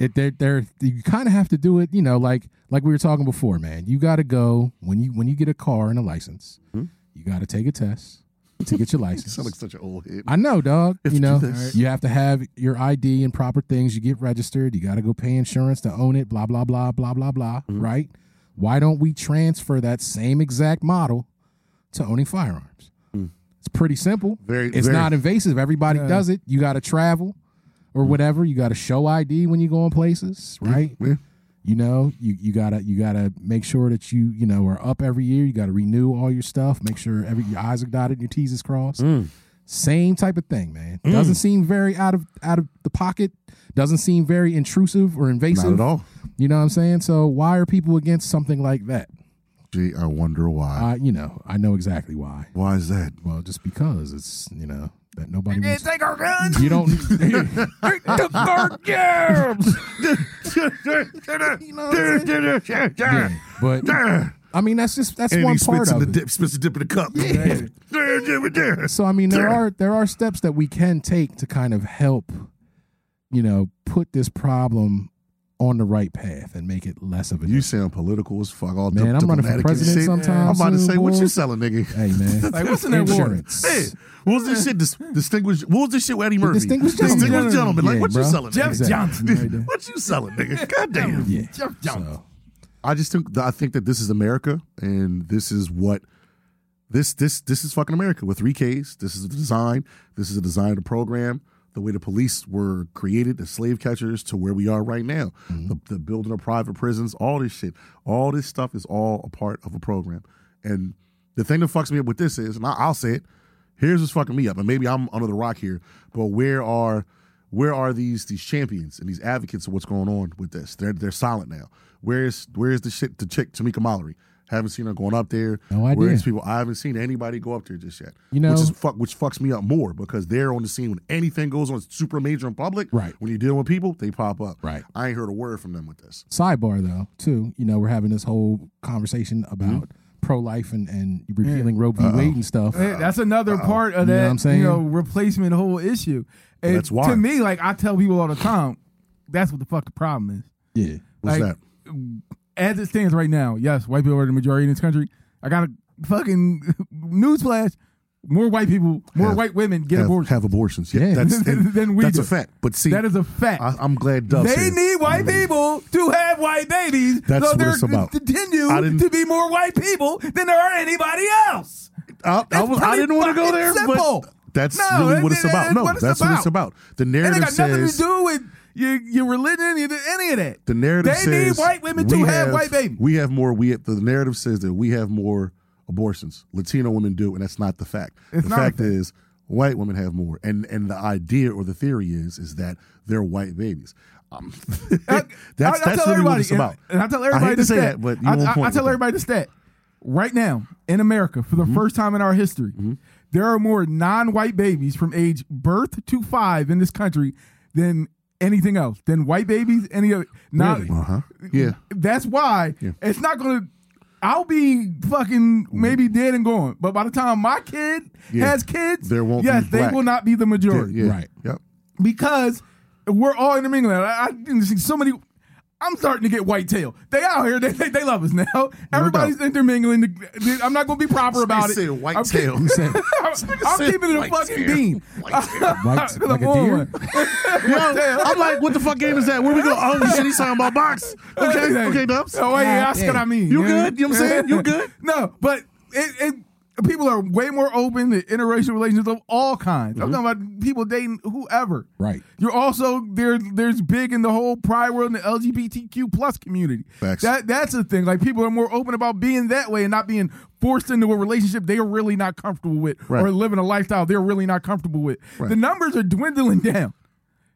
Speaker 3: It, they're, they're, you kind of have to do it. You know, like like we were talking before, man. You got to go when you when you get a car and a license. You got to take a test to get your license.
Speaker 1: Sound Hmm? like such an old hit.
Speaker 3: I know, dog.
Speaker 1: If
Speaker 3: you know,
Speaker 1: do this.
Speaker 3: you have to have your ID and proper things. You get registered. You got to go pay insurance to own it. Blah blah blah blah blah blah.
Speaker 1: Mm-hmm.
Speaker 3: Right? Why don't we transfer that same exact model to owning firearms? It's pretty simple.
Speaker 1: Hmm. Very-
Speaker 3: It's
Speaker 1: very-
Speaker 3: not invasive. Everybody does it. You got to travel or whatever. You got to show ID when you go in places. Right?
Speaker 1: Hmm. Yeah.
Speaker 3: You know, you, you gotta you gotta make sure that you you know are up every year. You gotta renew all your stuff. Make sure every your I's are dotted, and your T's is crossed. Same type of thing, man. Doesn't seem very out of out of the pocket. Doesn't seem very intrusive or invasive.
Speaker 1: Not at all.
Speaker 3: You know what I'm saying? So why are people against something like that?
Speaker 1: Gee, I wonder why.
Speaker 3: I you know I know exactly why.
Speaker 1: why is that?
Speaker 3: Well, just because it's you know that nobody
Speaker 4: Yeah,
Speaker 3: wants.
Speaker 4: take our guns.
Speaker 3: You don't. Yeah, but I mean that's just that's
Speaker 1: and
Speaker 3: one
Speaker 1: he
Speaker 3: part
Speaker 1: spits in
Speaker 3: of
Speaker 1: the
Speaker 3: it.
Speaker 1: dip, spits the dip in the cup.
Speaker 3: So I mean, there are there are steps that we can take to kind of help, you know, put this problem on the right path and make it less of an.
Speaker 1: You
Speaker 3: issue.
Speaker 1: sound political as fuck. All
Speaker 3: Man,
Speaker 1: dip-
Speaker 3: I'm running for
Speaker 1: diplomatic and
Speaker 3: president
Speaker 1: shit.
Speaker 3: sometime
Speaker 1: I'm about to
Speaker 3: soon,
Speaker 1: say, what
Speaker 3: boy.
Speaker 1: you selling, nigga?
Speaker 3: hey man,
Speaker 4: Like, what's in that water?
Speaker 3: insurance.
Speaker 1: Hey, what was this shit? Dis- distinguished. What was this shit? with Eddie Murphy.
Speaker 3: distinguished gentleman.
Speaker 1: Distinguished gentleman. Like
Speaker 3: Yeah,
Speaker 1: what you
Speaker 3: bro.
Speaker 1: selling?
Speaker 4: Jeff
Speaker 1: nigga?
Speaker 3: Exactly.
Speaker 4: Johnson. right there.
Speaker 1: What you selling, nigga? Goddamn.
Speaker 3: Yeah.
Speaker 4: Jeff Johnson.
Speaker 3: So,
Speaker 1: I just think I think that this is America, and this is what this this this is fucking America with three Ks. This is the design. This is the design of the program. The way the police were created, the slave catchers, to where we are right now,
Speaker 3: Mm-hmm.
Speaker 1: the, the building of private prisons, all this shit, all this stuff is all a part of a program. And the thing that fucks me up with this is, and I, I'll say it, here's what's fucking me up, and maybe I'm under the rock here, but where are where are these these champions and these advocates of what's going on with this? They're they're silent now. Where's where's the shit the chick Tamika Mallory? Haven't seen her going up there.
Speaker 3: No idea.
Speaker 1: Where's people? I haven't seen anybody go up there just yet.
Speaker 3: You know-
Speaker 1: which is fuck, which fucks me up more because they're on the scene when anything goes on it's super major in public.
Speaker 3: Right.
Speaker 1: When you're dealing with people, they pop up.
Speaker 3: Right.
Speaker 1: I ain't heard a word from them with this.
Speaker 3: sidebar though, too. You know, we're having this whole conversation
Speaker 1: Mm-hmm.
Speaker 3: about pro life and and repealing Roe v. Wade and stuff.
Speaker 4: Hey, That's another part of
Speaker 3: You know
Speaker 4: that,
Speaker 3: what I'm saying?
Speaker 4: you know, replacement whole issue. And
Speaker 1: that's why.
Speaker 4: To me, like I tell people all the time, that's what the fuck the problem is.
Speaker 3: Yeah,
Speaker 1: What's
Speaker 4: Like, As it stands right now, yes, white people are the majority in this country. I got a fucking newsflash: more white people, more
Speaker 1: Have-
Speaker 4: white women
Speaker 1: that?
Speaker 4: get
Speaker 1: have,
Speaker 4: abortions.
Speaker 1: have abortions. Yeah.
Speaker 3: Yeah.
Speaker 1: That's and
Speaker 4: Then we
Speaker 1: that's
Speaker 4: do.
Speaker 1: a fact. But see,
Speaker 4: that is a fact.
Speaker 1: I, I'm glad Dove
Speaker 4: they
Speaker 1: said it. Mm-hmm.
Speaker 4: need white people to have white babies.
Speaker 1: That's
Speaker 4: so
Speaker 1: what
Speaker 4: there
Speaker 1: it's about. I
Speaker 4: continue
Speaker 1: didn't-
Speaker 4: to be more white people than there are anybody else.
Speaker 1: I, I,
Speaker 4: It's
Speaker 1: was, I
Speaker 4: pretty
Speaker 1: didn't want to go
Speaker 4: fucking
Speaker 1: there,
Speaker 4: simple.
Speaker 1: but that's
Speaker 4: No,
Speaker 1: really
Speaker 4: it-
Speaker 1: what it's
Speaker 4: it-
Speaker 1: about.
Speaker 4: it's
Speaker 1: No,
Speaker 4: what it's
Speaker 1: that's what it's
Speaker 4: about.
Speaker 1: about. The
Speaker 4: And it
Speaker 1: narrative
Speaker 4: got nothing
Speaker 1: says
Speaker 4: to do with your, your religion, your, any of that.
Speaker 1: the narrative
Speaker 4: They
Speaker 1: says
Speaker 4: need white women to
Speaker 1: we
Speaker 4: have, white babies.
Speaker 1: We have more. We have, the narrative says that we have more abortions. Latino women do, and that's not the fact.
Speaker 4: It's
Speaker 1: the
Speaker 4: not a
Speaker 1: fact
Speaker 4: fact.
Speaker 1: is white women have more, and and the idea or the theory is is that they're white babies. Um, that's
Speaker 4: I- I- I
Speaker 1: that's
Speaker 4: tell
Speaker 1: really what it's
Speaker 4: everybody,
Speaker 1: about.
Speaker 4: And, and I tell everybody
Speaker 1: hate
Speaker 4: the
Speaker 1: to say
Speaker 4: stat.
Speaker 1: that, but you
Speaker 4: I,
Speaker 1: on
Speaker 4: I-
Speaker 1: point
Speaker 4: I
Speaker 1: with that.
Speaker 4: tell
Speaker 1: Mm-hmm.
Speaker 4: everybody the stat. right now in America for the first time in our history, there are more non-white babies from age birth to five in this country than anything else than white babies. Any other not
Speaker 1: Uh huh. Yeah.
Speaker 4: that's why it's not going to. I'll be fucking maybe dead and gone, but by the time my kid
Speaker 1: Mm-hmm. Yeah.
Speaker 4: has kids,
Speaker 1: There won't
Speaker 4: yes,
Speaker 1: be
Speaker 4: they
Speaker 1: black.
Speaker 4: will not be the majority,
Speaker 1: Yeah, yeah.
Speaker 3: Right.
Speaker 1: Yep.
Speaker 4: because we're all intermingling. I, I didn't see so many. I'm starting to get white tail. They out here. They, they, they love us now. Everybody's intermingling. The- I'm not going to be proper about
Speaker 1: They
Speaker 4: it.
Speaker 1: say white
Speaker 4: I'm
Speaker 1: tail.
Speaker 4: keep-
Speaker 3: said-
Speaker 4: I'm, I'm
Speaker 1: said
Speaker 4: keeping it a
Speaker 1: white
Speaker 4: fucking
Speaker 1: tail.
Speaker 4: bean.
Speaker 3: Like,
Speaker 4: 'Cause
Speaker 3: like
Speaker 4: I'm
Speaker 3: a
Speaker 4: on
Speaker 3: deer?
Speaker 4: one.
Speaker 1: I'm like, what the fuck game is that? Where we go? Oh shit, he's talking about box. Okay,
Speaker 4: Everything.
Speaker 1: okay, Dubs.
Speaker 4: Oh, wait, that's what I mean.
Speaker 1: You
Speaker 4: know?
Speaker 1: good? You know what I'm saying? You good?
Speaker 4: No, but it, it people are way more open to interracial relationships of all kinds.
Speaker 1: Mm-hmm.
Speaker 4: I'm talking about people dating whoever.
Speaker 3: Right.
Speaker 4: You're also there. There's big in the whole pride world in the LGBTQ plus community.
Speaker 1: Facts.
Speaker 4: That that's a thing. Like people are more open about being that way and not being forced into a relationship they are really not comfortable with,
Speaker 1: Right.
Speaker 4: or living a lifestyle they're really not comfortable with.
Speaker 1: Right.
Speaker 4: The numbers are dwindling down.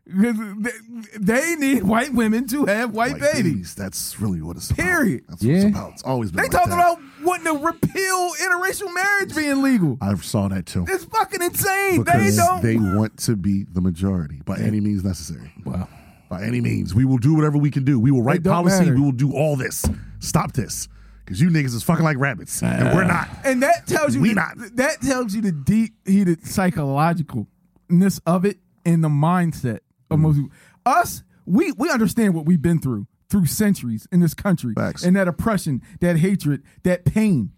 Speaker 4: Because they- They need white women to have white,
Speaker 1: White
Speaker 4: babiys.
Speaker 1: babies. That's really what it's about.
Speaker 4: Period.
Speaker 1: That's
Speaker 3: Yeah.
Speaker 1: what it's about. It's always been
Speaker 4: They
Speaker 1: like
Speaker 4: talking
Speaker 1: that.
Speaker 4: about wanting to repeal interracial marriage being legal.
Speaker 1: I saw that too.
Speaker 4: It's fucking insane. They
Speaker 1: Because
Speaker 4: don't.
Speaker 1: they want to be the majority by any means necessary.
Speaker 3: Wow.
Speaker 1: By any means. We will do whatever we can do. We will write
Speaker 4: don't
Speaker 1: policy.
Speaker 4: matter.
Speaker 1: We will do all this. Stop this. Because you niggas is fucking like rabbits. and we're not.
Speaker 4: and that tells you
Speaker 1: We
Speaker 4: the-
Speaker 1: not.
Speaker 4: that tells you the deep heated psychologicalness of it and the mindset of
Speaker 1: Mm-hmm.
Speaker 4: most people. Us, we we understand what we've been through through centuries in this country
Speaker 1: Facts.
Speaker 4: and that oppression, that hatred, that pain.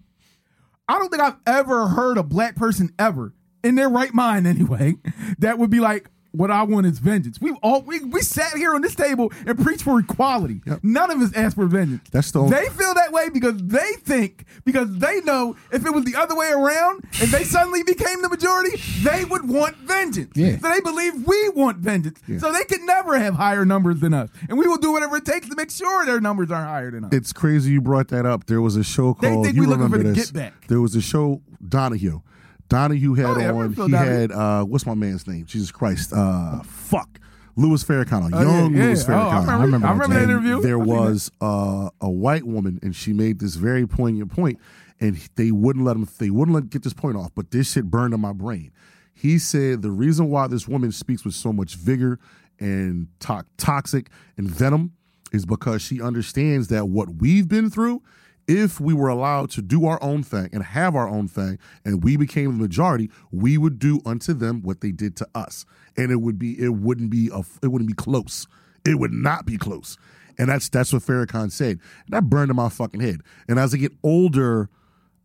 Speaker 4: I don't think I've ever heard a black person ever in their right mind anyway that would be like what I want is vengeance. We all we, we sat here on this table and preached for equality. None of us asked for vengeance.
Speaker 1: That's the only-
Speaker 4: They feel that way because they think because they know if it was the other way around and they suddenly became the majority, they would want vengeance.
Speaker 3: Yeah.
Speaker 4: So they believe we want vengeance. So they could never have higher numbers than us. And we will do whatever it takes to make sure their numbers are higher than us.
Speaker 1: It's crazy you brought that up. There was a show
Speaker 4: They
Speaker 1: called.
Speaker 4: think
Speaker 1: you
Speaker 4: we looking for
Speaker 1: remember
Speaker 4: the
Speaker 1: this?
Speaker 4: Get Back.
Speaker 1: There was a show Donahue. Donahue had
Speaker 4: Oh, yeah, I
Speaker 1: on.
Speaker 4: remember
Speaker 1: He
Speaker 4: Donahue.
Speaker 1: had uh, what's my man's name? Jesus Christ. Uh, fuck. Louis Farrakhan, a
Speaker 4: Oh,
Speaker 1: young
Speaker 4: yeah, yeah.
Speaker 1: Louis
Speaker 4: Oh,
Speaker 1: Farrakhan.
Speaker 4: I remember, I remember,
Speaker 3: remember
Speaker 4: that
Speaker 3: that.
Speaker 1: And
Speaker 4: interview.
Speaker 1: There
Speaker 4: I think that-
Speaker 1: was uh, a white woman, and she made this very poignant point, and he- they wouldn't let him. They wouldn't let get this point off, but this shit burned in my brain. He said the reason why this woman speaks with so much vigor and to- toxic and venom is because she understands that what we've been through. If we were allowed to do our own thing and have our own thing, and we became the majority, we would do unto them what they did to us, and it would be it wouldn't be a, it wouldn't be close. It would not be close. And that's that's what Farrakhan said. And that burned in my fucking head. And as I get older,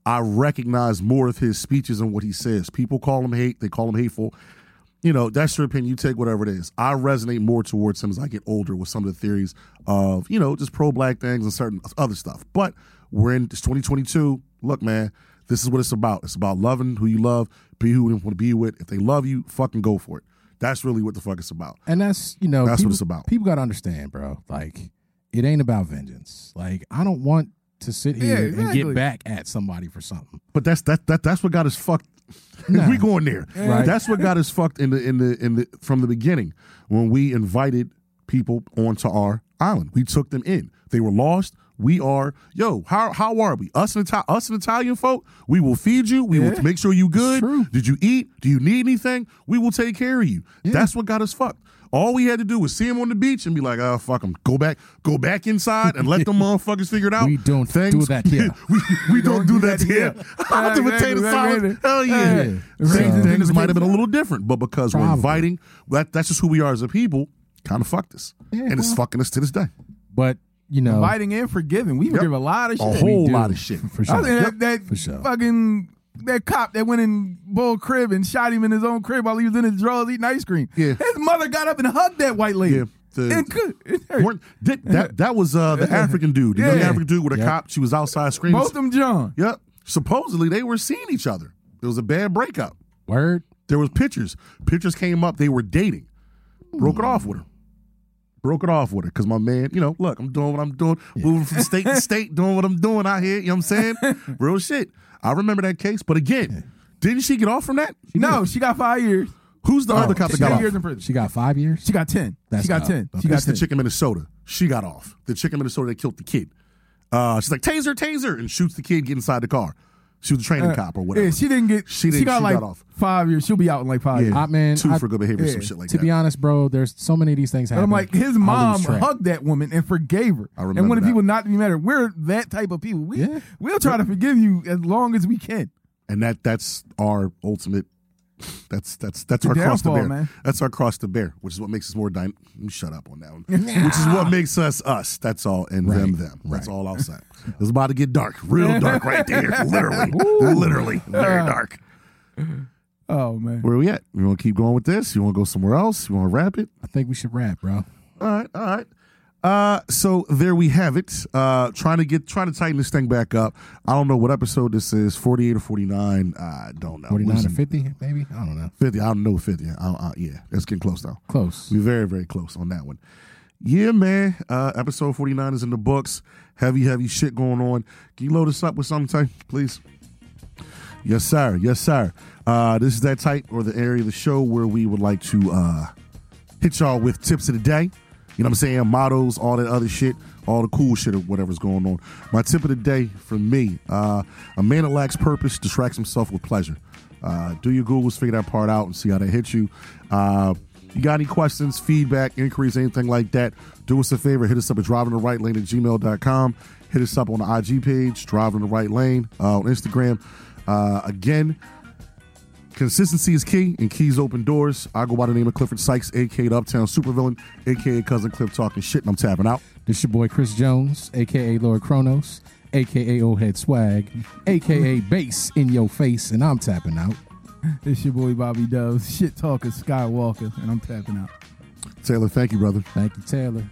Speaker 1: I recognize more of his speeches and what he says. People call him hate, they call him hateful. You know, that's your opinion. You take whatever it is. I resonate more towards him as I get older with some of the theories of, you know, just pro black things and certain other stuff. But we're in it's 2022. Look, man, this is what it's about. It's about loving who you love, be who you want to be with. If they love you, fucking go for it. That's really what the fuck it's about.
Speaker 3: And that's you know
Speaker 1: That's what
Speaker 3: people-
Speaker 1: it's about.
Speaker 3: People gotta understand, bro. Like it ain't about vengeance. Like I don't want to sit here
Speaker 4: Yeah,
Speaker 3: and
Speaker 4: exactly.
Speaker 3: get back at somebody for something.
Speaker 1: But that's that that that's what got us fucked. we going there.
Speaker 3: Right.
Speaker 1: That's what got us fucked in the in the in the from the beginning when we invited people onto our island. We took them in. They were lost. We are yo. How how are we? Us and Ita- us and Italian folk. We will feed you. We will make sure you good.
Speaker 3: true.
Speaker 1: Did you eat? Do you need anything? We will take care of you. That's what got us fucked. All we had to do was see him on the beach and be like, "Oh fuck him, go back, go back inside and let them motherfuckers figure it out."
Speaker 3: We don't do that here.
Speaker 1: we, we don't, do that here. Hot
Speaker 4: Yeah,
Speaker 1: potato
Speaker 4: yeah, yeah.
Speaker 1: salad. Hell yeah.
Speaker 4: Yeah.
Speaker 1: Things,
Speaker 4: So-
Speaker 1: things might have been a little different, but because we're
Speaker 3: Probably.
Speaker 1: inviting, that, that's just who we are as a people, kind of fucked us. and it's fucking us to this day.
Speaker 3: But you know
Speaker 4: Biting and forgiving. We forgive a lot of
Speaker 1: A
Speaker 4: shit.
Speaker 1: whole
Speaker 3: do.
Speaker 1: lot of shit.
Speaker 3: for
Speaker 4: I
Speaker 3: sure.
Speaker 4: think that, that
Speaker 3: for sure.
Speaker 4: fucking that cop that went in Bull crib and shot him in his own crib while he was in his drawers eating ice cream.
Speaker 1: Yeah.
Speaker 4: His mother got up and hugged that white lady.
Speaker 1: Yeah, the-
Speaker 4: and could, it hurt.
Speaker 1: Weren't- that, that, that was uh, the African dude, the young
Speaker 4: Yeah.
Speaker 1: African dude with a
Speaker 3: Yep.
Speaker 1: cop. She was outside screaming.
Speaker 4: Both of them John.
Speaker 1: Yep. Supposedly they were seeing each other. It was a bad breakup.
Speaker 3: Word.
Speaker 1: There was pictures. Pictures came up. They were dating. Broke it off with her. Broke it off with her because my man, you know, look, I'm doing what I'm doing, moving from state to state, doing what I'm doing out here. You know what I'm saying? Real shit. I remember that case, but again, didn't she get off from that?
Speaker 4: No, she got five years.
Speaker 1: Who's the other cop that
Speaker 4: She
Speaker 1: got
Speaker 4: got
Speaker 1: off?
Speaker 4: years in prison.
Speaker 3: She got five years.
Speaker 4: She got ten.
Speaker 3: That's
Speaker 4: she got
Speaker 3: not-
Speaker 4: ten. She
Speaker 1: That's the
Speaker 4: got ten.
Speaker 1: chick in Minnesota. She got off. The chick in Minnesota that killed the kid. Uh, she's like, taser, taser, and shoots the kid get inside the car. She was a training cop or whatever.
Speaker 4: Uh, Yeah, she didn't get.
Speaker 1: She
Speaker 4: She,
Speaker 1: didn't-
Speaker 4: got
Speaker 1: she
Speaker 4: like
Speaker 1: got off.
Speaker 4: five years. She'll be out in like five years.
Speaker 3: I- man,
Speaker 1: two
Speaker 3: I-
Speaker 1: for good behavior, some
Speaker 4: yeah,
Speaker 1: shit like
Speaker 3: to
Speaker 1: that.
Speaker 3: be honest, bro, there's so many of these things
Speaker 4: And
Speaker 3: happening.
Speaker 4: I'm like, his
Speaker 3: I lose
Speaker 4: mom
Speaker 3: track.
Speaker 4: hugged that woman and forgave her.
Speaker 1: I
Speaker 4: and
Speaker 1: remember
Speaker 4: one of
Speaker 1: that.
Speaker 4: the people not to be mad at. We're that type of people. We
Speaker 3: Yeah.
Speaker 4: we'll try to forgive you as long as we can.
Speaker 1: and that that's our ultimate. That's that's that's our
Speaker 4: The
Speaker 1: cross to
Speaker 4: downfall,
Speaker 1: bear.
Speaker 4: man.
Speaker 1: That's our cross to bear, which is what makes us more. Dy- shut up on that one. Which is what makes us us. That's all, and them them. That's all I'll say. It's about to get dark, real dark right there. Literally, literally, very dark.
Speaker 4: Oh man.
Speaker 1: Where we at? You want to keep going with this? You want to go somewhere else? You want to wrap it?
Speaker 3: I think we should rap, bro.
Speaker 1: All right, all right. Uh, so there we have it. Uh, trying to get trying to tighten this thing back up. I don't know what episode this is, forty eight or forty nine. I don't know.
Speaker 3: 49 or
Speaker 1: Listen,
Speaker 3: 50, maybe? I don't know.
Speaker 1: fifty. I don't know fifty. I, I, yeah, it's getting close now.
Speaker 3: Close.
Speaker 1: We're very very close on that one. Yeah, man. Uh, episode forty nine is in the books. Heavy heavy shit going on. Can you load us up with something, please? Yes, sir. Yes, sir. Uh, this is that type or the area of the show where we would like to uh, hit y'all with tips of the day. You know what I'm saying? Mottos, all that other shit, all the cool shit or whatever's going on. My tip of the day from me uh, a man that lacks purpose distracts himself with pleasure. Uh, do your Googles, figure that part out, and see how that hits you. Uh, you got any questions, feedback, inquiries, anything like that? Do us a favor, hit us up at driving the right lane at gmail.com. Hit us up on the IG page, driving the right lane uh, on Instagram. Uh, again, Consistency is key, and keys open doors. I go by the name of Clifford Sykes, aka the Uptown Supervillain, aka Cousin Cliff talking shit, and I'm tapping out.
Speaker 3: This your boy Chris Jones, aka Lord Kronos, aka Old Head Swag, aka Bass in Your Face, and I'm tapping out.
Speaker 4: It's your boy Bobby Doves, shit talker Skywalker, and I'm tapping out.
Speaker 1: Taylor, thank you, brother.
Speaker 3: Thank you, Taylor.